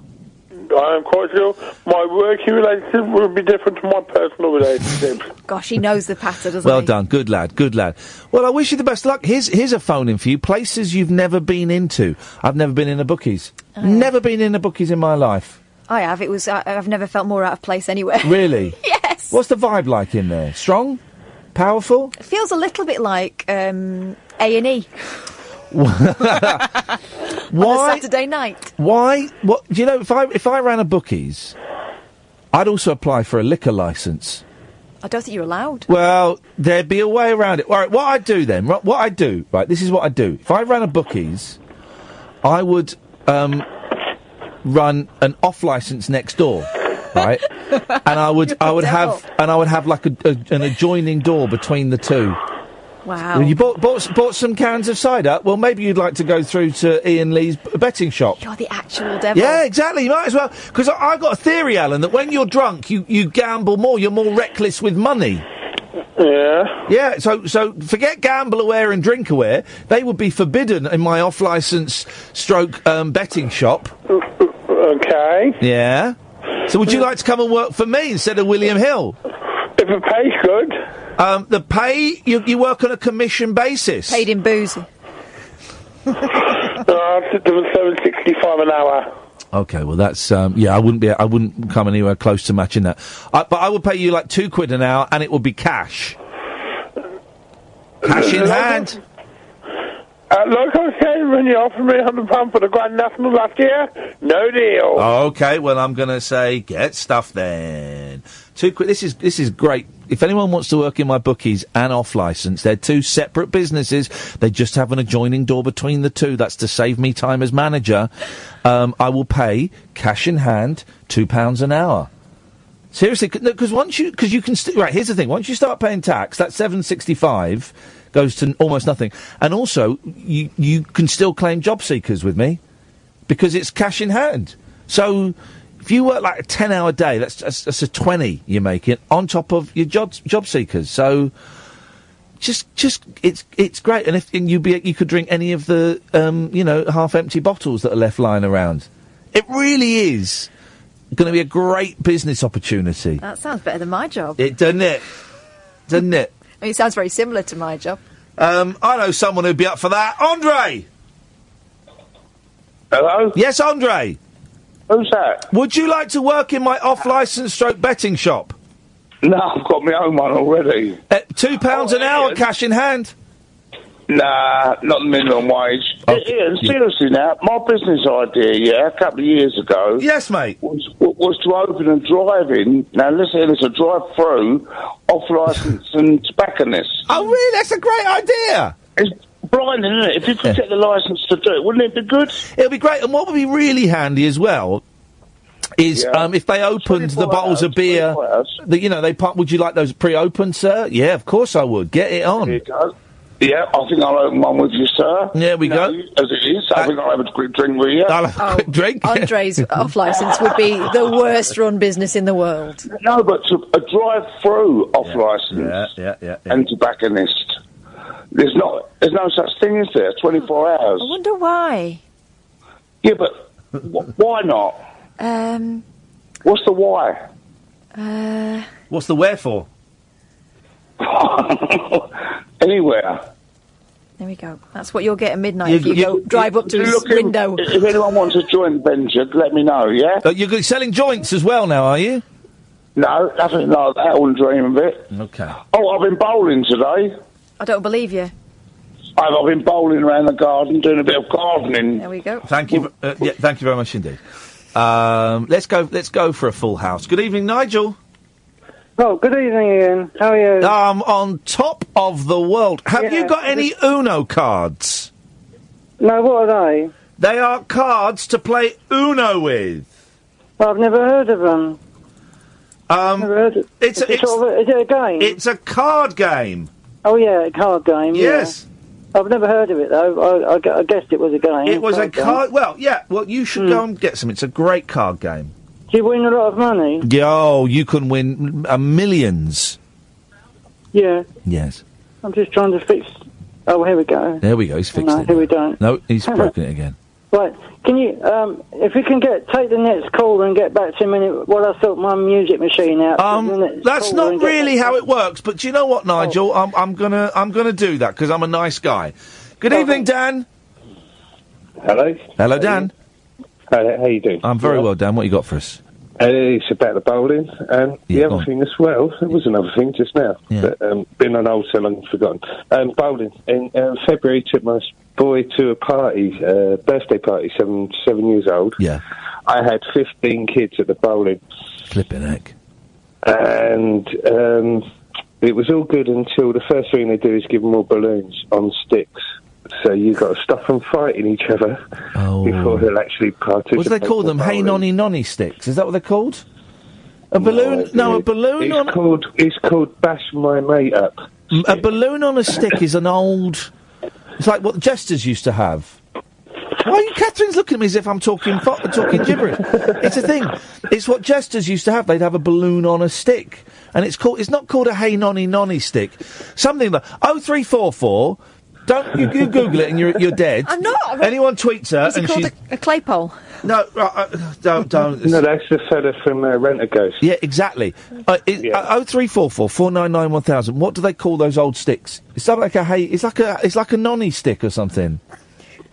[SPEAKER 20] I am quite sure my working relationship will be different to my personal relationship.
[SPEAKER 6] Gosh, he knows the patter, doesn't
[SPEAKER 5] Well
[SPEAKER 6] he?
[SPEAKER 5] done, good lad, good lad. Well, I wish you the best luck. Here's here's a phone in for you. Places you've never been into. I've never been in a bookies.
[SPEAKER 6] Oh,
[SPEAKER 5] Never been in a bookies in my life.
[SPEAKER 6] I have. It was. I, I've never felt more out of place anywhere.
[SPEAKER 5] Really?
[SPEAKER 6] yes.
[SPEAKER 5] What's the vibe like in there? Strong, powerful.
[SPEAKER 6] It feels a little bit like um, A and E on a
[SPEAKER 5] Why?
[SPEAKER 6] Saturday night.
[SPEAKER 5] Why? What? Do you know? If I if I ran a bookies, I'd also apply for a liquor license.
[SPEAKER 6] I don't think you're allowed.
[SPEAKER 5] Well, there'd be a way around it. All right, what I'd do then, right, what I'd do, right, this is what I'd do. If I ran a bookies, I would um, run an off license next door, right? and I would, I would
[SPEAKER 6] devil.
[SPEAKER 5] have, and I would have like a, a, an adjoining door between the two.
[SPEAKER 6] Wow.
[SPEAKER 5] You bought, bought bought some cans of cider. Well, maybe you'd like to go through to Ian Lee's b- betting shop.
[SPEAKER 6] You're the actual devil.
[SPEAKER 5] Yeah, exactly. You might as well. Because I, I got a theory, Alan, that when you're drunk, you, you gamble more. You're more reckless with money.
[SPEAKER 20] Yeah.
[SPEAKER 5] Yeah. So so forget gamble aware and drink aware. They would be forbidden in my off license stroke um, betting shop.
[SPEAKER 20] Okay.
[SPEAKER 5] Yeah. So would you like to come and work for me instead of William Hill?
[SPEAKER 20] If it pays good.
[SPEAKER 5] Um, the pay you, you work on a commission basis.
[SPEAKER 6] Paid in booze.
[SPEAKER 20] uh, I sit there at seven sixty-five an hour.
[SPEAKER 5] Okay, well that's um, yeah. I wouldn't be. I wouldn't come anywhere close to matching that. I, but I would pay you like two quid an hour, and it would be cash. Cash in
[SPEAKER 20] Like-
[SPEAKER 5] hand.
[SPEAKER 20] Uh, like I said, when you offered me hundred pound for the Grand National last year, no deal.
[SPEAKER 5] Oh, Okay, well I'm gonna say get stuff then. Two quid. This is this is great. If anyone wants to work in my bookies and off license, they're two separate businesses. They just have an adjoining door between the two. That's to save me time as manager. Um, I will pay cash in hand, two pounds an hour. Seriously, because once you because you can st- right. Here's the thing: once you start paying tax, that seven sixty five goes to n- almost nothing. And also, you you can still claim job seekers with me because it's cash in hand. So If you work like a ten-hour day, that's, that's that's a twenty you make it on top of your job job seekers. So just just it's it's great, and if and you be you could drink any of the um, you know half-empty bottles that are left lying around. It really is going to be a great business opportunity.
[SPEAKER 6] That sounds better than my job.
[SPEAKER 5] It doesn't it, doesn't it?
[SPEAKER 6] I mean, it sounds very similar to my job.
[SPEAKER 5] Um, I know someone who'd be up for that. Andre! Hello? Yes, Andre. Who's that? Would you like to work in my off licence stroke betting shop?
[SPEAKER 7] No, I've got my own one already.
[SPEAKER 5] At two pounds an hour, cash in hand.
[SPEAKER 7] Nah, not minimum wage.
[SPEAKER 5] Oh.
[SPEAKER 7] Yeah, Ian, seriously now, my business idea, yeah, a couple of years ago.
[SPEAKER 5] Yes, mate.
[SPEAKER 7] Was, was to open a drive-in. Now, listen, it's a drive-through, off-licence and tobacconist.
[SPEAKER 5] Oh, really? That's a great idea.
[SPEAKER 7] It's blinding, isn't it? If you could get the licence to do it, wouldn't it be good?
[SPEAKER 5] It'd be great. And what would be really handy as well is um, if they opened the bottles of beer, that you know, they pop, would you like those pre-opened, sir? Yeah, of course I would. Get it on.
[SPEAKER 7] Yeah, I think I'll open one with you, sir.
[SPEAKER 5] There we
[SPEAKER 7] You
[SPEAKER 5] go. Uh,
[SPEAKER 7] know, As it is, I think I'll have a quick drink with you. Oh.
[SPEAKER 5] I'll have a quick drink.
[SPEAKER 6] Andre's off license would be the worst run business in the world.
[SPEAKER 7] No, but to, a drive-through off-licence
[SPEAKER 5] yeah, yeah,
[SPEAKER 7] and tobacconist. There's not. There's no such thing, is there? 24 hours.
[SPEAKER 5] Oh.
[SPEAKER 20] I wonder why.
[SPEAKER 7] Yeah, but wh- why not?
[SPEAKER 20] Um,
[SPEAKER 7] What's the why?
[SPEAKER 20] uh,
[SPEAKER 5] What's the wherefore?
[SPEAKER 7] Anywhere.
[SPEAKER 6] There we go. That's what you'll get at midnight
[SPEAKER 7] You-
[SPEAKER 6] if you,
[SPEAKER 7] you-
[SPEAKER 6] go drive up to his
[SPEAKER 7] Look, if-
[SPEAKER 6] window.
[SPEAKER 7] If anyone wants a joint venture, let me know. Yeah.
[SPEAKER 5] Uh, you're selling joints as well now, are you?
[SPEAKER 7] No, nothing like that. I wouldn't dream of it.
[SPEAKER 5] Okay.
[SPEAKER 7] Oh, I've been bowling today.
[SPEAKER 6] I don't believe you.
[SPEAKER 7] I've, I've been bowling around the garden, doing a bit of gardening.
[SPEAKER 6] There we go.
[SPEAKER 5] Thank you. Uh, yeah, thank you very much indeed. Um, let's go. Let's go for a full house. Good evening, Nigel.
[SPEAKER 23] Oh, good evening, Ian. How are you?
[SPEAKER 5] Um, on top of the world. Have you
[SPEAKER 23] Yeah,
[SPEAKER 5] got any Uno cards?
[SPEAKER 23] No, what are they?
[SPEAKER 5] They are cards to play Uno with.
[SPEAKER 23] Well, I've never heard of them.
[SPEAKER 5] Um,
[SPEAKER 23] never heard of
[SPEAKER 5] It's,
[SPEAKER 23] is it
[SPEAKER 5] it's,
[SPEAKER 23] sort of a, is it a game?
[SPEAKER 5] it's a card game.
[SPEAKER 23] oh, yeah, a card game. yeah.
[SPEAKER 5] Yes.
[SPEAKER 23] I've never heard of it, though. I, I gu- I guessed it was a game.
[SPEAKER 5] It was a
[SPEAKER 23] game. Hmm.
[SPEAKER 5] card. Well, yeah. Well, you should go and get some. It's a great card game.
[SPEAKER 23] Do you win a lot of money?
[SPEAKER 5] Yo, you can win uh, millions.
[SPEAKER 23] Yeah.
[SPEAKER 5] Yes.
[SPEAKER 23] I'm just trying to fix. Oh, here we go.
[SPEAKER 5] There we go. He's fixed
[SPEAKER 23] no,
[SPEAKER 5] it.
[SPEAKER 23] here we don't.
[SPEAKER 5] No, he's broken it again.
[SPEAKER 23] Right. Can you, um, if you can get, take the next call and get back to a minute while I sort my music machine out. Um,
[SPEAKER 5] That's not really how it works. But do you know what, Nigel? I'm, I'm gonna I'm gonna do that because I'm a nice guy. Good evening, Dan.
[SPEAKER 24] Hello.
[SPEAKER 5] Hello, Dan.
[SPEAKER 24] Hello, how you doing?
[SPEAKER 5] I'm very well, Dan. What you got for us?
[SPEAKER 24] Uh, it's about the bowling, and the other thing as well. There was another thing just now. But, um, been on old so long, forgotten. Um, bowling in um, February took my s- boy to a party, uh, birthday party. Seven seven years old.
[SPEAKER 5] Yeah.
[SPEAKER 24] I had fifteen kids at the bowling.
[SPEAKER 5] Flipping heck.
[SPEAKER 24] and um, it was all good until the first thing they do is give them all balloons on sticks. So you've got to stop them fighting each other before they'll actually participate.
[SPEAKER 5] Oh. What do they call them? Hey nonny nonny sticks. Is that what they're called? A balloon? No, a balloon
[SPEAKER 24] it's
[SPEAKER 5] on
[SPEAKER 24] called it's called bash my mate up.
[SPEAKER 5] a balloon on a stick is an old. It's like what the jesters used to have. Why are you, Catherine's looking at me as if I'm talking fo- talking gibberish? It's a thing. It's what jesters used to have. They'd have a balloon on a stick, and it's called. It's not called a hey nonny nonny stick. Something like oh three four four. Don't you, you Google it and you're you're dead.
[SPEAKER 6] I'm not. I'm-
[SPEAKER 5] Anyone tweets her
[SPEAKER 6] Is it
[SPEAKER 5] and
[SPEAKER 6] called
[SPEAKER 5] she's
[SPEAKER 6] a, a clay pole?
[SPEAKER 5] no right, uh, don't don't.
[SPEAKER 24] No, that's the fella from uh, Rent a Ghost.
[SPEAKER 5] Yeah, exactly. Uh, it, uh, 0344 499 1000. What do they call those old sticks? It's not like a hay. It's like a it's like a nonny stick or something.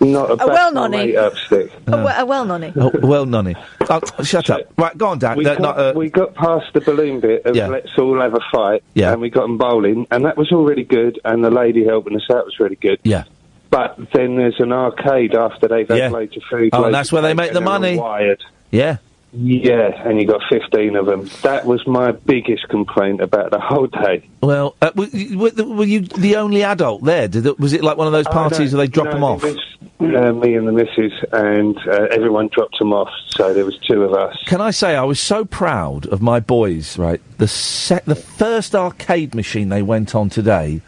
[SPEAKER 24] Not
[SPEAKER 6] A well nonny.
[SPEAKER 24] up stick.
[SPEAKER 5] Uh.
[SPEAKER 6] A, we- a well nonny.
[SPEAKER 5] Oh, well, nonny. Oh, shut up. Right, go on, Dan.
[SPEAKER 24] We,
[SPEAKER 5] No,
[SPEAKER 24] got,
[SPEAKER 5] not, uh,
[SPEAKER 24] we got past the balloon bit of
[SPEAKER 5] Yeah.
[SPEAKER 24] let's all have a fight,
[SPEAKER 5] Yeah.
[SPEAKER 24] and we got them bowling, and that was all really good, and the lady helping us out was really good.
[SPEAKER 5] Yeah.
[SPEAKER 24] But then there's an arcade after they've had
[SPEAKER 5] Yeah.
[SPEAKER 24] loads of food.
[SPEAKER 5] Oh, and
[SPEAKER 24] loads
[SPEAKER 5] that's
[SPEAKER 24] of
[SPEAKER 5] where they
[SPEAKER 24] cake,
[SPEAKER 5] make the
[SPEAKER 24] and they're all
[SPEAKER 5] money.
[SPEAKER 24] Wired.
[SPEAKER 5] yeah.
[SPEAKER 24] Yeah, and you got 15 of them. That was my biggest complaint about the whole day.
[SPEAKER 5] Well, uh, were, you- were the- were you the only adult there? Did it, was it like one of those parties
[SPEAKER 24] Oh, no,
[SPEAKER 5] where they drop
[SPEAKER 24] no,
[SPEAKER 5] them
[SPEAKER 24] it
[SPEAKER 5] off?
[SPEAKER 24] was, uh, me and the missus, and uh, everyone dropped them off, so there was two of us.
[SPEAKER 5] Can I say I was so proud of my boys? Right, the set, the first arcade machine they went on today,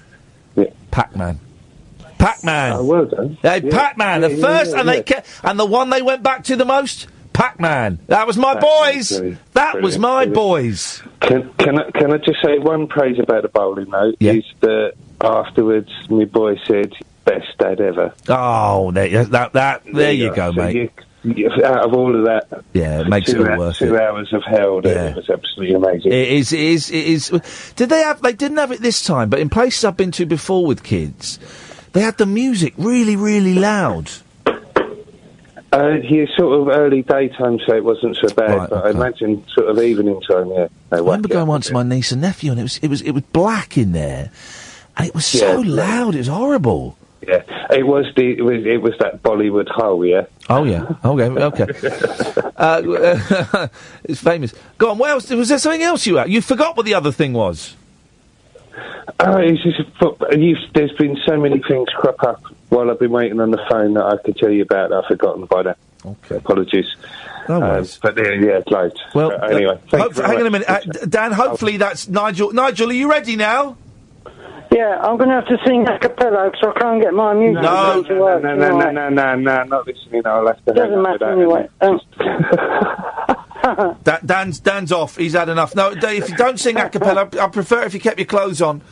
[SPEAKER 5] Pac-Man. Pac-Man.
[SPEAKER 24] Oh, well done.
[SPEAKER 5] Hey,
[SPEAKER 24] Yeah.
[SPEAKER 5] Pac-Man, the
[SPEAKER 24] Yeah, yeah,
[SPEAKER 5] first,
[SPEAKER 24] yeah,
[SPEAKER 5] and they ca- and the one they went back to the most, Pac Man. That was my boys. That was my boys.
[SPEAKER 24] Can, can, I, can I just say one praise about the bowling, though? Is that afterwards, my boy said, best dad ever.
[SPEAKER 5] Oh, there, that, that, there you go,
[SPEAKER 24] So
[SPEAKER 5] mate.
[SPEAKER 24] you- you- out of all of that,
[SPEAKER 5] Yeah, it makes it
[SPEAKER 24] two,
[SPEAKER 5] all
[SPEAKER 24] hou-
[SPEAKER 5] worth
[SPEAKER 24] two
[SPEAKER 5] it.
[SPEAKER 24] hours of hell, there, it was absolutely amazing.
[SPEAKER 5] It is, it is, it is. Did they have? They didn't have it this time, but in places I've been to before with kids, they had the music really, really loud.
[SPEAKER 24] Uh, yeah, sort of early daytime, so it wasn't so bad. but I imagine sort of evening time, yeah.
[SPEAKER 5] I remember going once to my niece and nephew, and it was, it was, it was black in there, and it was so
[SPEAKER 24] Yeah.
[SPEAKER 5] loud. It was horrible.
[SPEAKER 24] Yeah, it was the it was, it was that Bollywood hole, yeah.
[SPEAKER 5] Oh yeah. Okay. Okay. uh, it's famous. Go on. What else? Was there something else you had? You forgot what the other thing was.
[SPEAKER 24] Oh, it's just a fo- you've, there's been so many things crop up while I've been waiting on the phone that I could tell you about. that I've forgotten by now.
[SPEAKER 5] Okay,
[SPEAKER 24] apologies.
[SPEAKER 5] No
[SPEAKER 24] um,
[SPEAKER 5] worries.
[SPEAKER 24] but yeah, yeah, loads. Well, anyway, thank you
[SPEAKER 5] Hopefully,
[SPEAKER 24] very
[SPEAKER 5] hang on a
[SPEAKER 24] much.
[SPEAKER 5] minute, uh, D- Dan. Hopefully that's Nigel. Nigel, are you ready now?
[SPEAKER 23] Yeah, I'm going to have to sing a cappella because I can't get my music.
[SPEAKER 24] No,
[SPEAKER 23] to work
[SPEAKER 24] no, no, no,
[SPEAKER 23] tonight.
[SPEAKER 24] no, no, no, not listening. I'll have to hang
[SPEAKER 23] Doesn't
[SPEAKER 24] up
[SPEAKER 23] matter Um,
[SPEAKER 24] with that.
[SPEAKER 23] anyway. Um,
[SPEAKER 5] Da- Dan's Dan's off. He's had enough. No, d- if you don't sing a cappella, I prefer if you kept your clothes on.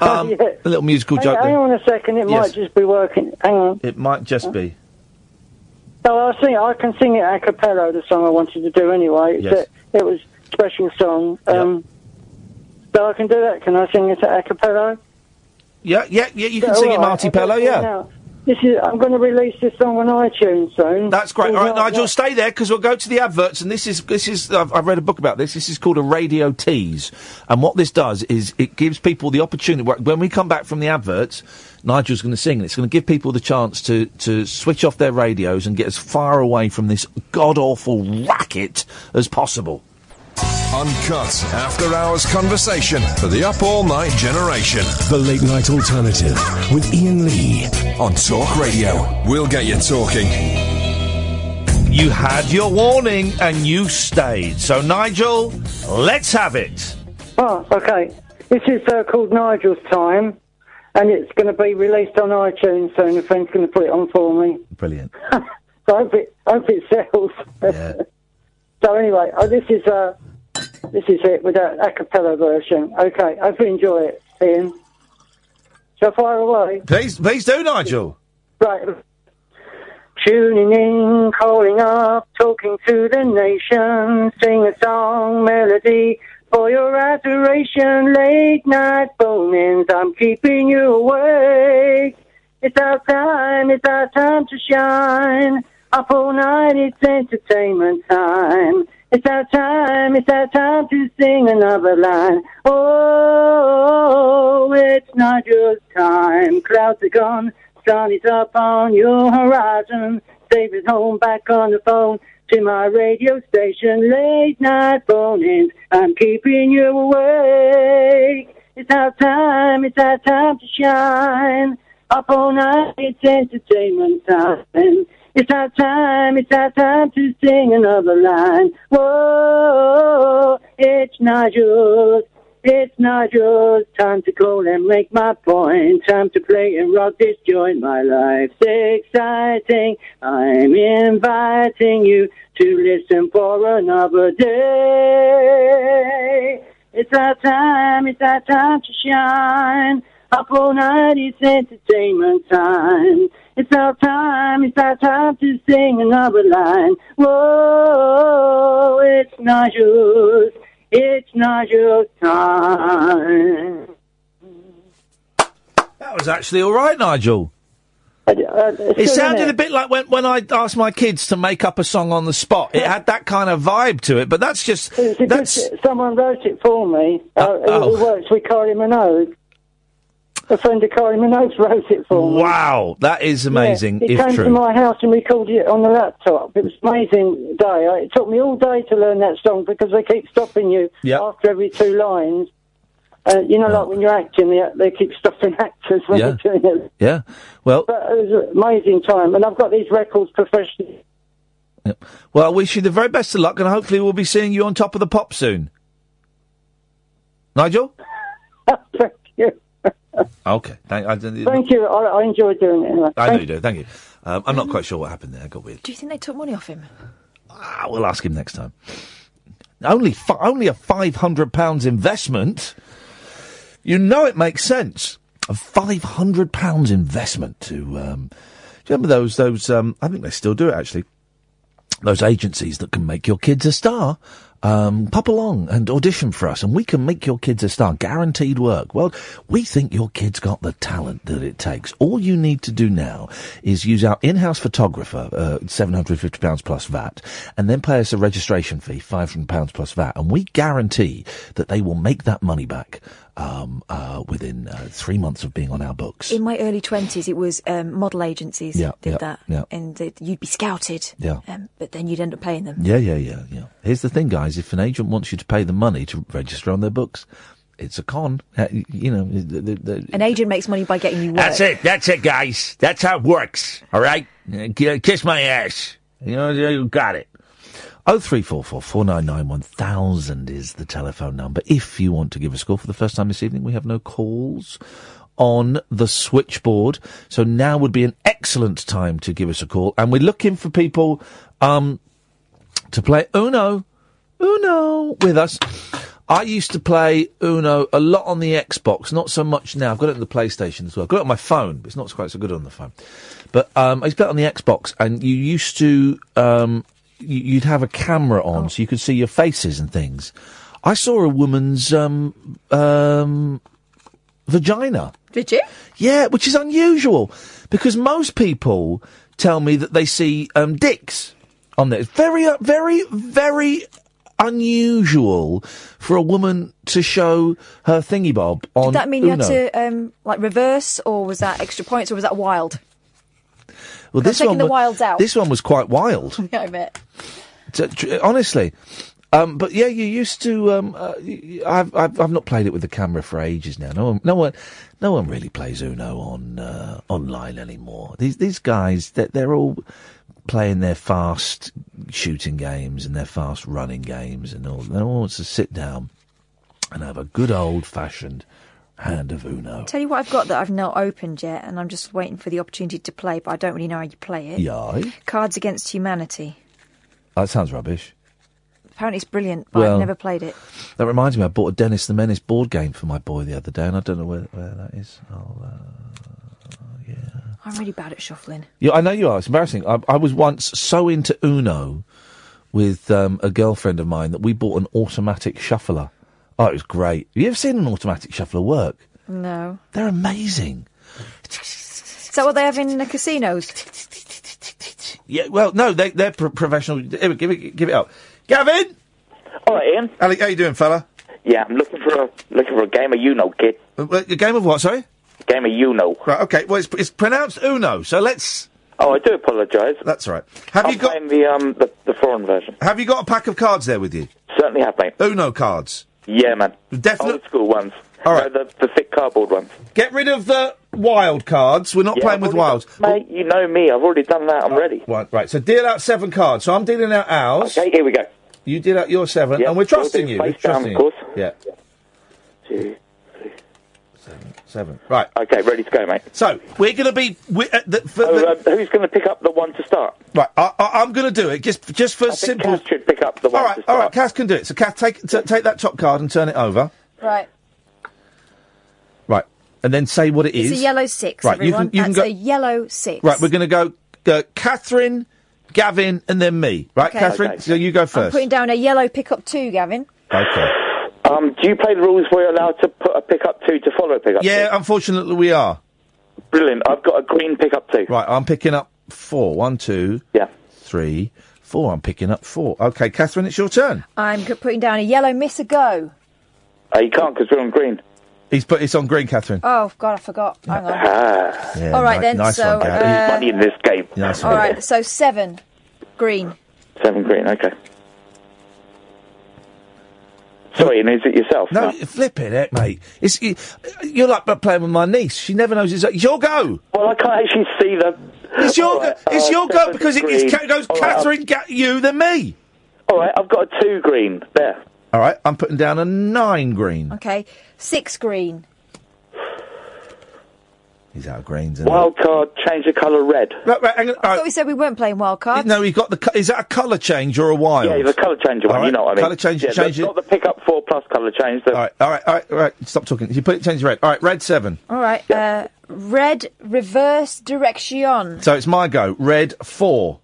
[SPEAKER 24] Oh,
[SPEAKER 5] Um, A little musical
[SPEAKER 23] Oh, hang,
[SPEAKER 5] joke.
[SPEAKER 23] hang
[SPEAKER 5] there.
[SPEAKER 23] on a second, it
[SPEAKER 5] Yes.
[SPEAKER 23] might just be working. Hang on.
[SPEAKER 5] It might just be.
[SPEAKER 23] No, I'll sing. I can sing it a cappella. The song I wanted to do anyway. It's
[SPEAKER 5] Yes.
[SPEAKER 23] a- it was a special song. Um, So I can do that. Can I sing it a cappella?
[SPEAKER 5] Yeah, yeah, yeah. You can sing it,
[SPEAKER 23] All right,
[SPEAKER 5] Marty
[SPEAKER 23] I'll do
[SPEAKER 5] Pello.
[SPEAKER 23] it
[SPEAKER 5] Yeah.
[SPEAKER 23] now. This is. I'm going to release this song on iTunes soon.
[SPEAKER 5] That's great. All right, Nigel, stay there because we'll go to the adverts. And this is this is I've, I've read a book about this. This is called a radio tease, and what this does is it gives people the opportunity. wh- When we come back from the adverts, Nigel's going to sing, and it's going to give people the chance to to switch off their radios and get as far away from this god awful racket as possible.
[SPEAKER 1] Uncut after hours conversation for the up all night generation.
[SPEAKER 2] The Late Night Alternative with Ian Lee.
[SPEAKER 1] On Talk Radio, we'll get you talking.
[SPEAKER 5] You had your warning and you stayed. So Nigel, let's have it.
[SPEAKER 23] Oh, okay. This is uh, called Nigel's Time, and it's going to be released on iTunes soon. A friend's going to put it on for me.
[SPEAKER 5] Brilliant.
[SPEAKER 23] So I hope it, I hope it sells. so anyway, oh, this is uh, this is it with that a cappella version. Okay, I hope you enjoy it, Ian. So far away.
[SPEAKER 5] Please, please do, Nigel.
[SPEAKER 23] Right. Tuning in, calling up, talking to the nation, sing a song, melody for your adoration. Late night phone-ins, I'm keeping you awake. It's our time, it's our time to shine. Up all night, it's entertainment time. It's our time, it's our time to sing another line. Oh, it's not just time. Clouds are gone, sun is up on your horizon. Dave is home, back on the phone to my radio station. Late night phone-ins, I'm keeping you awake. It's our time, it's our time to shine. Up all night, it's entertainment time. It's our time, it's our time to sing another line. Whoa, it's Nigel's, it's Nigel's. Time to call and make my point. Time to play and rock this joint. My life's exciting. I'm inviting you to listen for another day. It's our time, it's our time to shine. Up all night, it's entertainment time. It's our time, it's our time to sing another line. Whoa, it's Nigel's, it's Nigel's time.
[SPEAKER 5] That was actually all right, Nigel. It sounded a bit like when, when I asked my kids to make up a song on the spot. It had that kind of vibe to it, but that's just that's
[SPEAKER 23] Someone wrote it for me. Uh, it-
[SPEAKER 5] oh.
[SPEAKER 23] It works with Kylie Minogue. A friend of Kylie Minogue wrote it for me.
[SPEAKER 5] wow. That is amazing.
[SPEAKER 23] He
[SPEAKER 5] if
[SPEAKER 23] came to
[SPEAKER 5] true,
[SPEAKER 23] my house and recorded it on the laptop. It was an amazing day. I- It took me all day to learn that song because they keep stopping you
[SPEAKER 5] Yep. Oh.
[SPEAKER 23] after every two lines. Uh, you know, like when you're acting, they, they keep stopping actors when
[SPEAKER 5] Yeah. Oh.
[SPEAKER 23] they're doing it.
[SPEAKER 5] yeah. Well,
[SPEAKER 23] But it was an amazing time, and I've got these records professionally.
[SPEAKER 5] well, I wish you the very best of luck, and hopefully we'll be seeing you on top of the pop soon. Nigel.
[SPEAKER 23] Thank you.
[SPEAKER 5] Okay. Thank, I, didn't-
[SPEAKER 23] Thank you. I, I enjoy doing it. Anyway.
[SPEAKER 5] I know
[SPEAKER 23] Thank
[SPEAKER 5] you do. Thank you. Um, I'm not quite sure what happened there. I got weird.
[SPEAKER 20] Do you think they took money off him?
[SPEAKER 5] Ah, we'll ask him next time. Only fi- only a five hundred pounds investment. You know it makes sense. A five hundred pounds investment to. Um, do you remember those those? Um, I think they still do it actually. Those agencies that can make your kids a star. Um, pop along and audition for us, and we can make your kids a star. Guaranteed work. Well, we think your kid's got the talent that it takes. All you need to do now is use our in-house photographer, uh, seven hundred fifty pounds plus VAT, and then pay us a registration fee, five hundred pounds plus VAT, and we guarantee that they will make that money back um, uh, within uh, three months of being on our books.
[SPEAKER 20] In my early 20s, it was um, model agencies
[SPEAKER 5] Yeah,
[SPEAKER 20] did
[SPEAKER 5] yeah,
[SPEAKER 20] that.
[SPEAKER 5] yeah.
[SPEAKER 20] And that you'd be scouted,
[SPEAKER 5] Yeah.
[SPEAKER 20] um, but then you'd end up paying them.
[SPEAKER 5] Yeah, yeah, yeah, yeah. Here's the thing, guys. If an agent wants you to pay the money to register on their books, it's a con. Uh, y- You know, the, the, the,
[SPEAKER 20] An agent makes money by getting you work.
[SPEAKER 5] That's it. That's it, guys. That's how it works. All right. Uh, k- Kiss my ass. You know, you got it. Oh three four four four nine nine one thousand is the telephone number. If you want to give us a call for the first time this evening, we have no calls on the switchboard, so now would be an excellent time to give us a call. And we're looking for people um, to play Uno, Uno with us. I used to play Uno a lot on the Xbox, not so much now. I've got it on the PlayStation as well. I've got it on my phone, but it's not quite so good on the phone. But um, I used to play it on the Xbox, and you used to um, you- you'd have a camera on so you could see your faces and things. I saw a woman's um, um, vagina.
[SPEAKER 6] Did you?
[SPEAKER 5] Yeah, which is unusual because most people tell me that they see um, dicks on there. It's Very, uh, very, very unusual for a woman to show her thingy bob on.
[SPEAKER 20] Did that mean you had
[SPEAKER 5] Uno.
[SPEAKER 20] to um, like reverse, or was that extra points, or was that wild?
[SPEAKER 5] Well,
[SPEAKER 20] I'm taking the
[SPEAKER 5] wa-
[SPEAKER 20] wilds out.
[SPEAKER 5] This one was quite wild.
[SPEAKER 20] yeah, I bet.
[SPEAKER 5] T- tr- honestly. Um, but yeah, you used to. Um, uh, y- y- I've, I've I've not played it with the camera for ages now. No one, no one, no one really plays Uno on uh, online anymore. These these guys, they're, they're all playing their fast shooting games and their fast running games and all. No one wants to sit down and have a good old fashioned hand of Uno.
[SPEAKER 20] Tell you what, I've got that I've not opened yet, and I'm just waiting for the opportunity to play, but I don't really know how you play it.
[SPEAKER 5] Yeah,
[SPEAKER 20] Cards Against Humanity.
[SPEAKER 5] that sounds rubbish.
[SPEAKER 20] Apparently, it's brilliant, but
[SPEAKER 5] Well-
[SPEAKER 20] I've never played it.
[SPEAKER 5] That reminds me, I bought a Dennis the Menace board game for my boy the other day, and I don't know where, where that is. I'll, uh,
[SPEAKER 20] I'm really bad at shuffling.
[SPEAKER 5] Yeah, I know you are. It's embarrassing. I, I was once so into Uno with um, a girlfriend of mine that we bought an automatic shuffler. Oh, it was great. Have you ever seen an automatic shuffler work?
[SPEAKER 20] No.
[SPEAKER 5] They're amazing.
[SPEAKER 20] Is that what they have in the casinos?
[SPEAKER 5] Yeah, well, no, they, they're pro- professional. Here, give it, give it up. Gavin!
[SPEAKER 8] All right, Ian.
[SPEAKER 5] Alec, how you doing, fella? Uh,
[SPEAKER 8] Yeah, I'm looking for a looking for a game of Uno, kid.
[SPEAKER 5] A game of what? Sorry.
[SPEAKER 8] Game of Uno.
[SPEAKER 5] Right, okay. Well, it's, it's pronounced Uno, so let's.
[SPEAKER 8] Oh, I do apologise.
[SPEAKER 5] That's all right. Have
[SPEAKER 8] I'm you got playing the um the, the foreign version?
[SPEAKER 5] Have you got a pack of cards there with you?
[SPEAKER 8] Certainly have, mate.
[SPEAKER 5] Uno cards.
[SPEAKER 8] Yeah, man.
[SPEAKER 5] Definitely
[SPEAKER 8] old school ones. All right, the, the thick cardboard ones.
[SPEAKER 5] Get rid of the wild cards. We're not
[SPEAKER 8] Yeah,
[SPEAKER 5] playing
[SPEAKER 8] I've
[SPEAKER 5] with
[SPEAKER 8] already
[SPEAKER 5] wilds.
[SPEAKER 8] Mate, you know me. I've already done that. I'm ready.
[SPEAKER 5] Right, right. So deal out seven cards. So I'm dealing out ours. Okay,
[SPEAKER 8] here we go.
[SPEAKER 5] You deal out your seven,
[SPEAKER 8] Yeah,
[SPEAKER 5] and we're
[SPEAKER 8] we'll
[SPEAKER 5] trusting
[SPEAKER 8] do
[SPEAKER 5] you. We're
[SPEAKER 8] face down,
[SPEAKER 5] trusting
[SPEAKER 8] of course.
[SPEAKER 5] you. Yeah.
[SPEAKER 8] Two,
[SPEAKER 5] Seven. Right.
[SPEAKER 8] Okay, ready to go, mate.
[SPEAKER 5] So we're going to be. we uh, the, for,
[SPEAKER 8] So, uh, who's going to pick up the one to start?
[SPEAKER 5] Right. I, I, I'm going to do it just just for simple.
[SPEAKER 8] Kath should pick up the one
[SPEAKER 5] all right,
[SPEAKER 8] to
[SPEAKER 5] all
[SPEAKER 8] start.
[SPEAKER 5] right. Kath can do it. So Kath, take t- take that top card and turn it over.
[SPEAKER 20] Right.
[SPEAKER 5] Right, and then say what it is.
[SPEAKER 20] It's a yellow six,
[SPEAKER 5] Right, you
[SPEAKER 20] everyone.
[SPEAKER 5] can- you can
[SPEAKER 20] That's
[SPEAKER 5] go-
[SPEAKER 20] a yellow six.
[SPEAKER 5] Right, we're going to go uh, Catherine, Gavin, and then me. Right,
[SPEAKER 20] Okay.
[SPEAKER 5] Catherine.
[SPEAKER 8] Okay.
[SPEAKER 5] So you go
[SPEAKER 20] I'm
[SPEAKER 5] first.
[SPEAKER 20] putting down a yellow pickup two, Gavin.
[SPEAKER 5] Okay.
[SPEAKER 8] Um, do you play the rules where you're allowed to put a pick up two to follow a pick up?
[SPEAKER 5] Yeah, unfortunately we are.
[SPEAKER 8] Brilliant. I've got a green pick up two.
[SPEAKER 5] Right, I'm picking up four. One, two,
[SPEAKER 8] yeah,
[SPEAKER 5] three, four. I'm picking up four. Okay, Catherine, it's your turn.
[SPEAKER 20] I'm g- putting down a yellow miss a go.
[SPEAKER 8] Uh, you can't because we're on green.
[SPEAKER 5] He's put it's on green, Catherine.
[SPEAKER 20] Oh God, I forgot. Hang on.
[SPEAKER 8] Ah.
[SPEAKER 5] Yeah,
[SPEAKER 20] All right
[SPEAKER 5] ni-
[SPEAKER 20] then,
[SPEAKER 5] Nice
[SPEAKER 20] so,
[SPEAKER 5] one, Gavin.
[SPEAKER 20] uh,
[SPEAKER 8] Money in this game.
[SPEAKER 5] Nice
[SPEAKER 20] All
[SPEAKER 5] one.
[SPEAKER 20] right, so seven, green.
[SPEAKER 8] Seven green. Okay. Sorry, and is it yourself?
[SPEAKER 5] No, flip it, eh, mate. It's you, you're like playing with my niece. She never knows it's, it's your go.
[SPEAKER 8] Well, I can't actually see the.
[SPEAKER 5] It's your
[SPEAKER 8] All right,
[SPEAKER 5] go. It's
[SPEAKER 8] uh,
[SPEAKER 5] your go
[SPEAKER 8] seven
[SPEAKER 5] because it,
[SPEAKER 8] green.
[SPEAKER 5] it's, ca- it goes
[SPEAKER 8] All right,
[SPEAKER 5] Catherine, Ga- you, then me.
[SPEAKER 8] All right, I've got a two green there.
[SPEAKER 5] All right, I'm putting down a nine green.
[SPEAKER 20] Okay, six green.
[SPEAKER 5] He's out of grains. isn't he?
[SPEAKER 25] Wild card, change the colour red.
[SPEAKER 5] Right, right, hang on.
[SPEAKER 20] I thought we said we weren't playing wild cards.
[SPEAKER 5] No, he got the. co- Is that a colour change or a wild?
[SPEAKER 25] Yeah, you've a colour change one,
[SPEAKER 5] All right,
[SPEAKER 25] you know what I mean.
[SPEAKER 5] Colour change,
[SPEAKER 25] yeah,
[SPEAKER 5] change
[SPEAKER 25] not,
[SPEAKER 5] it.
[SPEAKER 25] not the pick up four plus colour change. The,
[SPEAKER 5] All right, all right, all right, all right. Stop talking. You put it change to red. All right, red seven.
[SPEAKER 20] All right. Uh, red reverse direction.
[SPEAKER 5] So it's my go. Red four.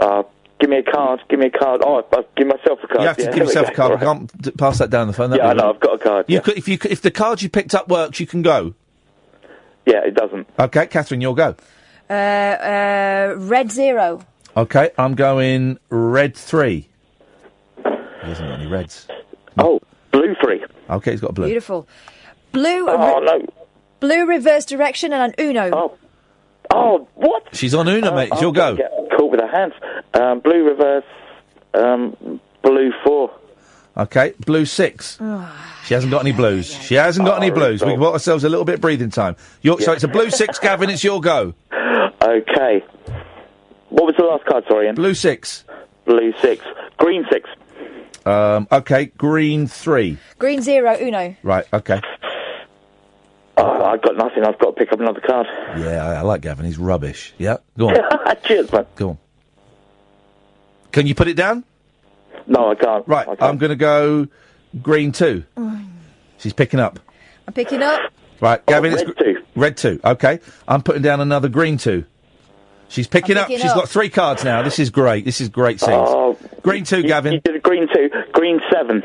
[SPEAKER 25] uh, give me a card, give me a card. Oh, I'll give myself a card.
[SPEAKER 5] You have to
[SPEAKER 25] yeah,
[SPEAKER 5] give
[SPEAKER 25] there we
[SPEAKER 5] yourself a
[SPEAKER 25] go.
[SPEAKER 5] card. I
[SPEAKER 25] All right.
[SPEAKER 5] can't d- pass that down the phone.
[SPEAKER 25] Yeah, I know, I've got a card.
[SPEAKER 5] You could, if you could, if the card you picked up works, you can go.
[SPEAKER 25] Yeah, it doesn't.
[SPEAKER 5] Okay, Catherine, you'll go.
[SPEAKER 20] Uh, uh, red zero.
[SPEAKER 5] Okay, I'm going red three. He hasn't got any reds.
[SPEAKER 25] Oh, blue three.
[SPEAKER 5] Okay, he's got blue.
[SPEAKER 20] Beautiful. Blue.
[SPEAKER 25] Oh,
[SPEAKER 20] re-
[SPEAKER 25] no.
[SPEAKER 20] Blue reverse direction and an uno. Oh.
[SPEAKER 25] Oh, what?
[SPEAKER 5] She's on Una, mate.
[SPEAKER 25] Oh,
[SPEAKER 5] She'll go.
[SPEAKER 25] Get caught with her hands. Um, blue reverse, um, blue four.
[SPEAKER 5] Okay, blue six. She hasn't got any blues. She hasn't got any
[SPEAKER 25] Oh,
[SPEAKER 5] blues. We bought ourselves a little bit of breathing time. Your, So it's a blue six, Gavin. It's your go.
[SPEAKER 25] Okay. What was the last card, sorry, Ian?
[SPEAKER 5] Blue six.
[SPEAKER 25] Blue six. Green six.
[SPEAKER 5] Um, okay, green three.
[SPEAKER 20] Green zero uno.
[SPEAKER 5] Right. Okay.
[SPEAKER 25] Oh, I've got nothing. I've got to pick up another card.
[SPEAKER 5] Yeah, I, I like Gavin. He's rubbish. Yeah. Go on.
[SPEAKER 25] Cheers, man.
[SPEAKER 5] Go on. Can you put it down?
[SPEAKER 25] No, I can't.
[SPEAKER 5] Right. I'm going to go green two. She's picking up.
[SPEAKER 20] I'm picking up.
[SPEAKER 5] Right,
[SPEAKER 25] Oh,
[SPEAKER 5] Gavin. it's red two. Red two. Okay, I'm putting down another green two. She's picking
[SPEAKER 25] I'm
[SPEAKER 5] up.
[SPEAKER 25] picking
[SPEAKER 5] She's
[SPEAKER 25] up.
[SPEAKER 5] got three cards now. This is great. This is great scenes.
[SPEAKER 25] Oh,
[SPEAKER 5] green two, Gavin.
[SPEAKER 25] You did a green two, green seven.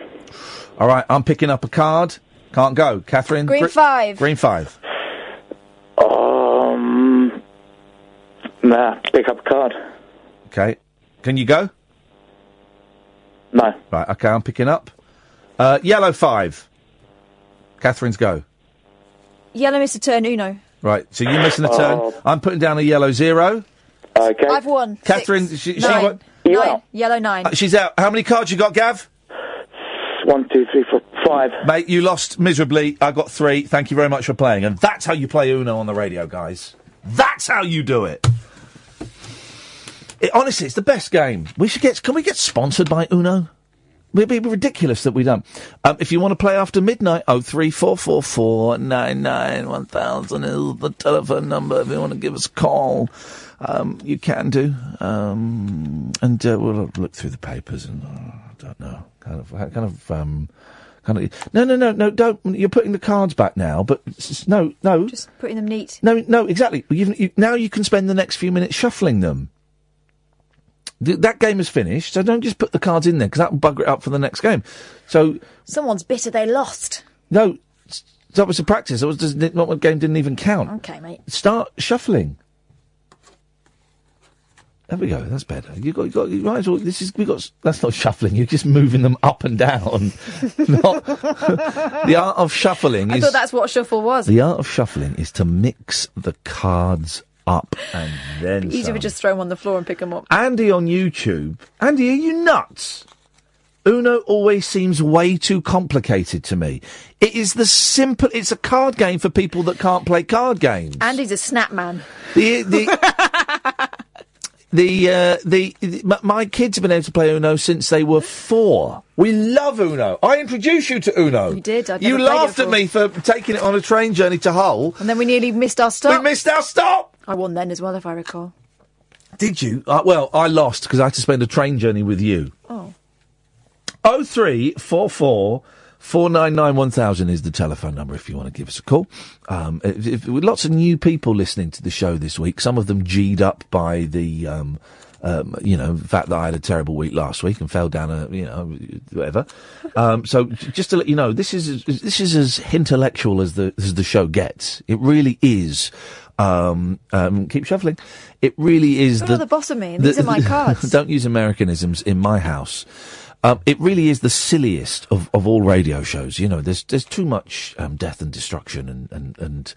[SPEAKER 5] All right, I'm picking up a card. Can't go, Catherine.
[SPEAKER 25] Green five.
[SPEAKER 5] Green five.
[SPEAKER 25] Um, nah, pick up a card.
[SPEAKER 5] Okay. Can you go?
[SPEAKER 25] No.
[SPEAKER 5] Right. Okay, I'm picking up. Uh, yellow five. Catherine's go.
[SPEAKER 20] Yellow missed a turn uno.
[SPEAKER 5] Right. So you're missing a turn.
[SPEAKER 20] Oh.
[SPEAKER 5] I'm putting down a yellow zero.
[SPEAKER 25] Okay.
[SPEAKER 20] I've won.
[SPEAKER 5] Catherine, she, she
[SPEAKER 20] Nine.
[SPEAKER 5] wa-
[SPEAKER 20] Nine. Yellow nine.
[SPEAKER 5] Uh, she's out. How many cards you got, Gav?
[SPEAKER 25] One, two, three, four, five.
[SPEAKER 5] Mate, you lost miserably. I got three. Thank you very much for playing. And that's how you play Uno on the radio, guys. That's how you do it. It- honestly, it's the best game. We should get. Can we get sponsored by Uno? It'd be ridiculous that we don't. Um, if you want to play after midnight, oh three four four four nine nine one thousand is the telephone number. If you want to give us a call, um, you can do. Um, and uh, we'll look through the papers and uh, I don't know, kind of, kind of, um, kind of. No, no, no, no. Don't. You're putting the cards back now, but s- s- no, no. Just
[SPEAKER 20] putting them neat.
[SPEAKER 5] No, no, exactly. You've, you, now you can spend the next few minutes shuffling them. Th- that game is finished, so don't just put the cards in there because that will bugger it up for the next game. So
[SPEAKER 20] Someone's bitter they lost.
[SPEAKER 5] no, s- that was a practice. That was just, not one game didn't even count.
[SPEAKER 20] Okay, mate.
[SPEAKER 5] Start shuffling. There we go. That's better. You got, you got, you might as well. This is we got. s- That's not shuffling. You're just moving them up and down. not the art of shuffling
[SPEAKER 20] I
[SPEAKER 5] is
[SPEAKER 20] thought that's what shuffle was.
[SPEAKER 5] the art of shuffling is to mix the cards up and then
[SPEAKER 20] Easier
[SPEAKER 5] some.
[SPEAKER 20] to just throw them on the floor and pick them up.
[SPEAKER 5] Andy on YouTube. Andy, are you nuts? Uno always seems way too complicated to me. It is the simple. It's a card game for people that can't play card games.
[SPEAKER 20] Andy's a snap man.
[SPEAKER 5] The the the, uh, the, the my, my kids have been able to play Uno since they were four. We love Uno. I introduced you to Uno.
[SPEAKER 20] You did. I'd
[SPEAKER 5] you
[SPEAKER 20] never played it
[SPEAKER 5] laughed at
[SPEAKER 20] before.
[SPEAKER 5] me for taking it on a train journey to Hull.
[SPEAKER 20] And then we nearly missed our stop.
[SPEAKER 5] We missed our stop.
[SPEAKER 20] I won then as well, if I recall.
[SPEAKER 5] Did you? Uh, well, I lost because I had to spend a train journey with you.
[SPEAKER 20] Oh.
[SPEAKER 5] Oh three four four four nine nine one thousand is the telephone number if you want to give us a call. Um, if, if, with lots of new people listening to the show this week. Some of them G'd up by the, um, um, you know, fact that I had a terrible week last week and fell down a, you know, whatever. Um, so j- just to let you know, this is this is as intellectual as the as the show gets. It really is. Um, um, keep shuffling. It really is
[SPEAKER 20] You're
[SPEAKER 5] the
[SPEAKER 20] not the boss of me. These are my cards.
[SPEAKER 5] don't use Americanisms in my house. Um, it really is the silliest of, of all radio shows. You know, there's there's too much um, death and destruction and and, and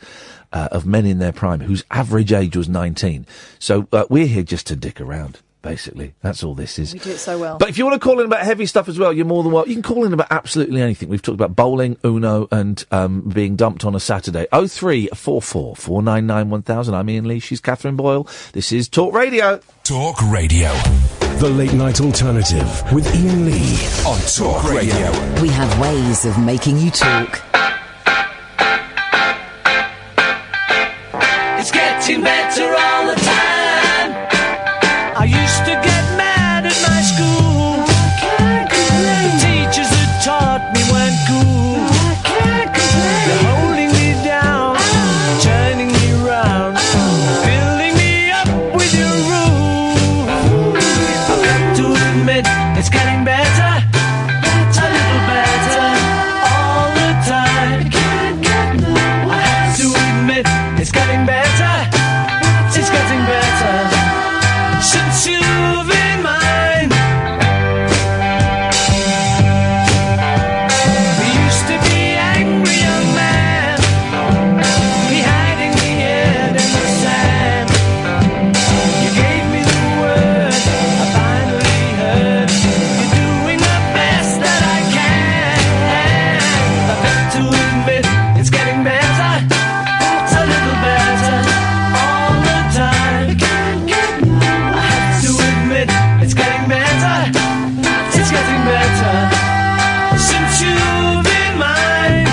[SPEAKER 5] uh, of men in their prime whose average age was 19. So uh, we're here just to dick around, basically. That's all this is.
[SPEAKER 20] We do it so well.
[SPEAKER 5] But if you want to call in about heavy stuff as well, you're more than welcome. You can call in about absolutely anything. We've talked about bowling, Uno, and um, being dumped on a Saturday. Oh three four four four nine nine one thousand. I'm Ian Lee. She's Catherine Boyle. This is Talk Radio.
[SPEAKER 2] Talk Radio. The late night alternative with Ian Lee on Talk Radio.
[SPEAKER 4] We have ways of making you talk.
[SPEAKER 17] It's getting better all the time. I used to get mad at my school. The teachers that taught me weren't cool. They're holding me down, turning me round, filling me up with your rules. I've got to admit, it's getting better. A little better all the time. I have to admit, it's getting better. It's getting better since you've been mine. We used to be angry young men. We hide in the head in the sand. You gave me the word. I finally heard. You're doing the best that I can. I've got to admit, it's getting better. It's a little better all the time. I have to admit, it's getting better. It's getting better since you've been mine.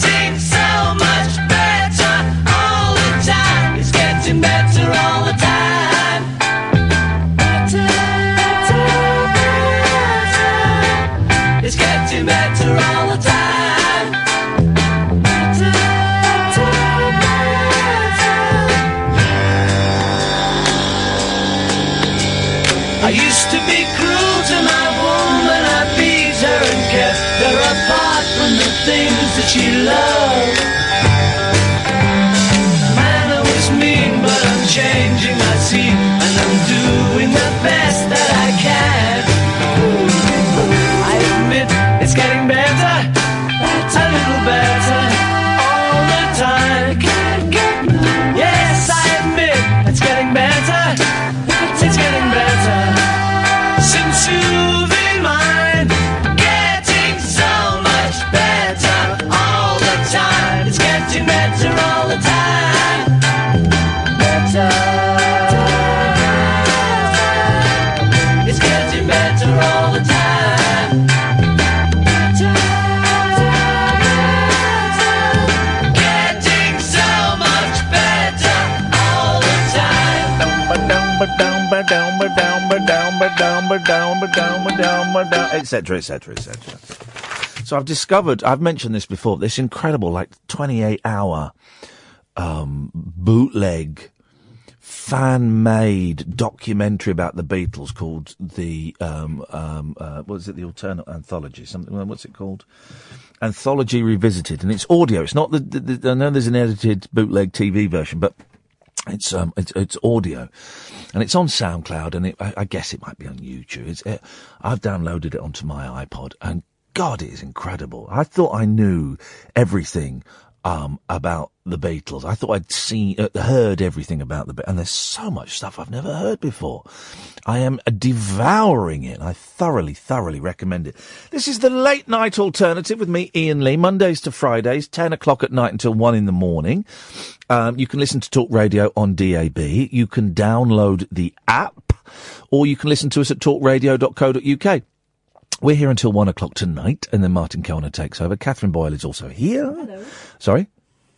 [SPEAKER 17] Getting so much better all the time. It's getting better all the time. Better, better, better. It's getting better all the time. Better, better, better. I used to be cruel to my woman. I beat her and kept her apart from the things that she loved. Man, I was mean, but I'm changing my scene and I'm doing the best that I can. I admit it's getting better, a little better all the time. Yes, I admit it's getting better. It's getting better since you've been mine. Getting so much better all the time. It's getting better all the time. Better. It's getting better all the time. Better. Getting so much better all the time.
[SPEAKER 5] etc., etc., etc. So I've discovered, I've mentioned this before, this incredible, like, 28 hour um, bootleg, fan made documentary about the Beatles called the, um, um, uh, what is it, the Alternate Anthology? Something, what's it called? Anthology Revisited. And it's audio. It's not the, the, the I know there's an edited bootleg TV version, but it's um it's it's audio, and it's on SoundCloud, and it, I, I guess it might be on YouTube. It's it, I've downloaded it onto my iPod, and God, it is incredible. I thought I knew everything um about the Beatles. I thought I'd seen uh, heard everything about the Beatles, and there's so much stuff I've never heard before. I am devouring it. I thoroughly, thoroughly recommend it. This is the late night alternative with me, Ian Lee, Mondays to Fridays, 10 o'clock at night until 1 in the morning. Um, you can listen to Talk Radio on DAB. You can download the app, or you can listen to us at talkradio.co.uk. We're here until one o'clock tonight, and then Martin Kellner takes over. Catherine Boyle is also here. Hello. Sorry.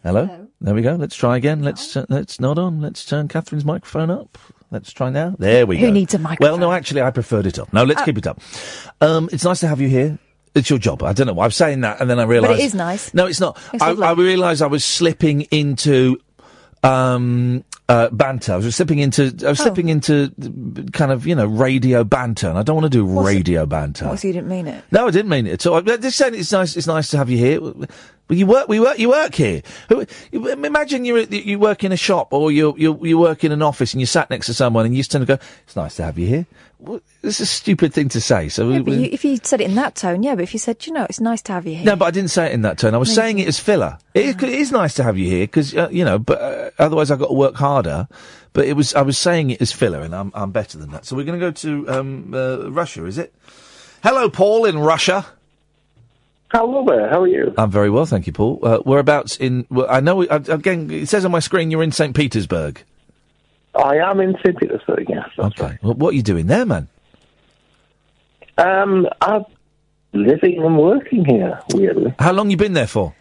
[SPEAKER 5] Hello. There we go. Let's try again. Let's uh, let's nod on. Let's turn Catherine's microphone up. Let's try now. There we
[SPEAKER 6] Who
[SPEAKER 5] go.
[SPEAKER 6] needs a
[SPEAKER 5] Well, no, actually, I preferred it up. No, let's
[SPEAKER 6] Oh.
[SPEAKER 5] keep it up. Um, it's nice to have you here. It's your job. I don't know why I'm saying that, and then I realised.
[SPEAKER 6] is nice.
[SPEAKER 5] No, it's not.
[SPEAKER 6] It's
[SPEAKER 5] I,
[SPEAKER 6] lovely.
[SPEAKER 5] I realised I was slipping into um, uh, banter. I was slipping into. I was
[SPEAKER 6] Oh.
[SPEAKER 5] slipping into uh, kind of you know radio banter, and I don't want to do radio banter.
[SPEAKER 6] Obviously, you didn't mean it.
[SPEAKER 5] No, I didn't mean it at all. I'm just saying it's nice. It's nice to have you here. But you work. We work. You work here. Who- you- Imagine you you work in a shop or you you you work in an office and you sat next to someone and you just tend to go. It's nice to have you here. Well, It's a stupid thing to say. So we,
[SPEAKER 6] Yeah, but
[SPEAKER 5] we-
[SPEAKER 6] you, if you said it in that tone, yeah. But if you said, "Do you know, it's nice to have you here.
[SPEAKER 5] no, but I didn't say it in that tone. I was
[SPEAKER 6] No, you
[SPEAKER 5] saying it as filler. It is, it is nice to have you here because uh, you know, but uh, otherwise I've got to work harder. But it was I was saying it as filler, and I'm I'm better than that. So we're going to go to um, uh, Russia, is it? Hello, Paul in Russia.
[SPEAKER 10] Hello there. How are you?
[SPEAKER 5] I'm very well, thank you, Paul. Uh, whereabouts in? Well, I know. uh, Again, it says on my screen you're in St. Petersburg.
[SPEAKER 10] I am in St. Petersburg, yes.
[SPEAKER 5] Okay. Well, what are you doing there, man?
[SPEAKER 10] Um, I'm living and working here, weirdly.
[SPEAKER 5] How long you been there for?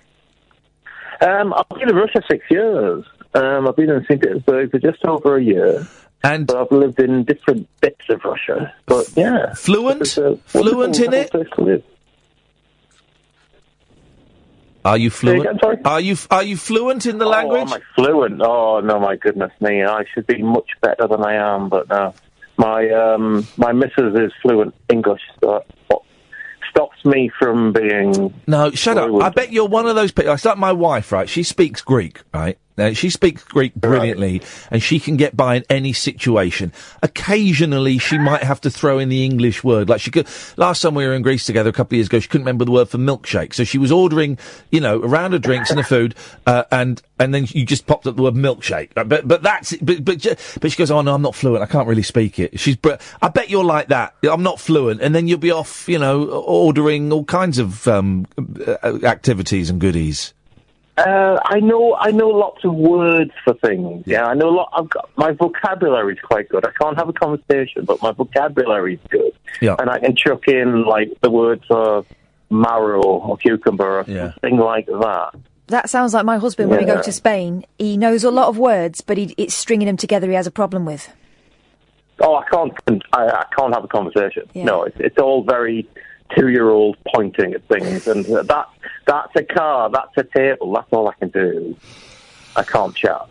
[SPEAKER 10] Um, I've been in Russia six years.
[SPEAKER 25] Um, I've been in St. Petersburg for just over a year.
[SPEAKER 5] And
[SPEAKER 25] I've lived in different bits of Russia. But yeah. uh,
[SPEAKER 5] Fluent? Fluent in it? Are you fluent? Are you are you fluent in the language?
[SPEAKER 25] Oh, Fluent. Oh, no, my goodness me. I should be much better than I am, but no. My, um, my missus is fluent English, so that stops me from being.
[SPEAKER 5] No, shut up. I bet you're one of those people. It's like my wife, right? She speaks Greek, right? Now, she speaks Greek brilliantly, and she can get by in any situation. Occasionally, she might have to throw in the English word. Like she could. Last time we were in Greece together, a couple of years ago, she couldn't remember the word for milkshake, so she was ordering, you know, a round of drinks and a food, uh, and and then you just popped up the word milkshake. Uh, But but that's it. but but ju- but she goes, oh no, I'm not fluent. I can't really speak it. She's. Br- I bet you're like that. I'm not fluent, and then you'll be off, you know, ordering all kinds of um, uh, activities and goodies.
[SPEAKER 25] Uh, I know I know lots of words for things. Yeah, I know a lot. I've got my vocabulary's quite good. I can't have a conversation, but my vocabulary's good.
[SPEAKER 5] Yeah.
[SPEAKER 25] and I can chuck in like the words for marrow or cucumber or something like that.
[SPEAKER 20] That sounds like my husband when we go
[SPEAKER 25] Yeah.
[SPEAKER 20] to Spain. He knows a lot of words, but he, it's stringing them together he has a problem with.
[SPEAKER 25] Oh, I can't. I, I can't have a conversation.
[SPEAKER 20] Yeah.
[SPEAKER 25] No, it's, it's all very two-year-old pointing at things, and that that's a car, that's a table, that's all I can do. I can't chat.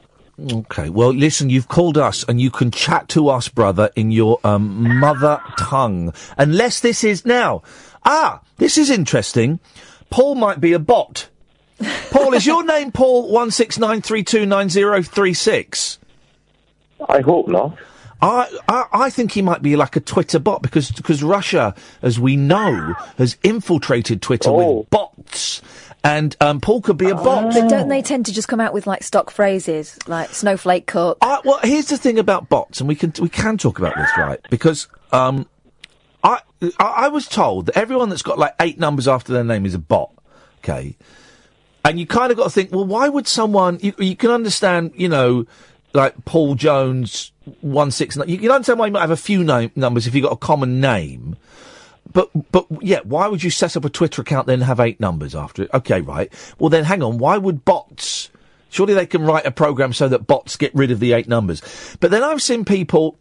[SPEAKER 5] Okay. Well, listen, you've called us and you can chat to us, brother, in your um, mother tongue. Unless this is now. Ah, this is interesting. Paul might be a bot. Paul, is your name Paul one six nine three two nine zero three six?
[SPEAKER 25] I hope not.
[SPEAKER 5] I, I I think he might be like a Twitter bot because because Russia, as we know, has infiltrated Twitter
[SPEAKER 25] Oh.
[SPEAKER 5] with bots, and um, Paul could be a bot.
[SPEAKER 6] Ah.
[SPEAKER 20] But don't they tend to just come out with like stock phrases like snowflake cook?
[SPEAKER 5] I, well, here's the thing about bots, and we can we can talk about this, right? Because um, I, I I was told that everyone that's got like eight numbers after their name is a bot. Okay, and you kind of got to think, well, why would someone? You, you can understand, you know, like Paul Jones one six nine. You can understand why you might have a few name, numbers if you've got a common name. But but yeah, why would you set up a Twitter account then have eight numbers after it? Okay, right. Well then, hang on. Why would bots? Surely they can write a program so that bots get rid of the eight numbers. But then I've seen people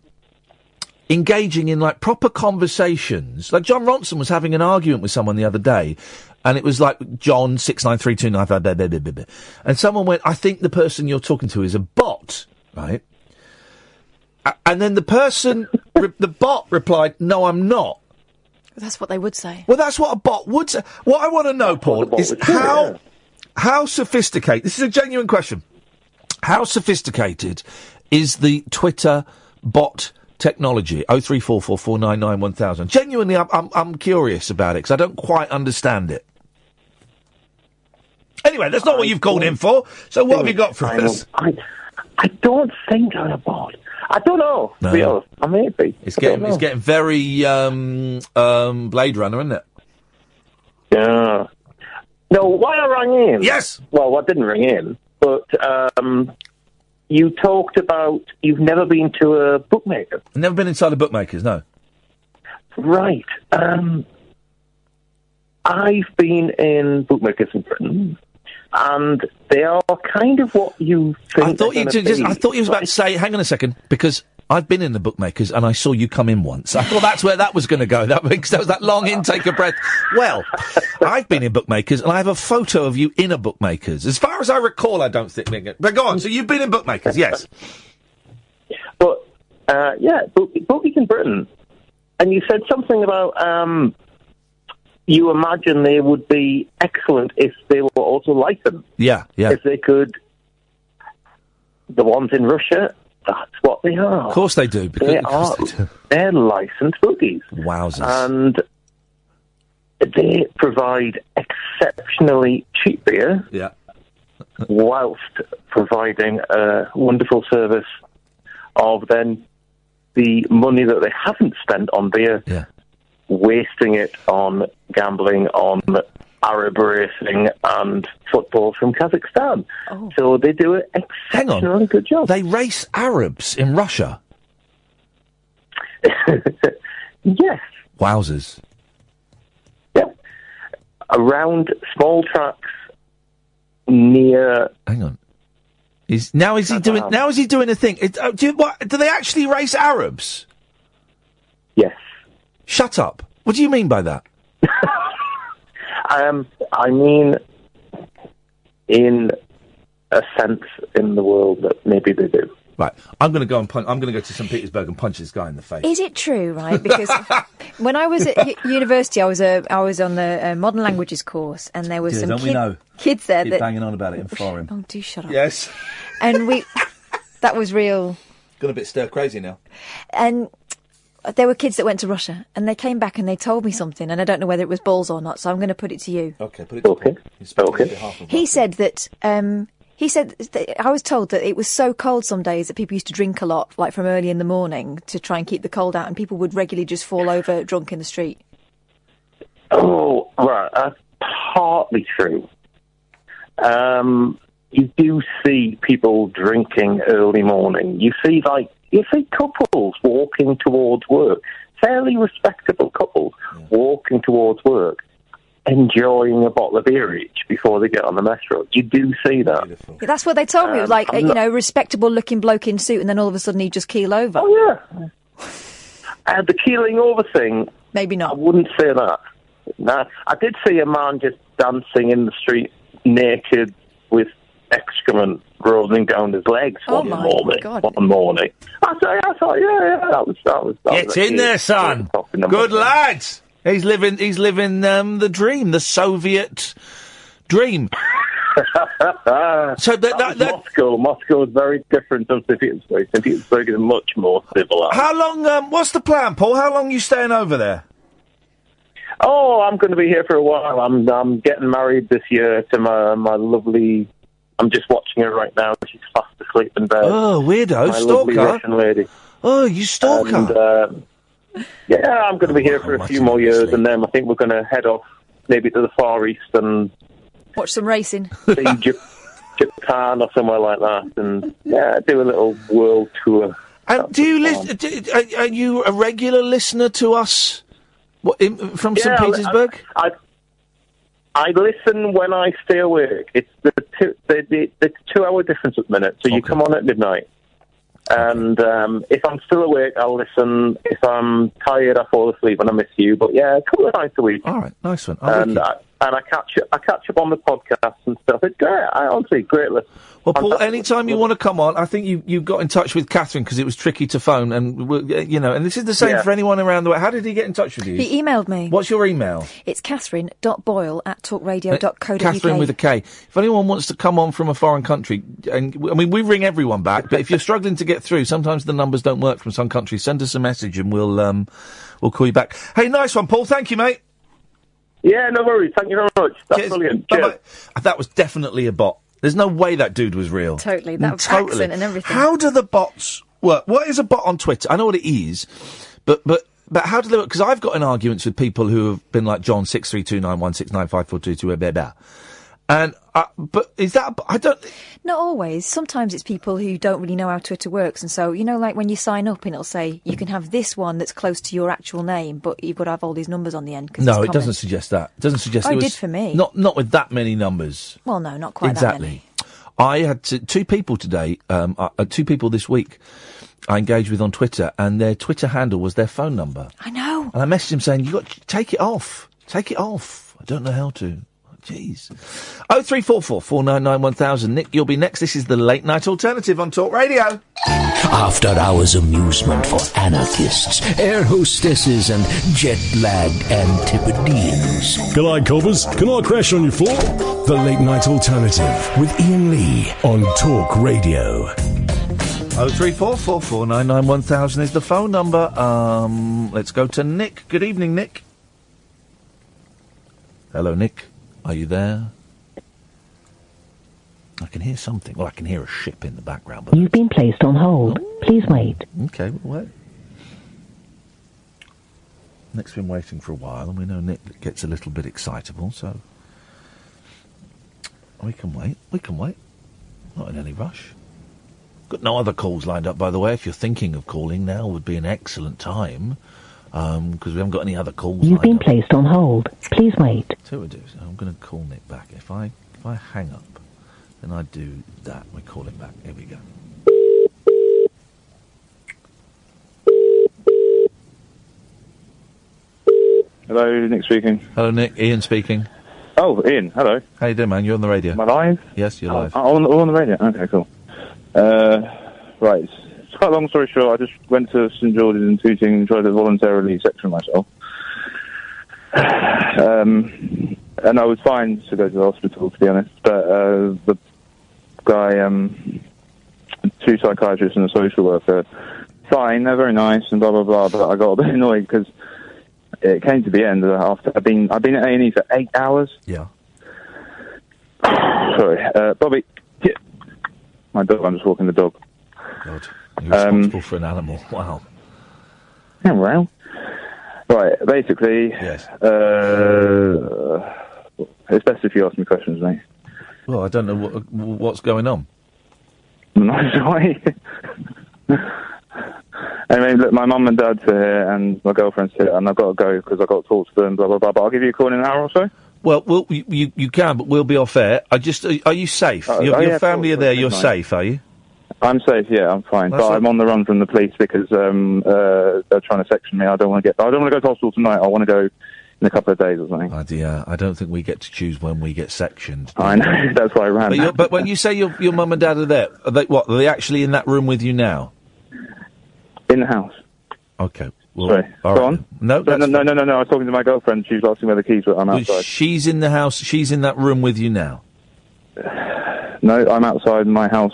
[SPEAKER 5] engaging in like proper conversations. Like John Ronson was having an argument with someone the other day, and it was like John six nine three two nine five blah, blah, blah, blah, blah. and someone went, "I think the person you're talking to is a bot, right?" A- And then the person, re- the bot replied, "No, I'm not."
[SPEAKER 6] That's what they would say.
[SPEAKER 5] Well, that's what a bot would say. What I want to know, Paul, is how how sophisticated. This is a genuine question. How sophisticated is the Twitter bot technology? Oh three four four four nine nine one thousand. Genuinely, I'm, I'm I'm curious about it because I don't quite understand it. Anyway, that's not what you've called in for. So what have you got for
[SPEAKER 25] I'm-
[SPEAKER 5] us?
[SPEAKER 25] I, I don't think I'm a bot. I don't know. To be
[SPEAKER 5] No.
[SPEAKER 25] honest, I may be.
[SPEAKER 5] It's
[SPEAKER 25] I don't
[SPEAKER 5] getting it's
[SPEAKER 25] know.
[SPEAKER 5] getting very um, um, Blade Runner, isn't it?
[SPEAKER 25] Yeah. No, why I rang in?
[SPEAKER 5] Yes.
[SPEAKER 25] Well, I didn't ring in, but um, you talked about you've never been to a bookmaker,
[SPEAKER 5] Never been inside a bookmaker's. No.
[SPEAKER 25] right? Um, I've been in bookmakers in Britain, and they are kind of what you think.
[SPEAKER 5] I thought you did just, I thought you was about to say, hang on a second, because I've been in the bookmakers and I saw you come in once. I thought that's where that was going to go. That makes that was that long intake of breath. Well, I've been in bookmakers and I have a photo of you in a bookmakers. As far as I recall, I don't think. But go on. So you've been in bookmakers, yes?
[SPEAKER 25] But uh, yeah, book, bookies in Britain, and you said something about um, you imagine they would be excellent if they were also licensed.
[SPEAKER 5] Yeah, yeah.
[SPEAKER 25] If they could, the ones in Russia, that's what they are.
[SPEAKER 5] Of course they do. Because
[SPEAKER 25] they
[SPEAKER 5] of course
[SPEAKER 25] are.
[SPEAKER 5] they do.
[SPEAKER 25] They're licensed bookies.
[SPEAKER 5] Wowzers.
[SPEAKER 25] And they provide exceptionally cheap beer.
[SPEAKER 5] Yeah.
[SPEAKER 25] whilst providing a wonderful service of then the money that they haven't spent on beer, wasting it on gambling, on Arab racing, and football from Kazakhstan. So they do an exceptionally good job.
[SPEAKER 5] They race Arabs in Russia.
[SPEAKER 25] yes.
[SPEAKER 5] Wowzers.
[SPEAKER 25] around small tracks near
[SPEAKER 5] Hang on. Is now is he doing now is he doing a thing? It, oh, do you, what, do they actually race Arabs?
[SPEAKER 25] Yes.
[SPEAKER 5] Shut up. What do you mean by that?
[SPEAKER 25] Um, I mean, in a sense, in the world that maybe they do.
[SPEAKER 5] Right. I'm going to go and punch. I'm going to go to St Petersburg and punch this guy in the face.
[SPEAKER 6] Is it true, right? Because when I was at u- university, I was a I was on the uh, modern languages course, and there was
[SPEAKER 5] Dear,
[SPEAKER 6] some
[SPEAKER 5] don't we
[SPEAKER 6] kid-
[SPEAKER 5] know?
[SPEAKER 6] kids there
[SPEAKER 5] Keep
[SPEAKER 6] that
[SPEAKER 5] banging on about it in foreign.
[SPEAKER 6] Oh, do shut up.
[SPEAKER 5] Yes.
[SPEAKER 6] And we that was real.
[SPEAKER 5] Got a bit stir crazy now.
[SPEAKER 6] And there were kids that went to Russia, and they came back and they told me something, and I don't know whether it was balls or not. So I'm going to put it to you.
[SPEAKER 5] Okay, put it. Okay. Okay.
[SPEAKER 25] Mm-hmm.
[SPEAKER 6] He said that. Um, he said that I was told that it was so cold some days that people used to drink a lot, like from early in the morning, to try and keep the cold out, and people would regularly just fall over drunk in the street.
[SPEAKER 25] Oh, right. That's partly true. Um, you do see people drinking early morning. You see, like, you see couples walking towards work, fairly respectable couples walking towards work, enjoying a bottle of beer each before they get on the mess road. You do see that.
[SPEAKER 6] Yeah, that's what they told me. It was
[SPEAKER 25] Um,
[SPEAKER 6] like
[SPEAKER 25] I'm
[SPEAKER 6] a, you
[SPEAKER 25] not-
[SPEAKER 6] know, respectable looking bloke in suit, and then all of a sudden he just keel over.
[SPEAKER 25] Oh yeah. Uh, the keeling over thing.
[SPEAKER 6] Maybe not.
[SPEAKER 25] I wouldn't say that. No, I did see a man just dancing in the street naked with excrement rolling down his legs
[SPEAKER 26] Oh
[SPEAKER 25] one
[SPEAKER 26] my
[SPEAKER 25] morning.
[SPEAKER 26] God.
[SPEAKER 25] One morning. I thought, I thought, yeah, yeah, that was that was. That was
[SPEAKER 5] Get in there, son. Good lads. He's living. He's living um, the dream, the Soviet dream. so that, that,
[SPEAKER 25] Uh, that, Moscow. Moscow is very different to St. Petersburg. St. Petersburg is much more civilized.
[SPEAKER 5] How long? Um, what's the plan, Paul? How long are you staying over there?
[SPEAKER 25] Oh, I'm going to be here for a while. I'm I'm getting married this year to my my lovely. I'm just watching her right now. She's fast asleep in bed.
[SPEAKER 5] Oh, weirdo,
[SPEAKER 25] my lovely
[SPEAKER 5] stalker.
[SPEAKER 25] Russian lady.
[SPEAKER 5] Oh, you stalker.
[SPEAKER 25] And, um, yeah, I'm going to be here for a few more years, and then I think we're going to head off maybe to the Far East and
[SPEAKER 6] Watch some racing.
[SPEAKER 25] see Jap- Japan or somewhere like that, and yeah, do a little world tour.
[SPEAKER 5] And do you listen? Do, are, are you a regular listener to us? What, in, from
[SPEAKER 25] Yeah,
[SPEAKER 5] St
[SPEAKER 25] I-
[SPEAKER 5] Petersburg?
[SPEAKER 25] I, I listen when I stay awake. It's the two, the, the, the two hour difference at the minute, so you come on at midnight. And um, if I'm still awake, I'll listen. If I'm tired, I fall asleep and I miss you. But yeah, a couple of nights a week.
[SPEAKER 5] All right, nice one. I'll
[SPEAKER 25] And I, and I catch up, I catch up on the podcast and stuff. It's great. I honestly great. Listen.
[SPEAKER 5] Well, Paul, anytime you want to come on, I think you, you got in touch with Catherine because it was tricky to phone, and we- uh, you know, and this is the same
[SPEAKER 6] Yeah.
[SPEAKER 5] for anyone around the world. How did he get in touch with you?
[SPEAKER 6] He emailed me.
[SPEAKER 5] What's your email?
[SPEAKER 6] It's catherine.boyle at talkradio.co.uk.
[SPEAKER 5] Uh, Catherine with a K. If anyone wants to come on from a foreign country, and I mean, we ring everyone back, but if you're struggling to get through, sometimes the numbers don't work from some countries. Send us a message, and we'll um, we'll call you back. Hey, nice one, Paul. Thank you, mate.
[SPEAKER 25] Yeah, no worries. Thank you very much. That's brilliant. Cheers.
[SPEAKER 5] That was definitely a bot. There's no way that dude was real.
[SPEAKER 6] Totally. That was
[SPEAKER 5] Totally.
[SPEAKER 6] accent and everything.
[SPEAKER 5] How do the bots work? What is a bot on Twitter? I know what it is, but but but how do they work? Because I've got in arguments with people who have been like John six three two nine one six nine five four two two blah blah, blah. And uh, but is that a bo- I don't
[SPEAKER 6] Not always. Sometimes it's people who don't really know how Twitter works, and so you know, like when you sign up, and it'll say you can have this one that's close to your actual name, but you've got to have all these numbers on the end. 'cause
[SPEAKER 5] no,
[SPEAKER 6] it's
[SPEAKER 5] it doesn't
[SPEAKER 6] common.
[SPEAKER 5] suggest that. It doesn't suggest.
[SPEAKER 6] Oh,
[SPEAKER 5] it
[SPEAKER 6] it
[SPEAKER 5] was,
[SPEAKER 6] did for me.
[SPEAKER 5] Not not with that many numbers.
[SPEAKER 6] Well, no, not quite that many.
[SPEAKER 5] exactly. I had to, two people today, um, uh, uh, two people this week. I engaged with on Twitter, and their Twitter handle was their phone number.
[SPEAKER 6] I know.
[SPEAKER 5] And I messaged him saying, "You got take it off, take it off. I don't know how to." Jeez. Oh three four four four nine nine one thousand. Nick, you'll be next. This is the late night alternative on Talk Radio.
[SPEAKER 2] After hours amusement for anarchists, air hostesses, and jet lagged antipodeans.
[SPEAKER 27] G'day, Cobbers. Can I crash on your floor? The Late Night Alternative with Ian Lee on Talk Radio.
[SPEAKER 5] Oh three four four four nine nine one thousand is the phone number. Um, let's go to Nick. Good evening, Nick. Hello, Nick. Are you there? I can hear something. Well, I can hear a ship in the background. But
[SPEAKER 10] You've been placed on hold. Please wait.
[SPEAKER 5] okay, well, wait. Nick's been waiting for a while, and we know Nick gets a little bit excitable, so we can wait. We can wait. Not in any rush. Got no other calls lined up, by the way. If you're thinking of calling, now would be an excellent time because we haven't got any other calls.
[SPEAKER 10] You've
[SPEAKER 5] lined
[SPEAKER 10] been
[SPEAKER 5] up.
[SPEAKER 10] placed on hold. Please wait.
[SPEAKER 5] So what I do is I'm going to call Nick back. If I if I hang up Then I do that. We call it back. Here we go.
[SPEAKER 12] Hello, Nick speaking.
[SPEAKER 5] Hello, Nick. Ian speaking.
[SPEAKER 12] Oh, Ian, hello.
[SPEAKER 5] How you doing, man? You're on the radio. Am
[SPEAKER 12] I live?
[SPEAKER 5] Yes, you're live.
[SPEAKER 12] Oh, on, on the radio. Okay, cool. Uh, right. It's quite a long story short. I just went to St George's in Tooting and tried to voluntarily section myself. Um, and I was fine to go to the hospital, to be honest. But uh, the guy, um, two psychiatrists and a social worker, fine, they're very nice and blah blah blah. But I got a bit annoyed because it came to the end after I've been I've been at A and E for eight hours.
[SPEAKER 5] Yeah.
[SPEAKER 12] Sorry, uh, Bobby. Yeah. My dog. I'm just walking the dog.
[SPEAKER 5] God, you're responsible
[SPEAKER 12] Um,
[SPEAKER 5] for an animal. Wow.
[SPEAKER 12] Yeah, well. Right. Basically.
[SPEAKER 5] Yes.
[SPEAKER 12] Uh, it's best if you ask me questions, mate.
[SPEAKER 5] Well, I don't know what, what's going on.
[SPEAKER 12] Nice way. anyway, look, my mum and dad's here, and my girlfriend's here, and I've got to go because I've got to talk to them. Blah blah blah. But I'll give you a call in an hour or so.
[SPEAKER 5] Well, we'll you, you- you can, but we'll be off air. I just, are, are you safe?
[SPEAKER 12] Oh,
[SPEAKER 5] your
[SPEAKER 12] oh,
[SPEAKER 5] your
[SPEAKER 12] yeah, of
[SPEAKER 5] family
[SPEAKER 12] course,
[SPEAKER 5] are there.
[SPEAKER 12] that's
[SPEAKER 5] You're
[SPEAKER 12] fine.
[SPEAKER 5] safe, are you?
[SPEAKER 12] I'm safe. Yeah, I'm fine.
[SPEAKER 5] That's
[SPEAKER 12] but
[SPEAKER 5] not-
[SPEAKER 12] I'm on the run from the police because um, uh, they're trying to section me. I don't want to get. I don't want to go to hospital tonight. I want to go in a couple of days or something.
[SPEAKER 5] I, I don't think we get to choose when we get sectioned.
[SPEAKER 12] I know. That's why I ran.
[SPEAKER 5] But, you're, but when you say your your mum and dad are there, are they what? Are they actually in that room with you now?
[SPEAKER 12] In the house.
[SPEAKER 5] Okay. Well,
[SPEAKER 12] Sorry.
[SPEAKER 5] all
[SPEAKER 12] go
[SPEAKER 5] right
[SPEAKER 12] on.
[SPEAKER 5] then. No,
[SPEAKER 12] no, no, no, no, no, no. I was talking to my girlfriend. She was asking where the keys were. I'm
[SPEAKER 5] Well,
[SPEAKER 12] outside.
[SPEAKER 5] she's in the house. She's in that room with you now.
[SPEAKER 12] No, I'm outside my house,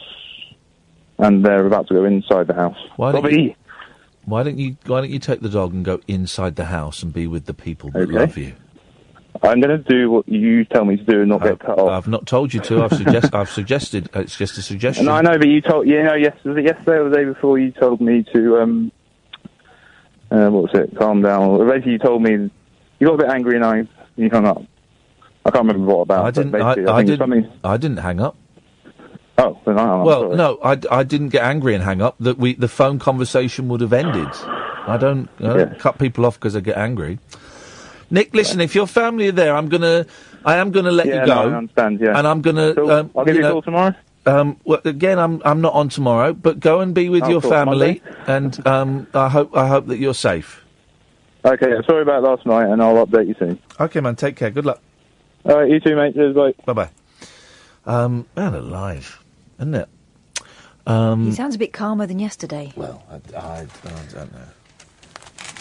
[SPEAKER 12] and they're about to go inside the house.
[SPEAKER 5] Why don't
[SPEAKER 12] Bobby.
[SPEAKER 5] you? Why don't you? Why don't you take the dog and go inside the house and be with the people that
[SPEAKER 12] Okay.
[SPEAKER 5] love you?
[SPEAKER 12] I'm going to do what you tell me to do and not
[SPEAKER 5] Uh,
[SPEAKER 12] get cut off.
[SPEAKER 5] I've not told you to. I've suggest. I've suggested. uh, It's just a suggestion.
[SPEAKER 12] And I know, but you told you know yes, was it yesterday or the day before you told me to um, uh, what was it? Calm down. Or Basically, you told me you got a bit angry and I you hung up. I can't remember what about.
[SPEAKER 5] I
[SPEAKER 12] but
[SPEAKER 5] didn't. I,
[SPEAKER 12] basically, I,
[SPEAKER 5] I
[SPEAKER 12] think
[SPEAKER 5] didn't.
[SPEAKER 12] Something,
[SPEAKER 5] I didn't hang up.
[SPEAKER 12] oh, then I hung up,
[SPEAKER 5] well,
[SPEAKER 12] sorry.
[SPEAKER 5] no, I, I didn't get angry and hang up. That we the phone conversation would have ended. I don't, I don't
[SPEAKER 12] Yeah.
[SPEAKER 5] cut people off because I get angry. Nick, listen, if your family are there, I'm gonna, I am gonna let
[SPEAKER 12] Yeah,
[SPEAKER 5] you
[SPEAKER 12] no,
[SPEAKER 5] go.
[SPEAKER 12] I understand, yeah.
[SPEAKER 5] and I'm gonna.
[SPEAKER 12] Cool.
[SPEAKER 5] Um,
[SPEAKER 12] I'll give you a
[SPEAKER 5] know,
[SPEAKER 12] call tomorrow.
[SPEAKER 5] Um, well, again, I'm I'm not on tomorrow, but go and be with
[SPEAKER 12] Oh,
[SPEAKER 5] your
[SPEAKER 12] cool.
[SPEAKER 5] family, and um, I hope I hope that you're safe.
[SPEAKER 12] Okay, yeah, sorry about last night, and I'll update you soon.
[SPEAKER 5] Okay, man, take care. Good luck.
[SPEAKER 12] All right, you too, mate. Cheers, bye.
[SPEAKER 5] Bye bye. Um, man alive, isn't it? Um,
[SPEAKER 20] He sounds a bit calmer than yesterday.
[SPEAKER 5] Well, I, I, I don't know.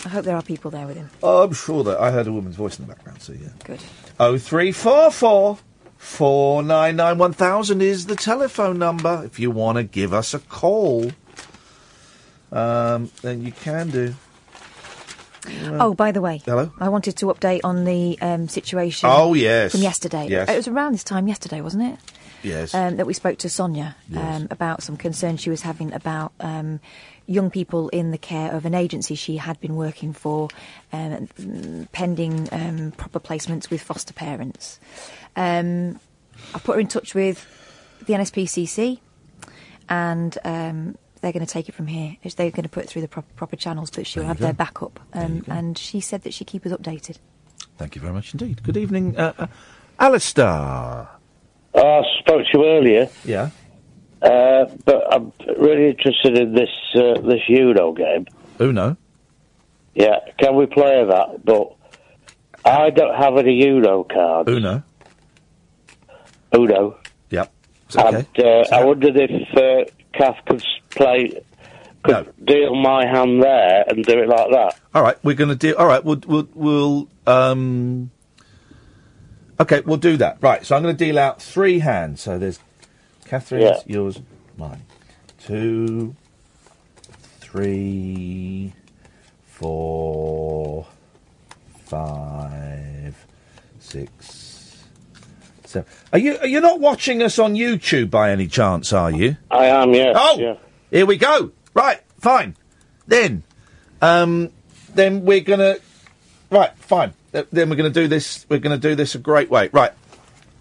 [SPEAKER 20] I hope there are people there with him.
[SPEAKER 5] Oh, I'm sure that I heard a woman's voice in the background, so yeah.
[SPEAKER 20] Good.
[SPEAKER 5] Oh three four four four nine nine one thousand is the telephone number. If you want to give us a call, um, then you can do.
[SPEAKER 20] oh, by the way,
[SPEAKER 5] Mm. Hello?
[SPEAKER 20] I wanted to update on the um, situation.
[SPEAKER 5] Oh, yes.
[SPEAKER 20] from yesterday.
[SPEAKER 5] Yes.
[SPEAKER 20] it was around this time yesterday, wasn't it?
[SPEAKER 5] Yes.
[SPEAKER 20] Um, that we spoke to Sonia
[SPEAKER 5] Yes.
[SPEAKER 20] um, about some concerns she was having about um, young people in the care of an agency she had been working for, um, mm, pending um, proper placements with foster parents. Um, I put her in touch with the NSPCC, and um, they're going to take it from here. It's- They're going to put it through the prop- proper channels, but she'll
[SPEAKER 5] There you
[SPEAKER 20] have
[SPEAKER 5] go.
[SPEAKER 20] their backup.
[SPEAKER 5] There you
[SPEAKER 20] Um,
[SPEAKER 5] go.
[SPEAKER 20] and she said that she keep us updated.
[SPEAKER 5] Thank you very much indeed. Good evening, uh, uh, Alistair.
[SPEAKER 13] Uh, I spoke to you earlier,
[SPEAKER 5] Yeah.
[SPEAKER 13] uh, but I'm really interested in this uh, this Uno game.
[SPEAKER 5] Uno.
[SPEAKER 13] Yeah, can we play that? But I don't have any Uno cards.
[SPEAKER 5] Uno.
[SPEAKER 13] Uno.
[SPEAKER 5] Yep.
[SPEAKER 13] And uh, I wondered if uh, Kath could s- play, could deal my hand there and do it like that.
[SPEAKER 5] All right, we're going to do. All right, we'll we'll we'll um. Okay, we'll do that. Right, so I'm going to deal out three hands. So there's Catherine's,
[SPEAKER 13] Yeah.
[SPEAKER 5] yours, mine. Two, three, four, five, six, seven. Are you are you not watching us on YouTube by any chance? Are you?
[SPEAKER 13] I am, yes.
[SPEAKER 5] Oh,
[SPEAKER 13] yeah.
[SPEAKER 5] here we go. Right, fine. Then, um, then we're gonna. Right, fine. Th- Then we're gonna do this. We're gonna do this a great way. Right,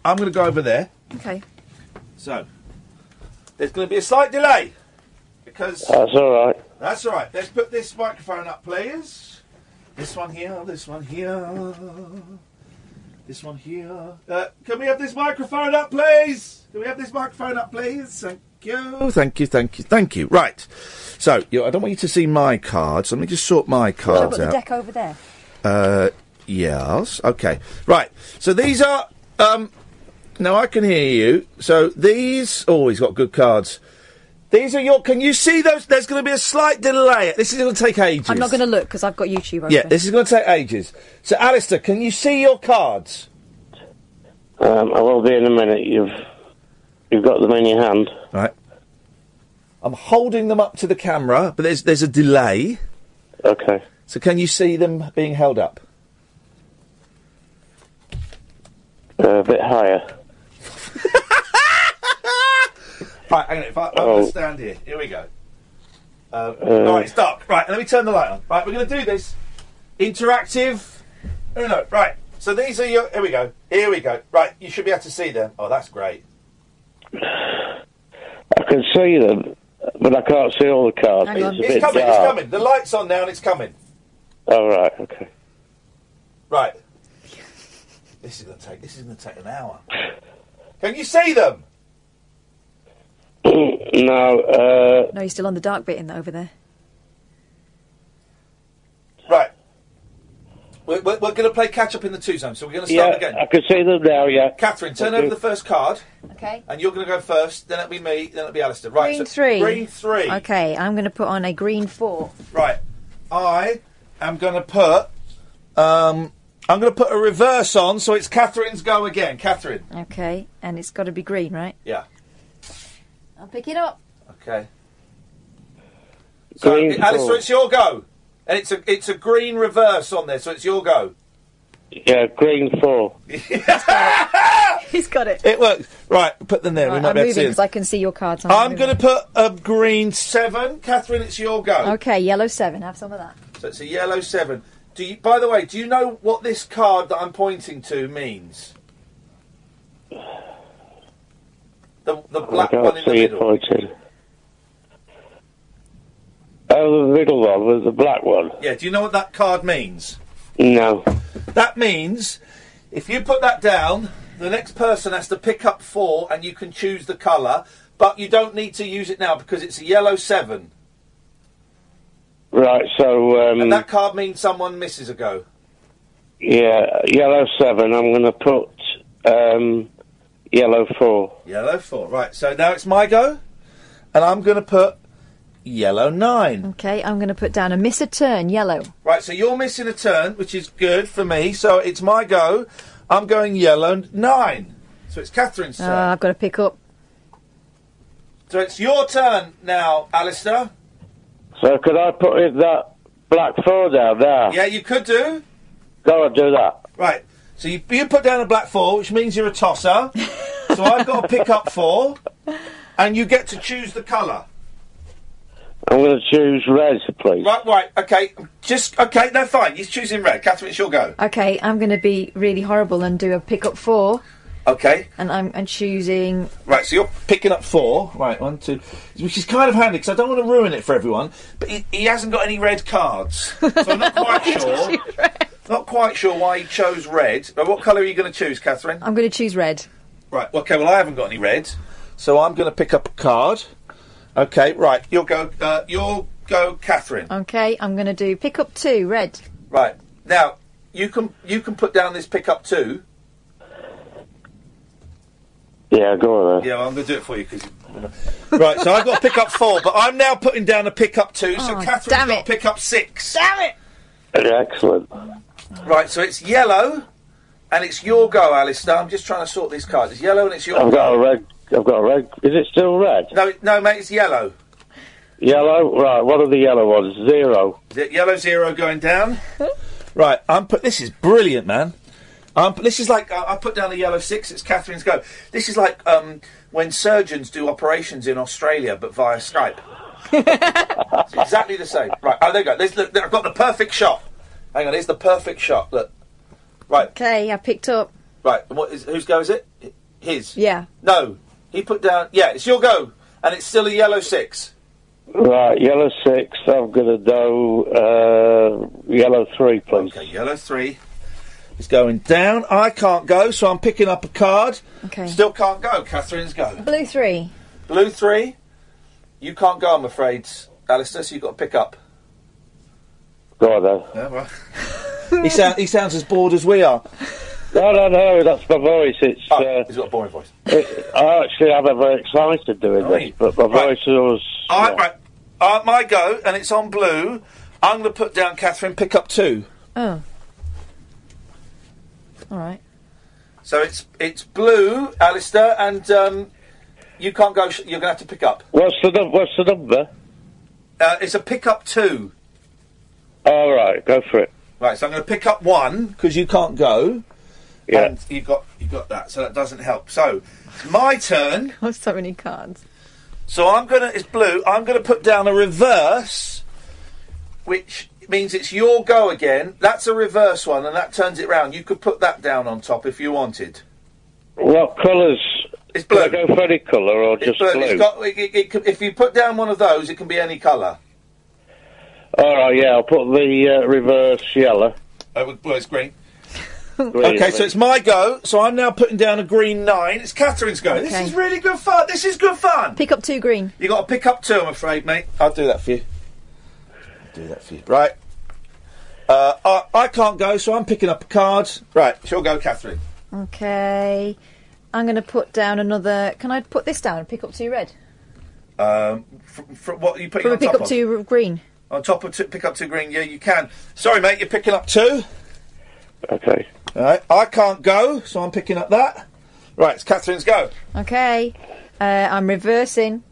[SPEAKER 5] I'm gonna go over there.
[SPEAKER 20] Okay.
[SPEAKER 5] So, there's gonna be a slight delay because
[SPEAKER 13] That's all right.
[SPEAKER 5] that's all right. Let's put this microphone up, players. This one here. This one here. This one here. Uh, can we have this microphone up, please? Can we have this microphone up, please? Thank you. Oh, thank you, thank you, thank you. Right. So, you I don't want you to see my cards. Let me just sort my
[SPEAKER 6] Should I
[SPEAKER 5] cards
[SPEAKER 6] put the
[SPEAKER 5] out.
[SPEAKER 6] deck over there?
[SPEAKER 5] Uh, yes. Okay. Right. So these are. Um, now I can hear you. So these. Oh, he's got good cards. These are your. Can you see those? There's going to be a slight delay. This is going to take ages.
[SPEAKER 6] I'm not going to look because I've got YouTube open.
[SPEAKER 5] Yeah, this is going to take ages. So, Alistair, can you see your cards?
[SPEAKER 13] Um, I will be in a minute. You've you've got them in your hand.
[SPEAKER 5] Right. I'm holding them up to the camera, but there's there's a delay.
[SPEAKER 13] Okay.
[SPEAKER 5] So, can you see them being held up?
[SPEAKER 13] Uh, a bit higher.
[SPEAKER 5] Right, hang on. If I, I'm
[SPEAKER 13] Oh.
[SPEAKER 5] going to stand here. Here we go. Um,
[SPEAKER 13] Uh.
[SPEAKER 5] all right, it's dark. Right, let me turn the light on. Right, we're going to do this. Interactive. Oh no. Right. So these are your. Here we go. Here we go. Right, you should be able to see them. Oh, that's great.
[SPEAKER 13] I can see them, but I can't see all the cards.
[SPEAKER 5] Hang on.
[SPEAKER 13] Oh, It's a bit
[SPEAKER 5] coming.
[SPEAKER 13] dark.
[SPEAKER 5] It's coming. The light's on now, and it's coming.
[SPEAKER 13] All right. Okay.
[SPEAKER 5] Right. This is going to take. This is going to take an hour. Can you see them?
[SPEAKER 13] no. Uh,
[SPEAKER 6] No, you're still on the dark bit in the, over there.
[SPEAKER 5] Right. We're, we're, we're going to play catch up in the two zone, so we're going to start
[SPEAKER 13] yeah,
[SPEAKER 5] again.
[SPEAKER 13] I can see them now. Yeah.
[SPEAKER 5] Catherine, turn
[SPEAKER 13] Okay.
[SPEAKER 5] over the first card.
[SPEAKER 6] Okay.
[SPEAKER 5] And you're going to go first, then it'll be me, then it'll be Alistair. Right.
[SPEAKER 6] green
[SPEAKER 5] so
[SPEAKER 6] three.
[SPEAKER 5] Green three.
[SPEAKER 6] Okay, I'm going to put on a green four.
[SPEAKER 5] Right. I am going to put. Um, I'm going to put a reverse on, so it's Catherine's go again. Catherine.
[SPEAKER 6] Okay, and it's got to be green, right?
[SPEAKER 5] Yeah.
[SPEAKER 6] I'll pick it up.
[SPEAKER 5] Okay. So,
[SPEAKER 13] Green
[SPEAKER 5] it- Alistair,
[SPEAKER 13] four.
[SPEAKER 5] it's your go. And it's a it's a green reverse on there, so it's your go.
[SPEAKER 13] Yeah. Green four.
[SPEAKER 6] He's got it.
[SPEAKER 5] It works. Right, put them there. we
[SPEAKER 6] Right,
[SPEAKER 5] might
[SPEAKER 6] I'm
[SPEAKER 5] be able to
[SPEAKER 6] moving
[SPEAKER 5] see
[SPEAKER 6] because
[SPEAKER 5] them.
[SPEAKER 6] I can see your cards. I'm
[SPEAKER 5] I'm
[SPEAKER 6] moving.
[SPEAKER 5] going to put a green seven. Catherine, it's your go.
[SPEAKER 6] Okay, yellow seven. Have some of that.
[SPEAKER 5] So it's a yellow seven. Do you? By the way, do you know what this card that I'm pointing to means? The the black
[SPEAKER 13] I can't
[SPEAKER 5] one in the
[SPEAKER 13] see
[SPEAKER 5] middle.
[SPEAKER 13] it pointed. Oh, the middle one was the black one.
[SPEAKER 5] Yeah. Do you know what that card means?
[SPEAKER 13] No.
[SPEAKER 5] That means if you put that down, the next person has to pick up four, and you can choose the colour. But you don't need to use it now because it's a yellow seven.
[SPEAKER 13] Right. So. Um,
[SPEAKER 5] and that card means someone misses a go.
[SPEAKER 13] Yeah, yellow seven. I'm going to put um, yellow four.
[SPEAKER 5] Yellow four. Right. So now it's my go, and I'm going to put yellow nine.
[SPEAKER 6] Okay, I'm going to put down a miss a turn, yellow.
[SPEAKER 5] Right, so you're missing a turn, which is good for me. So it's my go. I'm going yellow n- nine. So it's Catherine's
[SPEAKER 6] Uh,
[SPEAKER 5] turn.
[SPEAKER 6] I've got to pick up.
[SPEAKER 5] so it's your turn now, Alistair.
[SPEAKER 13] So could I put in that black four down there?
[SPEAKER 5] Yeah, you could do.
[SPEAKER 13] Go and do that.
[SPEAKER 5] Right. So you, you put down a black four, which means you're a tosser. so I've got to pick up four, and you get to choose the colour.
[SPEAKER 13] I'm going to choose red, please.
[SPEAKER 5] Right, right, okay. Just okay. No, fine. You're choosing red. Catherine, it's your go.
[SPEAKER 6] Okay, I'm going to be really horrible and do a pick up four,
[SPEAKER 5] Okay.
[SPEAKER 6] and I'm and choosing.
[SPEAKER 5] Right, so you're picking up four. Right, one, two, which is kind of handy because I don't want to ruin it for everyone. But he, he hasn't got any red cards, so I'm not quite sure. Not quite sure why he chose red. But what colour are you going to choose, Catherine?
[SPEAKER 6] I'm going to choose red.
[SPEAKER 5] Right. Okay. Well, I haven't got any red, so I'm going to pick up a card. Okay. Right. You'll go. Uh, you'll go, Catherine.
[SPEAKER 6] Okay, I'm going to do pick up two, red.
[SPEAKER 5] Right. Now you can you can put down this pick up too.
[SPEAKER 13] Yeah, go on then.
[SPEAKER 5] Yeah, well, I'm going to do it for you because. right, so I've got to pick up four, but I'm now putting down a pick up two, so
[SPEAKER 6] Oh,
[SPEAKER 5] Catherine's got to pick up six.
[SPEAKER 6] Damn it!
[SPEAKER 13] Excellent.
[SPEAKER 5] Right, so it's yellow, and it's your go, Alistair. I'm just trying to sort these cards. It's yellow and it's your
[SPEAKER 13] I've got a
[SPEAKER 5] go.
[SPEAKER 13] red. I've got a red. Is it still red?
[SPEAKER 5] No, no, mate, it's yellow.
[SPEAKER 13] Yellow. Right. What are the yellow ones? Zero.
[SPEAKER 5] Is it yellow zero going down? right, I'm put. This is brilliant, man. Um, this is like I I put down a yellow six. It's Catherine's go. This is like um, when surgeons do operations in Australia, but via Skype. it's exactly the same. Right, oh, there you go. There's, look, there- I've got the perfect shot. Hang on, here's the perfect shot. Look,
[SPEAKER 6] Okay, I picked up.
[SPEAKER 5] right. and What is whose go is it? H- His.
[SPEAKER 6] Yeah.
[SPEAKER 5] No, he put down. Yeah, it's your go, and it's still a yellow six.
[SPEAKER 13] Right. Yellow six. I'm going to do uh, yellow three, please.
[SPEAKER 5] Yellow three. is going down. I can't go, so I'm picking up a card.
[SPEAKER 6] Okay.
[SPEAKER 5] Still can't go. Catherine's go.
[SPEAKER 6] Blue three.
[SPEAKER 5] Blue three. You can't go, I'm afraid, Alistair, so you've got to pick up.
[SPEAKER 13] Right then.
[SPEAKER 5] he, sound, he sounds as bored as we are.
[SPEAKER 13] No, no, no, that's my voice. It's uh,
[SPEAKER 5] Oh, he's got a boring voice.
[SPEAKER 13] It, I actually have a very excited doing this, but my voice was.
[SPEAKER 5] I, right. Uh, my go, and it's on blue. I'm going to put down Catherine, pick up two.
[SPEAKER 6] Oh. All right.
[SPEAKER 5] So it's it's blue, Alistair, and um, you can't go. Sh- you're going to have to pick up.
[SPEAKER 13] What's the num- What's the number?
[SPEAKER 5] Uh, it's a pick up two.
[SPEAKER 13] All right, go for it.
[SPEAKER 5] Right, so I'm going to pick up one because you can't go. Yeah. And you got you got that, so that doesn't help. So it's my turn.
[SPEAKER 6] I've so many cards.
[SPEAKER 5] So I'm gonna. It's blue. I'm gonna put down a reverse, which means it's your go again. That's a reverse one, and that turns it round. You could put that down on top if you wanted.
[SPEAKER 13] What colours?
[SPEAKER 5] It's blue.
[SPEAKER 13] Can I go for any colour or just
[SPEAKER 5] It's blue. It's got, it, it, it, could- if you put down one of those, it can be any colour.
[SPEAKER 13] All right, yeah, I'll put the uh, reverse yellow.
[SPEAKER 5] Uh, with- well, it's green.
[SPEAKER 13] Green,
[SPEAKER 5] okay, so it's my go. So I'm now putting down a green nine. It's Catherine's go. This
[SPEAKER 6] Okay.
[SPEAKER 5] is really good fun. This is good fun.
[SPEAKER 6] Pick up two green.
[SPEAKER 5] You got to pick up two, I'm afraid, mate. I'll do that for you. I'll do that for you. Right. Uh, I, I can't go, so I'm picking up a card. Right, she'll go, Catherine.
[SPEAKER 6] Okay. I'm going to put down another. Can I put this down and pick up two red?
[SPEAKER 5] Um, from, from what are you putting
[SPEAKER 6] Probably
[SPEAKER 5] on
[SPEAKER 6] pick
[SPEAKER 5] top
[SPEAKER 6] up
[SPEAKER 5] of?
[SPEAKER 6] two green.
[SPEAKER 5] On top of two, pick up two green. Yeah, you can. Sorry, mate, you're picking up two.
[SPEAKER 13] Okay.
[SPEAKER 5] All right, I can't go, so I'm picking up that. Right, it's Catherine's go.
[SPEAKER 6] Okay. Uh, I'm reversing.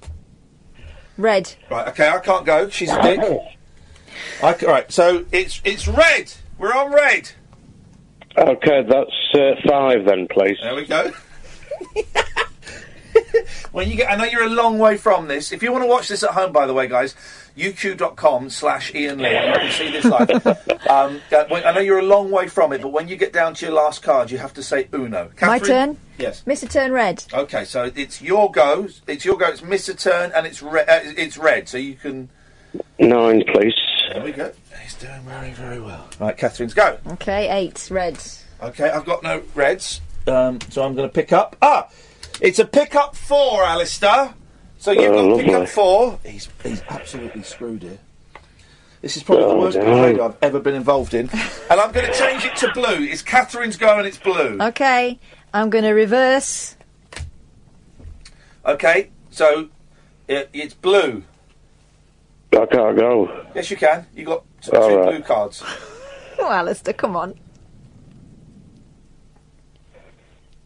[SPEAKER 6] Red.
[SPEAKER 5] Right, okay, I can't go. She's a dick. I c- right, so it's it's red. We're on red.
[SPEAKER 13] Okay, that's uh, five then, please.
[SPEAKER 5] There we go. when you get, I know you're a long way from this. If you want to watch this at home, by the way, guys, uq.com slash Ian Lee. You can see this live. um, uh, when- I know you're a long way from it, but when you get down to your last card, you have to say Uno.
[SPEAKER 6] My
[SPEAKER 5] Catherine-
[SPEAKER 6] turn?
[SPEAKER 5] Yes.
[SPEAKER 6] Mr. Turn Red.
[SPEAKER 5] Okay, so it's your go. It's your go. It's Mr. Turn, and it's re- uh, it's red. So you can.
[SPEAKER 13] Nine, please.
[SPEAKER 5] There we go. He's doing very very well. Right, Catherine's go.
[SPEAKER 6] Okay, eight. Red.
[SPEAKER 5] Okay, I've got no reds, um, so I'm going to pick up. Ah, it's a pick up four, Alistair. So you've
[SPEAKER 13] Oh,
[SPEAKER 5] got pick up
[SPEAKER 13] lovely.
[SPEAKER 5] four. He's, he's absolutely screwed here. This is probably the
[SPEAKER 13] Oh,
[SPEAKER 5] worst
[SPEAKER 13] no.
[SPEAKER 5] parade I've ever been involved in. and I'm going to change it to blue. It's Catherine's go and it's blue.
[SPEAKER 6] Okay. I'm going to reverse.
[SPEAKER 5] Okay, so it, it's blue.
[SPEAKER 13] I can't go.
[SPEAKER 5] Yes, you can. you got t- two
[SPEAKER 13] All right.
[SPEAKER 5] blue cards.
[SPEAKER 6] Oh, Alistair, come on.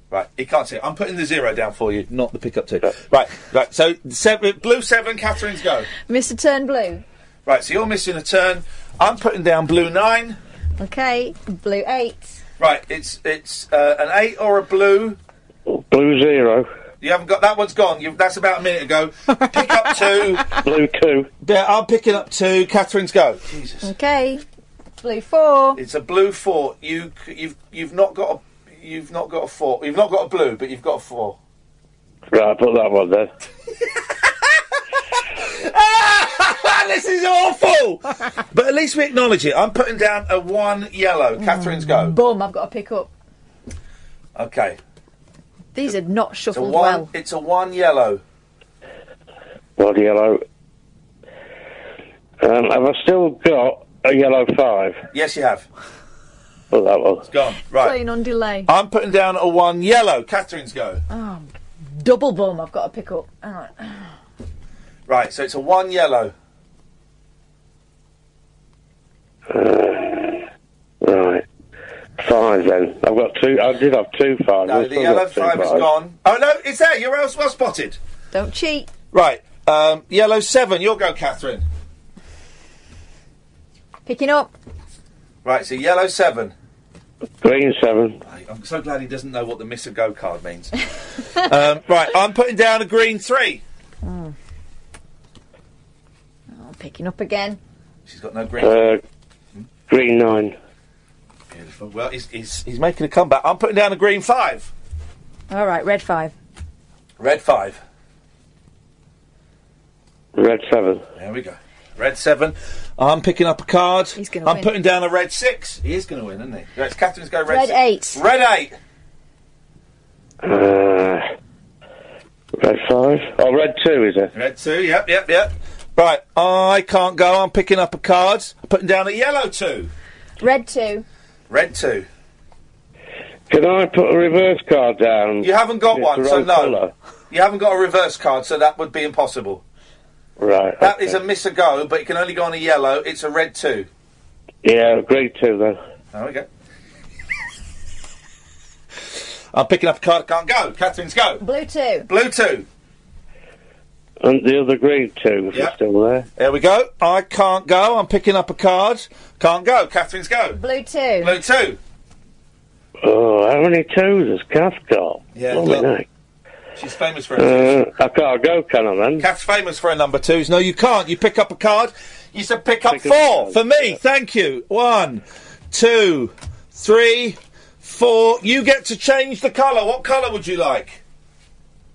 [SPEAKER 5] Right, he can't see it. I'm putting the zero down for you, not the pick up two. Right, right, so seven, blue seven, Catherine's go.
[SPEAKER 6] Mr. Turn Blue.
[SPEAKER 5] Right, so you're missing a turn. I'm putting down blue nine.
[SPEAKER 6] Okay. Blue eight.
[SPEAKER 5] Right, it's it's uh, an eight or a blue.
[SPEAKER 13] Blue zero.
[SPEAKER 5] You haven't got that one's gone. You've, that's about a minute ago. Pick up two.
[SPEAKER 13] Blue two.
[SPEAKER 5] Yeah, I'm picking up two. Catherine's go.
[SPEAKER 6] Okay. Blue four.
[SPEAKER 5] It's a blue four. You c- you've you've not got a you've not got a four. You've not got a blue, but you've got a four.
[SPEAKER 13] Right, put that one there.
[SPEAKER 5] Ah, this is awful. but at least we acknowledge it. I'm putting down a one yellow. Catherine's go.
[SPEAKER 6] Mm. Boom, I've got to pick up.
[SPEAKER 5] Okay.
[SPEAKER 6] These are not
[SPEAKER 5] It's a
[SPEAKER 6] shuffled
[SPEAKER 5] one.
[SPEAKER 6] well.
[SPEAKER 5] It's a one yellow.
[SPEAKER 13] One yellow. Um, have I still got a yellow five?
[SPEAKER 5] Yes, you have.
[SPEAKER 13] Put that one. It's
[SPEAKER 5] gone. Right.
[SPEAKER 6] Playing on delay.
[SPEAKER 5] I'm putting down a one yellow. Catherine's go.
[SPEAKER 6] Oh, double boom, I've got to pick up. All right.
[SPEAKER 5] Right. So it's a one yellow.
[SPEAKER 13] Uh, Right. Five then. I've got two. I did have two fives.
[SPEAKER 5] No,
[SPEAKER 13] I've
[SPEAKER 5] the
[SPEAKER 13] still
[SPEAKER 5] yellow
[SPEAKER 13] got two
[SPEAKER 5] five is
[SPEAKER 13] fives.
[SPEAKER 5] gone. Oh no, it's there. You're else well spotted.
[SPEAKER 6] Don't cheat.
[SPEAKER 5] Right, um, yellow seven. You'll go, Catherine.
[SPEAKER 6] Picking up.
[SPEAKER 5] Right, so yellow seven.
[SPEAKER 13] Green seven.
[SPEAKER 5] I'm so glad he doesn't know what the miss a go card means. um, right, I'm putting down a green three.
[SPEAKER 6] Oh. Oh, picking up again.
[SPEAKER 5] She's got no green.
[SPEAKER 13] Uh, green nine.
[SPEAKER 5] Beautiful. Well, he's, he's he's making a comeback. I'm putting down a green five.
[SPEAKER 6] All right, red five.
[SPEAKER 5] Red five.
[SPEAKER 13] Red seven.
[SPEAKER 5] There we go. Red seven. I'm picking up a card. He's
[SPEAKER 6] gonna
[SPEAKER 5] I'm
[SPEAKER 6] win.
[SPEAKER 5] putting down a red six. He is going to win, isn't he? Right, Catherine's go red,
[SPEAKER 6] Red
[SPEAKER 5] six.
[SPEAKER 6] eight.
[SPEAKER 5] Red eight.
[SPEAKER 13] Uh, red five. Oh, red two is it?
[SPEAKER 5] Red two. Yep, yep, yep. Right, I can't go. I'm picking up a card. Putting down a yellow two.
[SPEAKER 6] Red two.
[SPEAKER 5] Red two.
[SPEAKER 13] Can I put a reverse card down?
[SPEAKER 5] You haven't got
[SPEAKER 13] It's
[SPEAKER 5] one,
[SPEAKER 13] the
[SPEAKER 5] so
[SPEAKER 13] wrong
[SPEAKER 5] no.
[SPEAKER 13] colour.
[SPEAKER 5] You haven't got a reverse card, so that would be impossible.
[SPEAKER 13] Right.
[SPEAKER 5] That
[SPEAKER 13] okay.
[SPEAKER 5] is a miss a go, but it can only go on a yellow. It's a red two.
[SPEAKER 13] Yeah, grade two then.
[SPEAKER 5] There we go. I'm picking up a card. Can't go. Catherine's go.
[SPEAKER 6] Blue two.
[SPEAKER 5] Blue two.
[SPEAKER 13] And the other grade two is
[SPEAKER 5] Yep.
[SPEAKER 13] still there.
[SPEAKER 5] There we go. I can't go. I'm picking up a card. Can't go. Catherine's go.
[SPEAKER 6] Blue two.
[SPEAKER 5] Blue two.
[SPEAKER 13] Oh, how many twos has Kath got?
[SPEAKER 5] Yeah,
[SPEAKER 13] Blimey
[SPEAKER 5] well,
[SPEAKER 13] neck.
[SPEAKER 5] She's famous for her.
[SPEAKER 13] Uh, I can't go, can I then?
[SPEAKER 5] Kath's famous for her number twos. No, you can't. You pick up a card. You said pick up
[SPEAKER 13] Pick up a
[SPEAKER 5] four
[SPEAKER 13] card,
[SPEAKER 5] for me. Thank you. One, two, three, four. You get to change the colour. What colour would you like?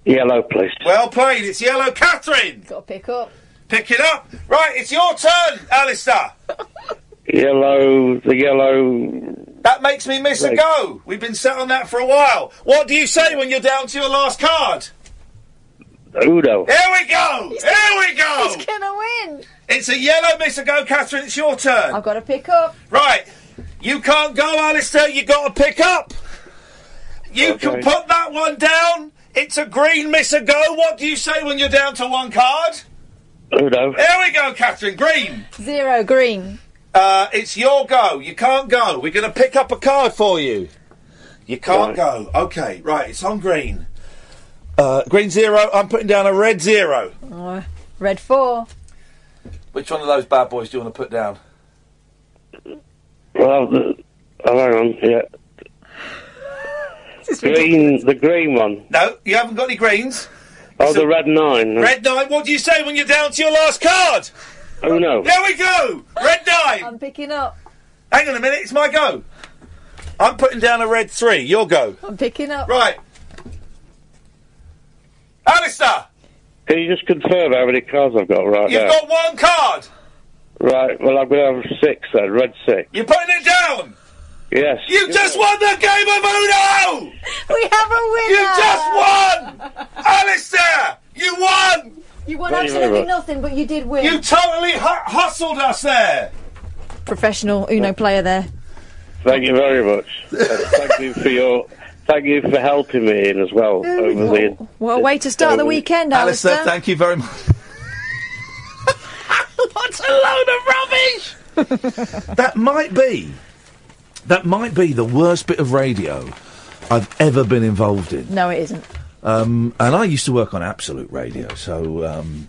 [SPEAKER 13] Yellow, please.
[SPEAKER 5] Well played. It's yellow. Catherine,
[SPEAKER 6] Got to pick up.
[SPEAKER 5] pick it up. Right, it's your turn, Alistair.
[SPEAKER 13] Yellow, the yellow.
[SPEAKER 5] That makes me miss a
[SPEAKER 13] Right.
[SPEAKER 5] go. We've been sat on that for a while. What do you say when you're down to your last card?
[SPEAKER 13] Udo.
[SPEAKER 5] Here we go. Here we go.
[SPEAKER 6] He's gonna win.
[SPEAKER 5] It's a yellow miss a go, Catherine. It's your turn.
[SPEAKER 6] I've got to pick up.
[SPEAKER 5] Right. You can't go, Alistair. you got to pick up. You can
[SPEAKER 13] Okay.
[SPEAKER 5] put that one down. It's a green miss a go. What do you say when you're down to one card?
[SPEAKER 13] Udo.
[SPEAKER 5] Here we go, Catherine. Green.
[SPEAKER 6] Zero green.
[SPEAKER 5] Uh, it's your go. You can't go. We're going to pick up a card for you. You can't go. Okay, right. It's on green. Uh, green zero. I'm putting down a red zero.
[SPEAKER 6] Uh, red four.
[SPEAKER 5] Which one of those bad boys do you want to put down?
[SPEAKER 13] Well, the, oh, hang on, yeah. Green, the green one.
[SPEAKER 5] No, you haven't got any greens.
[SPEAKER 13] Oh, the red nine.
[SPEAKER 5] Red nine. What do you say when you're down to your last card?
[SPEAKER 13] Oh, no.
[SPEAKER 5] There we go. Red nine.
[SPEAKER 6] I'm picking up.
[SPEAKER 5] Hang on a minute. It's my go. I'm putting down a red three. Your go.
[SPEAKER 6] I'm picking up.
[SPEAKER 5] Right. Alistair,
[SPEAKER 13] Can you just confirm how many cards I've got right
[SPEAKER 5] you've
[SPEAKER 13] now?
[SPEAKER 5] got one card.
[SPEAKER 13] Right, well, I'm going to have six then, red six.
[SPEAKER 5] You're putting it down.
[SPEAKER 13] Yes.
[SPEAKER 5] You just won the game of Uno!
[SPEAKER 6] We have a winner.
[SPEAKER 5] You just won! Alistair, you won!
[SPEAKER 6] You won
[SPEAKER 5] Thank you very
[SPEAKER 6] absolutely
[SPEAKER 5] much.
[SPEAKER 6] nothing, but you did win.
[SPEAKER 5] You totally hu- hustled us there!
[SPEAKER 6] Professional Uno player there.
[SPEAKER 13] Thank you very much. Uh, thank you for your. Thank you for helping me in as well
[SPEAKER 6] There we
[SPEAKER 13] over the.
[SPEAKER 6] What a way to start the weekend, Alistair.
[SPEAKER 5] you very much. what a load of rubbish! that might be. That might be the worst bit of radio I've ever been involved in.
[SPEAKER 6] No, it isn't.
[SPEAKER 5] Um, and I used to work on Absolute Radio, so um,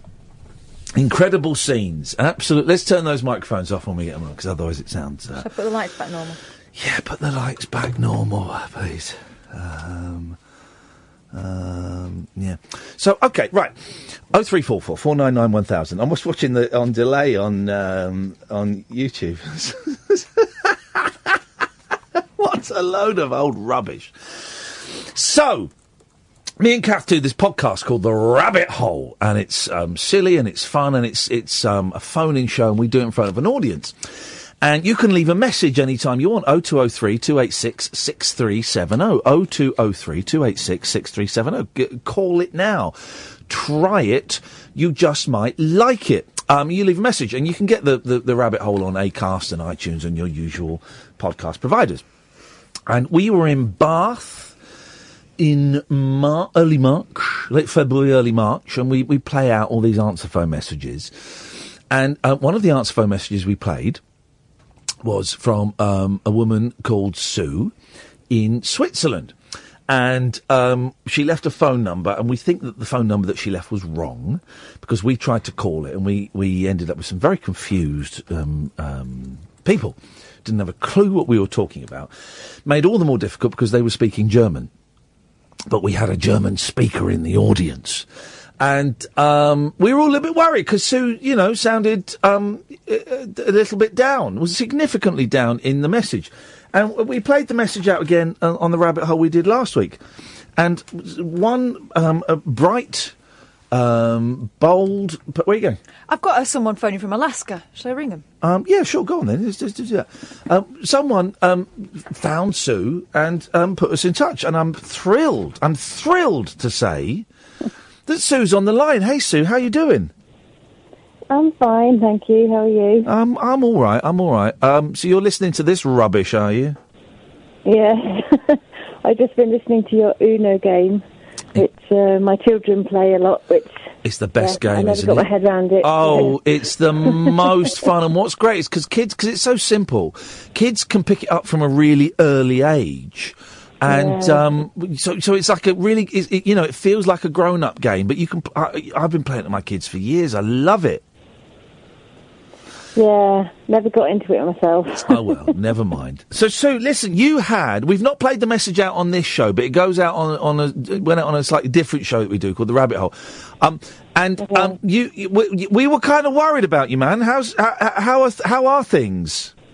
[SPEAKER 5] incredible scenes. Absolute. Let's turn those microphones off when we get them on, because otherwise it sounds. Uh,
[SPEAKER 6] Should I put the lights back normal?
[SPEAKER 5] yeah, put the lights back normal, uh, please. Um, um, yeah. So okay, right. Oh three four four four nine nine one thousand. I'm just watching the on delay on um, on YouTube. what a load of old rubbish. So. Me and Kath do this podcast called The Rabbit Hole, and it's um, silly and it's fun and it's it's um, a phone-in show, and we do it in front of an audience. And you can leave a message anytime you want. 0203 286 6370. 0203 286 6370. oh. G- call it now. Try it. You just might like it. Um, you leave a message, and you can get the, the, the rabbit hole on Acast and iTunes and your usual podcast providers. And we were in Bath in Mar- early March, late February, early March, and we, we play out all these answer phone messages. And uh, one of the answer phone messages we played was from um, a woman called Sue in Switzerland. And um, she left a phone number, and we think that the phone number that she left was wrong because we tried to call it, and we, we ended up with some very confused um, um, people. Didn't have a clue what we were talking about. Made all the more difficult because they were speaking German but we had a German speaker in the audience. And um, we were all a little bit worried because Sue, you know, sounded um, a a little bit down, was significantly down in the message. And we played the message out again uh, on the rabbit hole we did last week. And one um, a bright Um, bold. But where are you going?
[SPEAKER 20] I've got uh, someone phoning from Alaska. Shall I ring them?
[SPEAKER 5] Um, yeah, sure, go on then. Let's just do that. Um, someone um, found Sue and um, put us in touch, and I'm thrilled. I'm thrilled to say that Sue's on the line. Hey, Sue, how you doing?
[SPEAKER 15] I'm fine, thank you. How are you?
[SPEAKER 5] Um, I'm all right. I'm all right. Um, so you're listening to this rubbish, are you?
[SPEAKER 15] Yeah, I've just been listening to your Uno game, which uh, my children play a lot. Which
[SPEAKER 5] It's the best
[SPEAKER 15] yeah, I
[SPEAKER 5] game,
[SPEAKER 15] never
[SPEAKER 5] isn't
[SPEAKER 15] got
[SPEAKER 5] it?
[SPEAKER 15] my head around it.
[SPEAKER 5] Oh, it's the most fun. And what's great is because kids, because it's so simple, kids can pick it up from a really early age. And
[SPEAKER 15] Yeah.
[SPEAKER 5] um, so, so it's like a really, it's, it, you know, it feels like a grown-up game, but you can. p- I, have been playing it with my kids for years. I love it.
[SPEAKER 15] Yeah, never got into it myself.
[SPEAKER 5] Oh well, never mind. So, Sue, listen, you had. We've not played the message out on this show, but it goes out on on a it went out on a slightly different show that we do called the Rabbit Hole. Um, and um, you, you- we, we were kind of worried about you, man. How's how how are, th- how are things?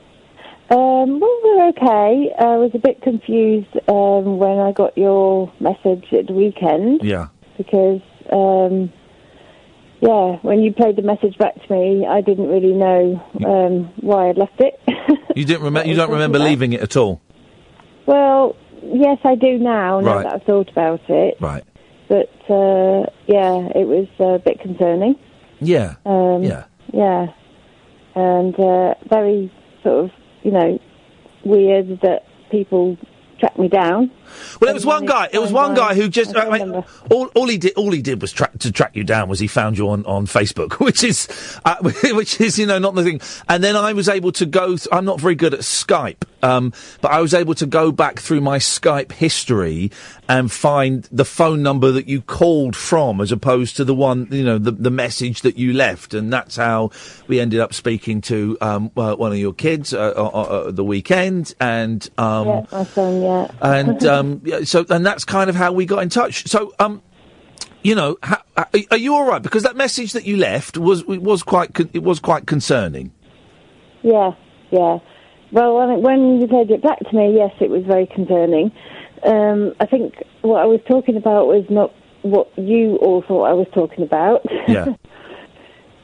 [SPEAKER 15] Um, well, we're okay. I was a bit confused um, when I got your message at the weekend
[SPEAKER 5] Yeah.
[SPEAKER 15] because, um, yeah, when you played the message back to me, I didn't really know um, why I'd left it.
[SPEAKER 5] You didn't remember. You don't remember leaving it at all.
[SPEAKER 15] well, yes, I do now. Now
[SPEAKER 5] Right.
[SPEAKER 15] that I've thought about it,
[SPEAKER 5] Right.
[SPEAKER 15] but uh, yeah, it was a bit concerning.
[SPEAKER 5] Yeah.
[SPEAKER 15] Um,
[SPEAKER 5] Yeah.
[SPEAKER 15] Yeah. And uh, very sort of, you know, weird that people tracked me down.
[SPEAKER 5] Well, it was one guy. It was one guy who just uh, I mean, all, all he did all he did was track, to track you down was he found you on, on Facebook, which is uh, which is you know not the thing. And then I was able to go. Th- I'm not very good at Skype, um, but I was able to go back through my Skype history and find the phone number that you called from, as opposed to the one you know the the message that you left. And that's how we ended up speaking to um, uh, one of your kids uh, uh, uh, the weekend and. Um,
[SPEAKER 15] yeah, my son, yeah.
[SPEAKER 5] and um, yeah, so and that's kind of how we got in touch. So um, you know, ha- are are you all right? Because that message that you left was it was quite con- it was quite concerning.
[SPEAKER 15] Yeah, yeah. Well, when, when you played it back to me, yes, it was very concerning. Um, I think what I was talking about was not what you all thought I was talking about.
[SPEAKER 17] Yeah.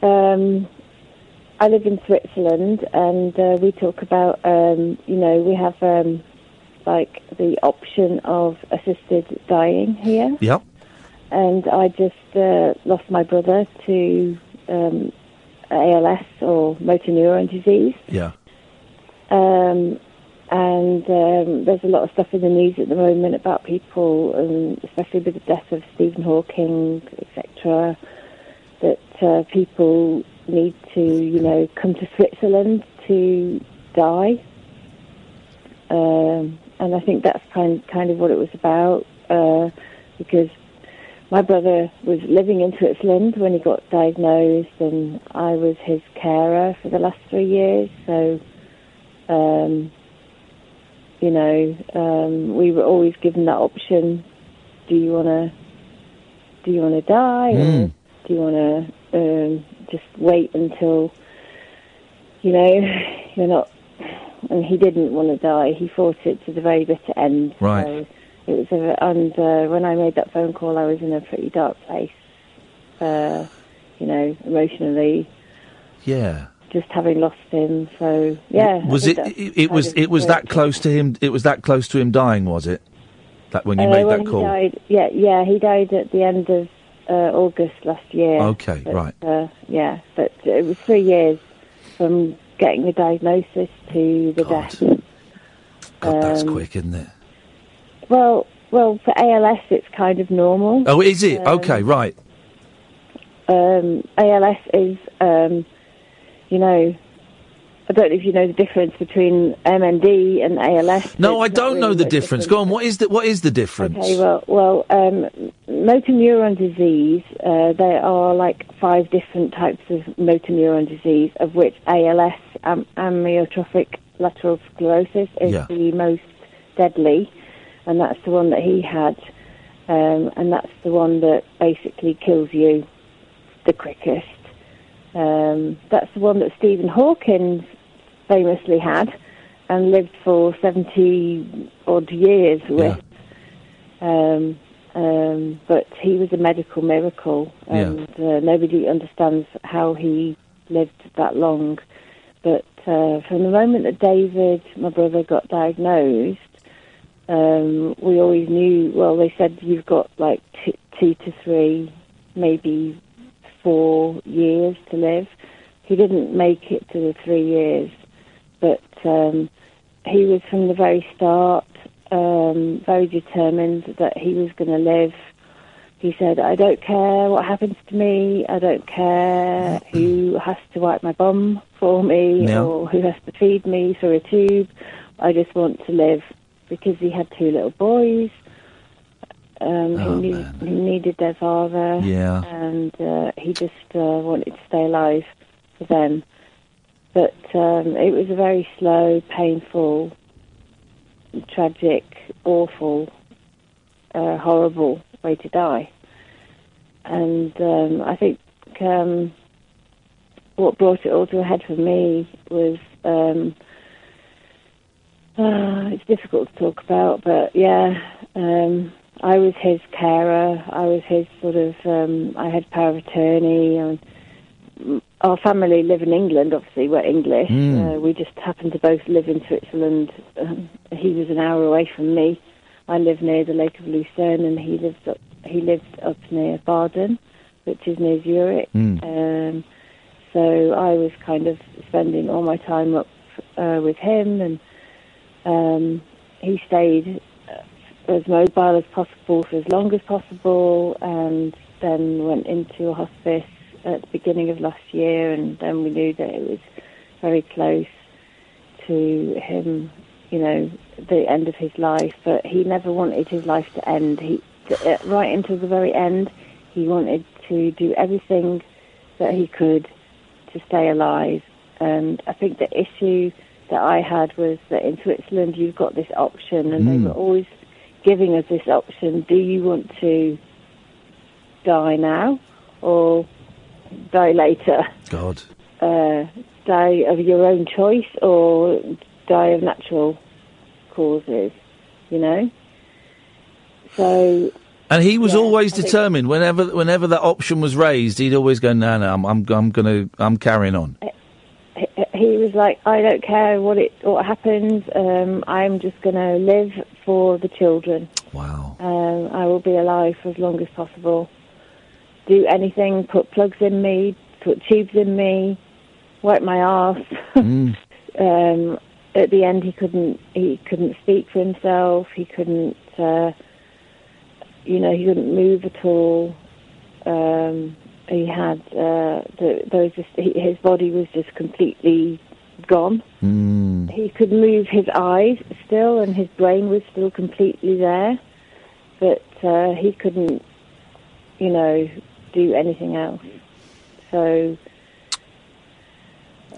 [SPEAKER 15] Um, I live in Switzerland, and uh, we talk about, um, you know, we have um, like the option of assisted dying here,
[SPEAKER 5] Yep.
[SPEAKER 15] and I just uh, lost my brother to um, ALS or motor neuron disease,
[SPEAKER 5] Yeah.
[SPEAKER 15] um, and um, there's a lot of stuff in the news at the moment about people, um, especially with the death of Stephen Hawking, etc that uh, people need to, you know, come to Switzerland to die. Um, and I think that's kind kind of what it was about, uh, because my brother was living in Switzerland when he got diagnosed, and I was his carer for the last three years. So, um, you know, um, we were always given that option: do you want to, do you want to die, or
[SPEAKER 17] Mm.
[SPEAKER 15] do you want to um, just wait until you know you're not? And he didn't want to die. He fought it to the very bitter end.
[SPEAKER 17] Right.
[SPEAKER 15] So it was, a, and uh, when I made that phone call, I was in a pretty dark place. Uh, you know, emotionally,
[SPEAKER 5] Yeah.
[SPEAKER 15] just having lost him. So yeah. I
[SPEAKER 5] Was
[SPEAKER 15] think
[SPEAKER 5] it?
[SPEAKER 15] that's
[SPEAKER 5] It, it
[SPEAKER 15] kind
[SPEAKER 5] was.
[SPEAKER 15] of
[SPEAKER 5] It was
[SPEAKER 15] where
[SPEAKER 5] that close to him. It was that close to him dying. Was it? That when you
[SPEAKER 15] Uh,
[SPEAKER 5] made
[SPEAKER 15] well,
[SPEAKER 5] that
[SPEAKER 15] he
[SPEAKER 5] call.
[SPEAKER 15] died- yeah, yeah, he died at the end of uh, August last year.
[SPEAKER 5] Okay,
[SPEAKER 15] But,
[SPEAKER 5] right.
[SPEAKER 15] Uh, yeah, but it was three years from getting the diagnosis to the death.
[SPEAKER 5] God, that's
[SPEAKER 15] Um,
[SPEAKER 5] quick, isn't it?
[SPEAKER 15] Well, well, for ALS it's kind of normal.
[SPEAKER 5] Oh, is it?
[SPEAKER 15] Um,
[SPEAKER 5] okay, right.
[SPEAKER 15] um, ALS is, um, you know, I don't know if you know the difference between MND and ALS.
[SPEAKER 5] No,
[SPEAKER 15] It's
[SPEAKER 5] I
[SPEAKER 15] not
[SPEAKER 5] don't know
[SPEAKER 15] really
[SPEAKER 5] the
[SPEAKER 15] much
[SPEAKER 5] difference. Go on. What is the What is the difference?
[SPEAKER 15] Okay, well, well, um, motor neuron disease. Uh, there are like five different types of motor neuron disease, of which ALS, um, amyotrophic lateral sclerosis, is
[SPEAKER 17] Yeah.
[SPEAKER 15] the most deadly, and that's the one that he had, um, and that's the one that basically kills you the quickest. Um, that's the one that Stephen Hawking famously had and lived for 70 odd years with. Um, Um, but he was a medical miracle,
[SPEAKER 5] Um,
[SPEAKER 15] and uh, nobody understands how he lived that long. But uh, from the moment that David, my brother, got diagnosed, um, we always knew. Well, they said you've got like t- two to three, maybe four years to live. He didn't make it to the three years, but um, he was from the very start um, very determined that he was going to live. He said, "I don't care what happens to me. I don't care who has to wipe my bum for me
[SPEAKER 17] Yeah.
[SPEAKER 15] or who has to feed me through a tube. I just want to live." Because he had two little boys,
[SPEAKER 5] Oh,
[SPEAKER 15] um, who, need, who needed their father,
[SPEAKER 5] Yeah.
[SPEAKER 15] and uh, he just uh, wanted to stay alive for them. But um, it was a very slow, painful, tragic, awful, uh, horrible way to die. And um, I think um, what brought it all to a head for me was um, uh, it's difficult to talk about, but yeah, um, I was his carer. I was his sort of. Um, I had power of attorney, and our family live in England. Obviously, we're English.
[SPEAKER 17] Mm.
[SPEAKER 15] Uh, we just happen to both live in Switzerland. Um, he was an hour away from me. I live near the Lake of Lucerne, and he lives up. He lives up near Baden, which is near Zurich.
[SPEAKER 17] Mm.
[SPEAKER 15] Um, so I was kind of spending all my time up uh, with him, and um, he stayed uh, as mobile as possible for as long as possible, and then went into a hospice at the beginning of last year, and then we knew that it was very close to him, you know, the end of his life. But he never wanted his life to end. He uh, right until the very end, he wanted to do everything that he could to stay alive. And I think the issue that I had was that in Switzerland you've got this option, and they
[SPEAKER 17] Mm.
[SPEAKER 15] were always giving us this option: do you want to die now or die later?
[SPEAKER 5] God.
[SPEAKER 15] uh, die of your own choice or die of natural causes, you know? So,
[SPEAKER 5] And he was always
[SPEAKER 15] I think-
[SPEAKER 5] determined. Whenever whenever that option was raised, he'd always go, "No, no, I'm I'm, I'm gonna I'm carrying on."
[SPEAKER 15] he- he was like, I don't care what it what happens. Um, I'm just going to live for the children.
[SPEAKER 5] Wow.
[SPEAKER 15] Um, I will be alive for as long as possible. Do anything, put plugs in me, put tubes in me, wipe my arse. um, at the end, he couldn't he couldn't speak for himself. He couldn't, uh, you know, he couldn't move at all. Um, he had uh, the, there was just he, his body was just completely gone.
[SPEAKER 5] Mm,
[SPEAKER 15] He could move his eyes still, and his brain was still completely there, but uh, he couldn't, you know, do anything else. So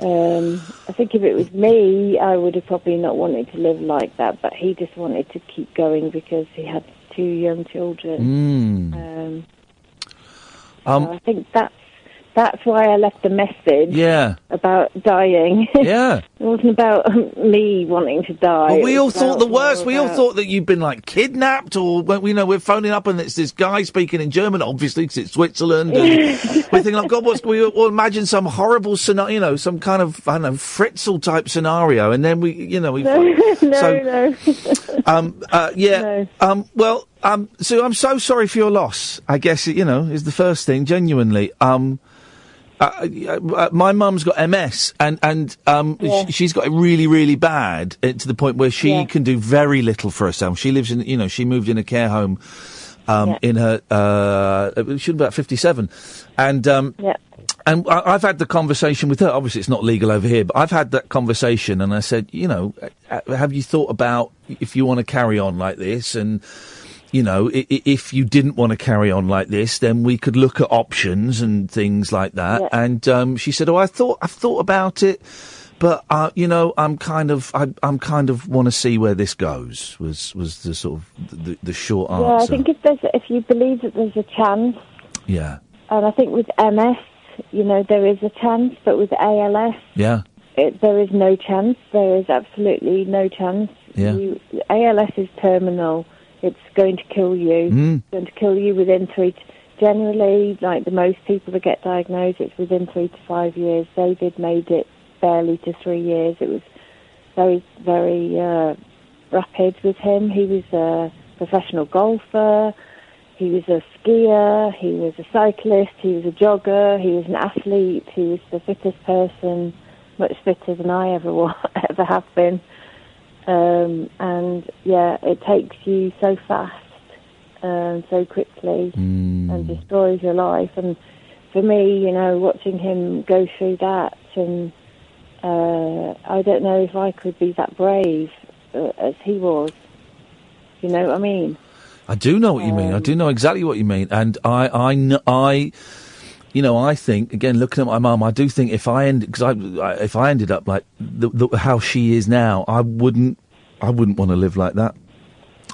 [SPEAKER 15] um, I think if it was me, I would have probably not wanted to live like that. But he just wanted to keep going because he had two young children.
[SPEAKER 5] Mm.
[SPEAKER 15] Um,
[SPEAKER 5] Um,
[SPEAKER 15] so I think that's that's why I left the message
[SPEAKER 5] Yeah.
[SPEAKER 15] about dying.
[SPEAKER 5] Yeah.
[SPEAKER 15] It wasn't about um, me wanting to die.
[SPEAKER 5] Well, we
[SPEAKER 15] It
[SPEAKER 5] all
[SPEAKER 15] was
[SPEAKER 5] thought
[SPEAKER 15] about-
[SPEAKER 5] the worst. We all
[SPEAKER 15] about-
[SPEAKER 5] thought that you'd been like kidnapped, or well, you know, we're phoning up and it's this guy speaking in German, obviously, 'cause it's Switzerland. And we're thinking, like, God, what's we all imagine some horrible scenario, you know, some kind of I don't know Fritzel type scenario, and then we, you know, we.
[SPEAKER 15] No, no,
[SPEAKER 5] so,
[SPEAKER 15] no.
[SPEAKER 5] Um, uh, yeah. Um, well, um, Sue, I'm so sorry for your loss. I guess you know is the first thing. Genuinely, um, uh, uh, uh, my mum's got MS, and and um,
[SPEAKER 16] Yeah.
[SPEAKER 5] sh- she's got it really, really bad uh, to the point where she
[SPEAKER 16] Yeah.
[SPEAKER 5] can do very little for herself. She lives in, you know, she moved in a care home. Um, In her, uh, it was- she was about fifty-seven, and um, and I, I've had the conversation with her. Obviously, it's not legal over here, but I've had that conversation, and I said, you know, uh, have you thought about if you want to carry on like this, and you know, i- i- if you didn't want to carry on like this, then we could look at options and things like that.
[SPEAKER 16] Yeah.
[SPEAKER 5] And um, she said, "Oh, I thought I've thought about it, but uh, you know, I'm kind of I, I'm kind of want to see where this goes." Was was the sort of the, the short answer?
[SPEAKER 15] Yeah, I think if there's if you believe that there's a chance,
[SPEAKER 5] yeah,
[SPEAKER 15] and I think with MS, you know, there is a chance, but with ALS,
[SPEAKER 5] yeah,
[SPEAKER 15] it, there is no chance. There is absolutely no chance.
[SPEAKER 5] yeah.
[SPEAKER 15] You, ALS is terminal. it's going to kill you.
[SPEAKER 5] Mm.
[SPEAKER 15] It's going to kill you within three. To, generally, like the most people that get diagnosed, it's within three to five years. David made it barely to three years. It was very, very uh, rapid with him. He was a professional golfer. He was a skier. He was a cyclist. He was a jogger. He was an athlete. He was the fittest person, much fitter than I ever was, ever have been. Um, and yeah, it takes you so fast um, so quickly and destroys your life. And for me, you know, watching him go through that, and uh, I don't know if I could be that brave uh, as he was. You know what I mean?
[SPEAKER 5] I do know what you mean. I
[SPEAKER 16] Um,
[SPEAKER 5] do know exactly what you mean, and I, I, kn- I, you know, I think again, looking at my mum, I do think if I end, because I, I, if I ended up like the, the, how she is now, I wouldn't, I wouldn't want to live like that.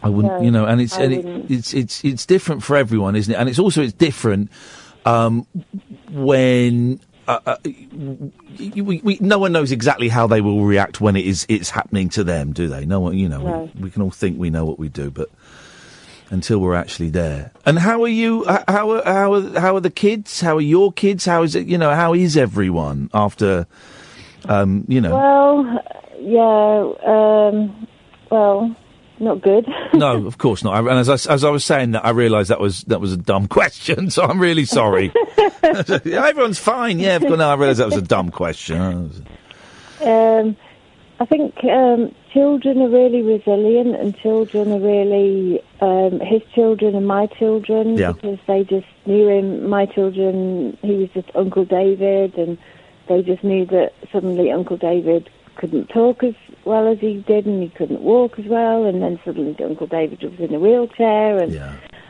[SPEAKER 5] I wouldn't,
[SPEAKER 16] No,
[SPEAKER 5] you know, and it's
[SPEAKER 16] I
[SPEAKER 5] and it,
[SPEAKER 16] wouldn't.
[SPEAKER 5] it's it's it's different for everyone, isn't it? And it's also it's different um, when. Uh, uh, we, we, we, no one knows exactly how they will react when it is it's happening to them, do they? No one, you know,
[SPEAKER 18] No.
[SPEAKER 5] we, we can all think we know what we do, but until we're actually there. And how are you? h- How are how are, how are the kids? How are your kids? How is it? You know, how is everyone after? Um, you know,
[SPEAKER 15] Well, yeah, um, well, not good.
[SPEAKER 5] no, of course not. I, and as I, s- as I was saying that, I realised that was that was a dumb question. So I'm really sorry. Yeah, Everyone's fine. Yeah, of course. No, I realised that was a dumb question. I was-
[SPEAKER 15] Um, I think um, children are really resilient, and children are really um, his children and my children
[SPEAKER 17] Yeah.
[SPEAKER 15] because they just knew him. My children, he was just Uncle David, and they just knew that suddenly Uncle David couldn't talk as well as he did, and he couldn't walk as well, and then suddenly Uncle David was in a wheelchair, and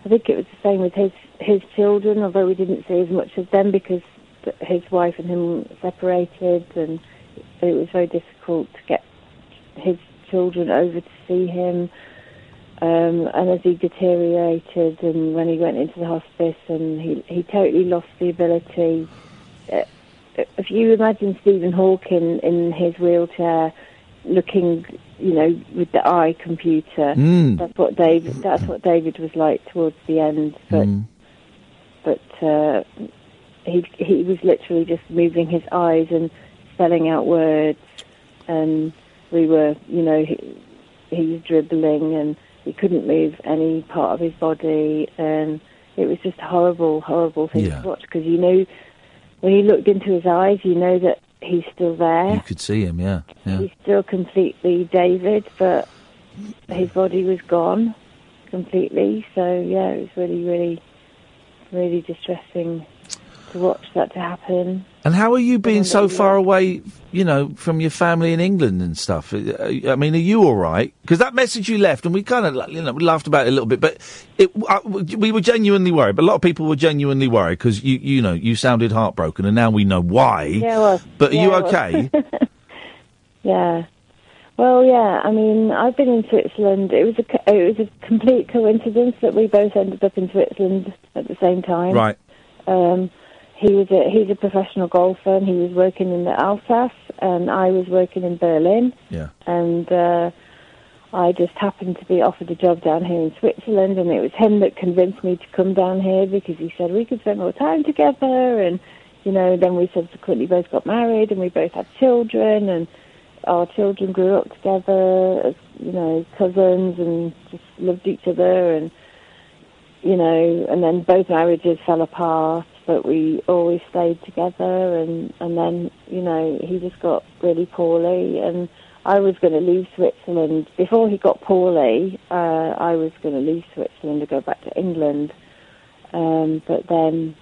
[SPEAKER 15] I think it was the same with his his children, although we didn't see as much of them because th- his wife and him separated, and it was very difficult to get his children over to see him. Um, and as he deteriorated, and when he went into the hospice, and he he totally lost the ability. Uh, if you imagine Stephen Hawking in his wheelchair, looking, you know, with the eye computer,
[SPEAKER 17] Mm.
[SPEAKER 15] that's what David. That's what David was like towards the end. But
[SPEAKER 5] Mm.
[SPEAKER 15] but uh, he he was literally just moving his eyes and spelling out words, and we were, you know, he, he was dribbling and he couldn't move any part of his body, and it was just a horrible, horrible thing
[SPEAKER 5] Yeah.
[SPEAKER 15] to watch because you knew when you looked into his eyes, you know that he's still there.
[SPEAKER 5] you could see him. Yeah, yeah.
[SPEAKER 15] He's still completely David, but his body was gone completely. So yeah, it was really, really, really distressing to watch that to happen.
[SPEAKER 5] And how are you being so far away, you know, from your family in England and stuff? Uh, I mean, are you all right? Because that message you left, and we kind of, you know, we laughed about it a little bit, but it, I, we were genuinely worried. But a lot of people were genuinely worried because you, you know, you sounded heartbroken, and now we know why.
[SPEAKER 15] Yeah, well,
[SPEAKER 5] But are
[SPEAKER 15] yeah,
[SPEAKER 5] you
[SPEAKER 15] well.
[SPEAKER 5] okay?
[SPEAKER 15] Yeah. Well, yeah. I mean, I've been in Switzerland. It was a co- it was a complete coincidence that we both ended up in Switzerland at the same time.
[SPEAKER 17] Right.
[SPEAKER 15] Um, he was a, he's a professional golfer, and he was working in the Alsace, and I was working in Berlin.
[SPEAKER 5] Yeah.
[SPEAKER 15] And uh, I just happened to be offered a job down here in Switzerland, and it was him that convinced me to come down here because he said we could spend more time together, and you know, then we subsequently both got married, and we both had children, and our children grew up together as you know cousins, and just loved each other, and you know, and then both marriages fell apart, but we always stayed together. And, and then, you know, he just got really poorly. And I was going to leave Switzerland. Before he got poorly, uh, I was going to leave Switzerland to go back to England. Um, but then,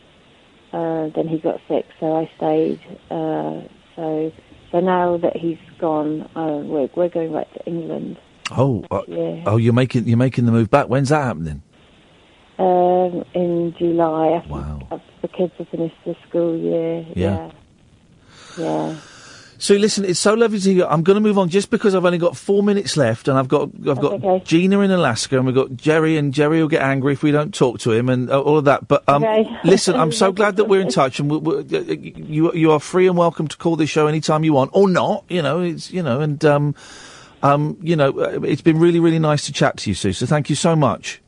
[SPEAKER 15] uh, then he got sick, so I stayed. Uh, so, so now that he's gone, uh, we're, we're going back to England.
[SPEAKER 5] Oh, uh,
[SPEAKER 15] Yeah.
[SPEAKER 5] oh, you're making you're making the move back. When's that happening?
[SPEAKER 15] Um, in July. After, after the kids have finished the school year.
[SPEAKER 5] Yeah.
[SPEAKER 15] Yeah. Yeah.
[SPEAKER 5] So listen, it's so lovely to hear. I'm going to move on just because I've only got four minutes left, and I've got I've got Gina in Alaska, and we've got Jerry, and Jerry will get angry if we don't talk to him, and uh, all of that. But um,
[SPEAKER 19] Okay.
[SPEAKER 5] listen, I'm so glad that we're in touch, and we we uh, you you are free and welcome to call this show anytime you want, or not. You know, it's you know, and um, Um, you know, uh, it's been really, really nice to chat to you, Sue. So thank you so much.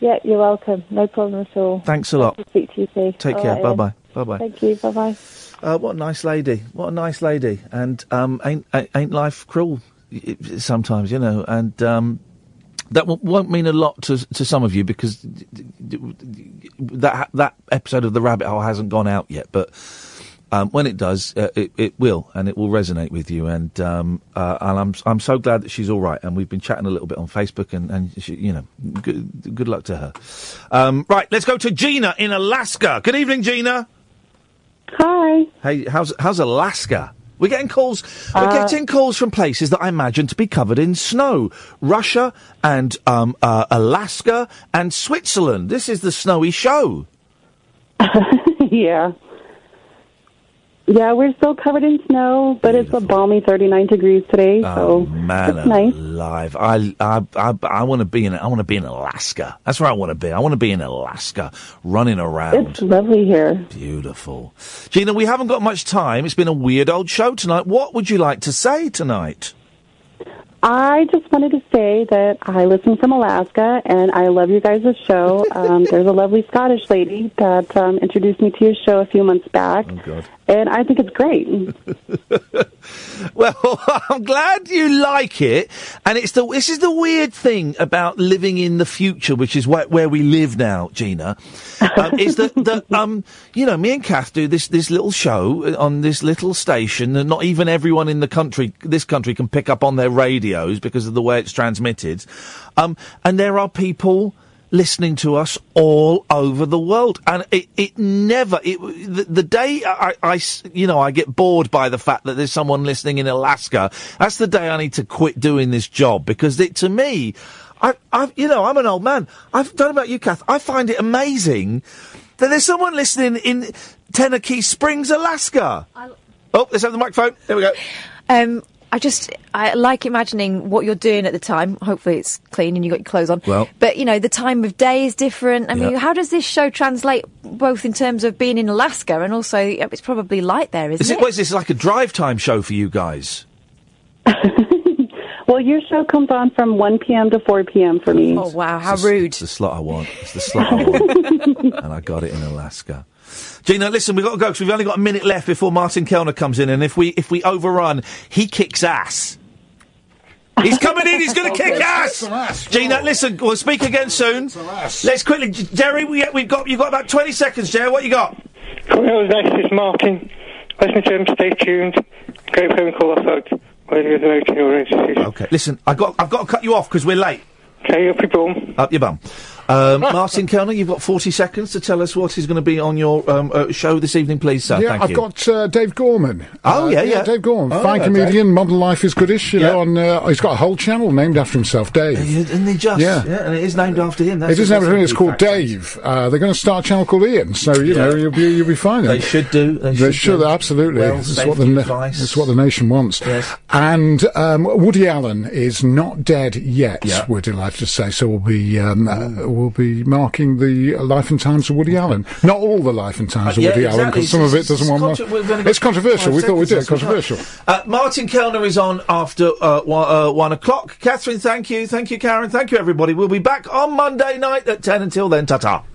[SPEAKER 15] Yeah, you're welcome. No problem at all.
[SPEAKER 5] Thanks a lot.
[SPEAKER 15] I'll speak to you soon.
[SPEAKER 5] Take
[SPEAKER 15] All
[SPEAKER 5] care.
[SPEAKER 15] right,
[SPEAKER 5] Bye
[SPEAKER 15] then.
[SPEAKER 5] bye. Bye bye.
[SPEAKER 15] Thank you. Bye bye.
[SPEAKER 5] Uh, what a nice lady. What a nice lady. And um, ain't ain't- ain't life cruel i- i- sometimes, you know? And um, that w- won't mean a lot to to some of you because d- d- d- d- that that episode of the Rabbit Hole hasn't gone out yet, but. Um, when it does, uh, it, it will, and it will resonate with you. And um, uh, and I'm I'm so glad that she's all right. And we've been chatting a little bit on Facebook, and and she, you know, good good luck to her. Um, right, let's go to Gina in Alaska. Good evening, Gina.
[SPEAKER 28] Hi.
[SPEAKER 5] Hey, how's how's Alaska? We're getting calls. We're
[SPEAKER 28] Uh,
[SPEAKER 5] getting calls from places that I imagine to be covered in snow: Russia and um, uh, Alaska and Switzerland. This is the snowy show.
[SPEAKER 28] yeah. Yeah, we're still covered in snow, but it's a balmy 39 degrees today,
[SPEAKER 5] Oh
[SPEAKER 28] so
[SPEAKER 5] man,
[SPEAKER 28] it's nice.
[SPEAKER 5] alive! I I I, I want to be in I want to be in Alaska. That's where I want to be. I want to be in Alaska, running around.
[SPEAKER 28] It's lovely here.
[SPEAKER 5] Beautiful, Gina. We haven't got much time. It's been a weird old show tonight. What would you like to say tonight?
[SPEAKER 28] I just wanted to say that I listen from Alaska, and I love your guys' show. Um, there's a lovely Scottish lady that um, introduced me to your show a few months back,
[SPEAKER 5] Oh, God.
[SPEAKER 28] and I think it's great.
[SPEAKER 5] Well, I'm glad you like it, and it's the this is the weird thing about living in the future, which is where, where we live now, Gina, um, is that that um you know me and Kath do this this little show uh, on this little station, and not even everyone in the country this country can pick up on their radios because of the way it's transmitted, um, and there are people listening to us all over the world and it, it never it the, the day I, I s- you know i get bored by the fact that there's someone listening in alaska that's the day i need to quit doing this job because it to me i i you know i'm an old man i've done about you kath i find it amazing that there's someone listening in tennessee springs alaska oh let's have the microphone there we go
[SPEAKER 6] Um, I just I like imagining what you're doing at the time. Hopefully, it's clean and you got your clothes on.
[SPEAKER 5] Well-
[SPEAKER 6] but you know the time of day is different. I mean,
[SPEAKER 5] Yeah.
[SPEAKER 6] how does this show translate both in terms of being in Alaska and also yeah, it's probably light there, isn't
[SPEAKER 5] is it, what is this like a drive time show for you guys
[SPEAKER 28] Well, your show comes on from 1 p.m. to 4 p.m. for me.
[SPEAKER 6] Oh, wow. How
[SPEAKER 5] It's the- It's the slot I want. It's the slot I want. and I got it in Alaska. Gina, listen, we've got to go because we've only got a minute left before Martin Kellner comes in. And if we if we overrun, he kicks ass. He's coming in. He's going to kick ass. Gina, listen, we'll speak again soon. Let's quickly, J- Jerry. We, we've got you've got about twenty seconds, Jerry. What you got?
[SPEAKER 8] Hello, this is Martin. Listen to him, stay tuned. Great phone call, I thought. Whether it's about your institution.
[SPEAKER 5] Okay, listen, I got I've got to cut you off because we're late.
[SPEAKER 8] Okay, up your bum.
[SPEAKER 5] Up your bum. Um, Martin Kellner, you've got forty seconds to tell us what is going to be on your um, uh, show this evening, please, sir.
[SPEAKER 18] yeah,
[SPEAKER 5] Thank
[SPEAKER 18] I've
[SPEAKER 5] you.
[SPEAKER 18] got uh, Dave Gorman.
[SPEAKER 5] Oh,
[SPEAKER 18] Uh,
[SPEAKER 5] yeah, yeah.
[SPEAKER 18] Dave Gorman,
[SPEAKER 5] Oh,
[SPEAKER 18] fine
[SPEAKER 5] yeah,
[SPEAKER 18] comedian.
[SPEAKER 5] Dave.
[SPEAKER 18] Modern life is goodish. You know, on uh, he's got a whole channel named after himself, Dave.
[SPEAKER 5] Isn't he just?
[SPEAKER 18] Yeah.
[SPEAKER 5] and it is named after him. That's
[SPEAKER 18] it is named
[SPEAKER 5] that's
[SPEAKER 18] after him. It's
[SPEAKER 5] big
[SPEAKER 18] called
[SPEAKER 5] fact.
[SPEAKER 18] Dave. Uh, they're going to start a channel called Ian, so you
[SPEAKER 5] Yeah.
[SPEAKER 18] know you'll be you'll be fine.
[SPEAKER 5] They
[SPEAKER 18] then.
[SPEAKER 5] should do. They,
[SPEAKER 18] They
[SPEAKER 5] should
[SPEAKER 18] should,
[SPEAKER 5] do.
[SPEAKER 18] absolutely.
[SPEAKER 5] Well,
[SPEAKER 18] It's what,
[SPEAKER 5] safety
[SPEAKER 18] the na-
[SPEAKER 5] advice.
[SPEAKER 18] it's what the nation wants.
[SPEAKER 5] Yes.
[SPEAKER 18] And um, Woody Allen is not dead yet.
[SPEAKER 5] Yeah.
[SPEAKER 18] We're delighted to say. So we'll be um, uh, we'll be marking the life and times of Woody Allen. Not all the life and times
[SPEAKER 5] Uh,
[SPEAKER 18] of
[SPEAKER 5] yeah,
[SPEAKER 18] Woody Allen,
[SPEAKER 5] exactly.
[SPEAKER 18] because some of it doesn't
[SPEAKER 5] It's
[SPEAKER 18] want.
[SPEAKER 5] contro- we've only got
[SPEAKER 18] it's controversial.
[SPEAKER 5] five
[SPEAKER 18] We thought we'd do it.
[SPEAKER 5] seconds, that's
[SPEAKER 18] Controversial.
[SPEAKER 5] Uh, Martin Kellner is on after uh, one, uh, one o'clock. Catherine, thank you. Thank you, Karen. Thank you, everybody. We'll be back on Monday night at 10. Until then, ta ta.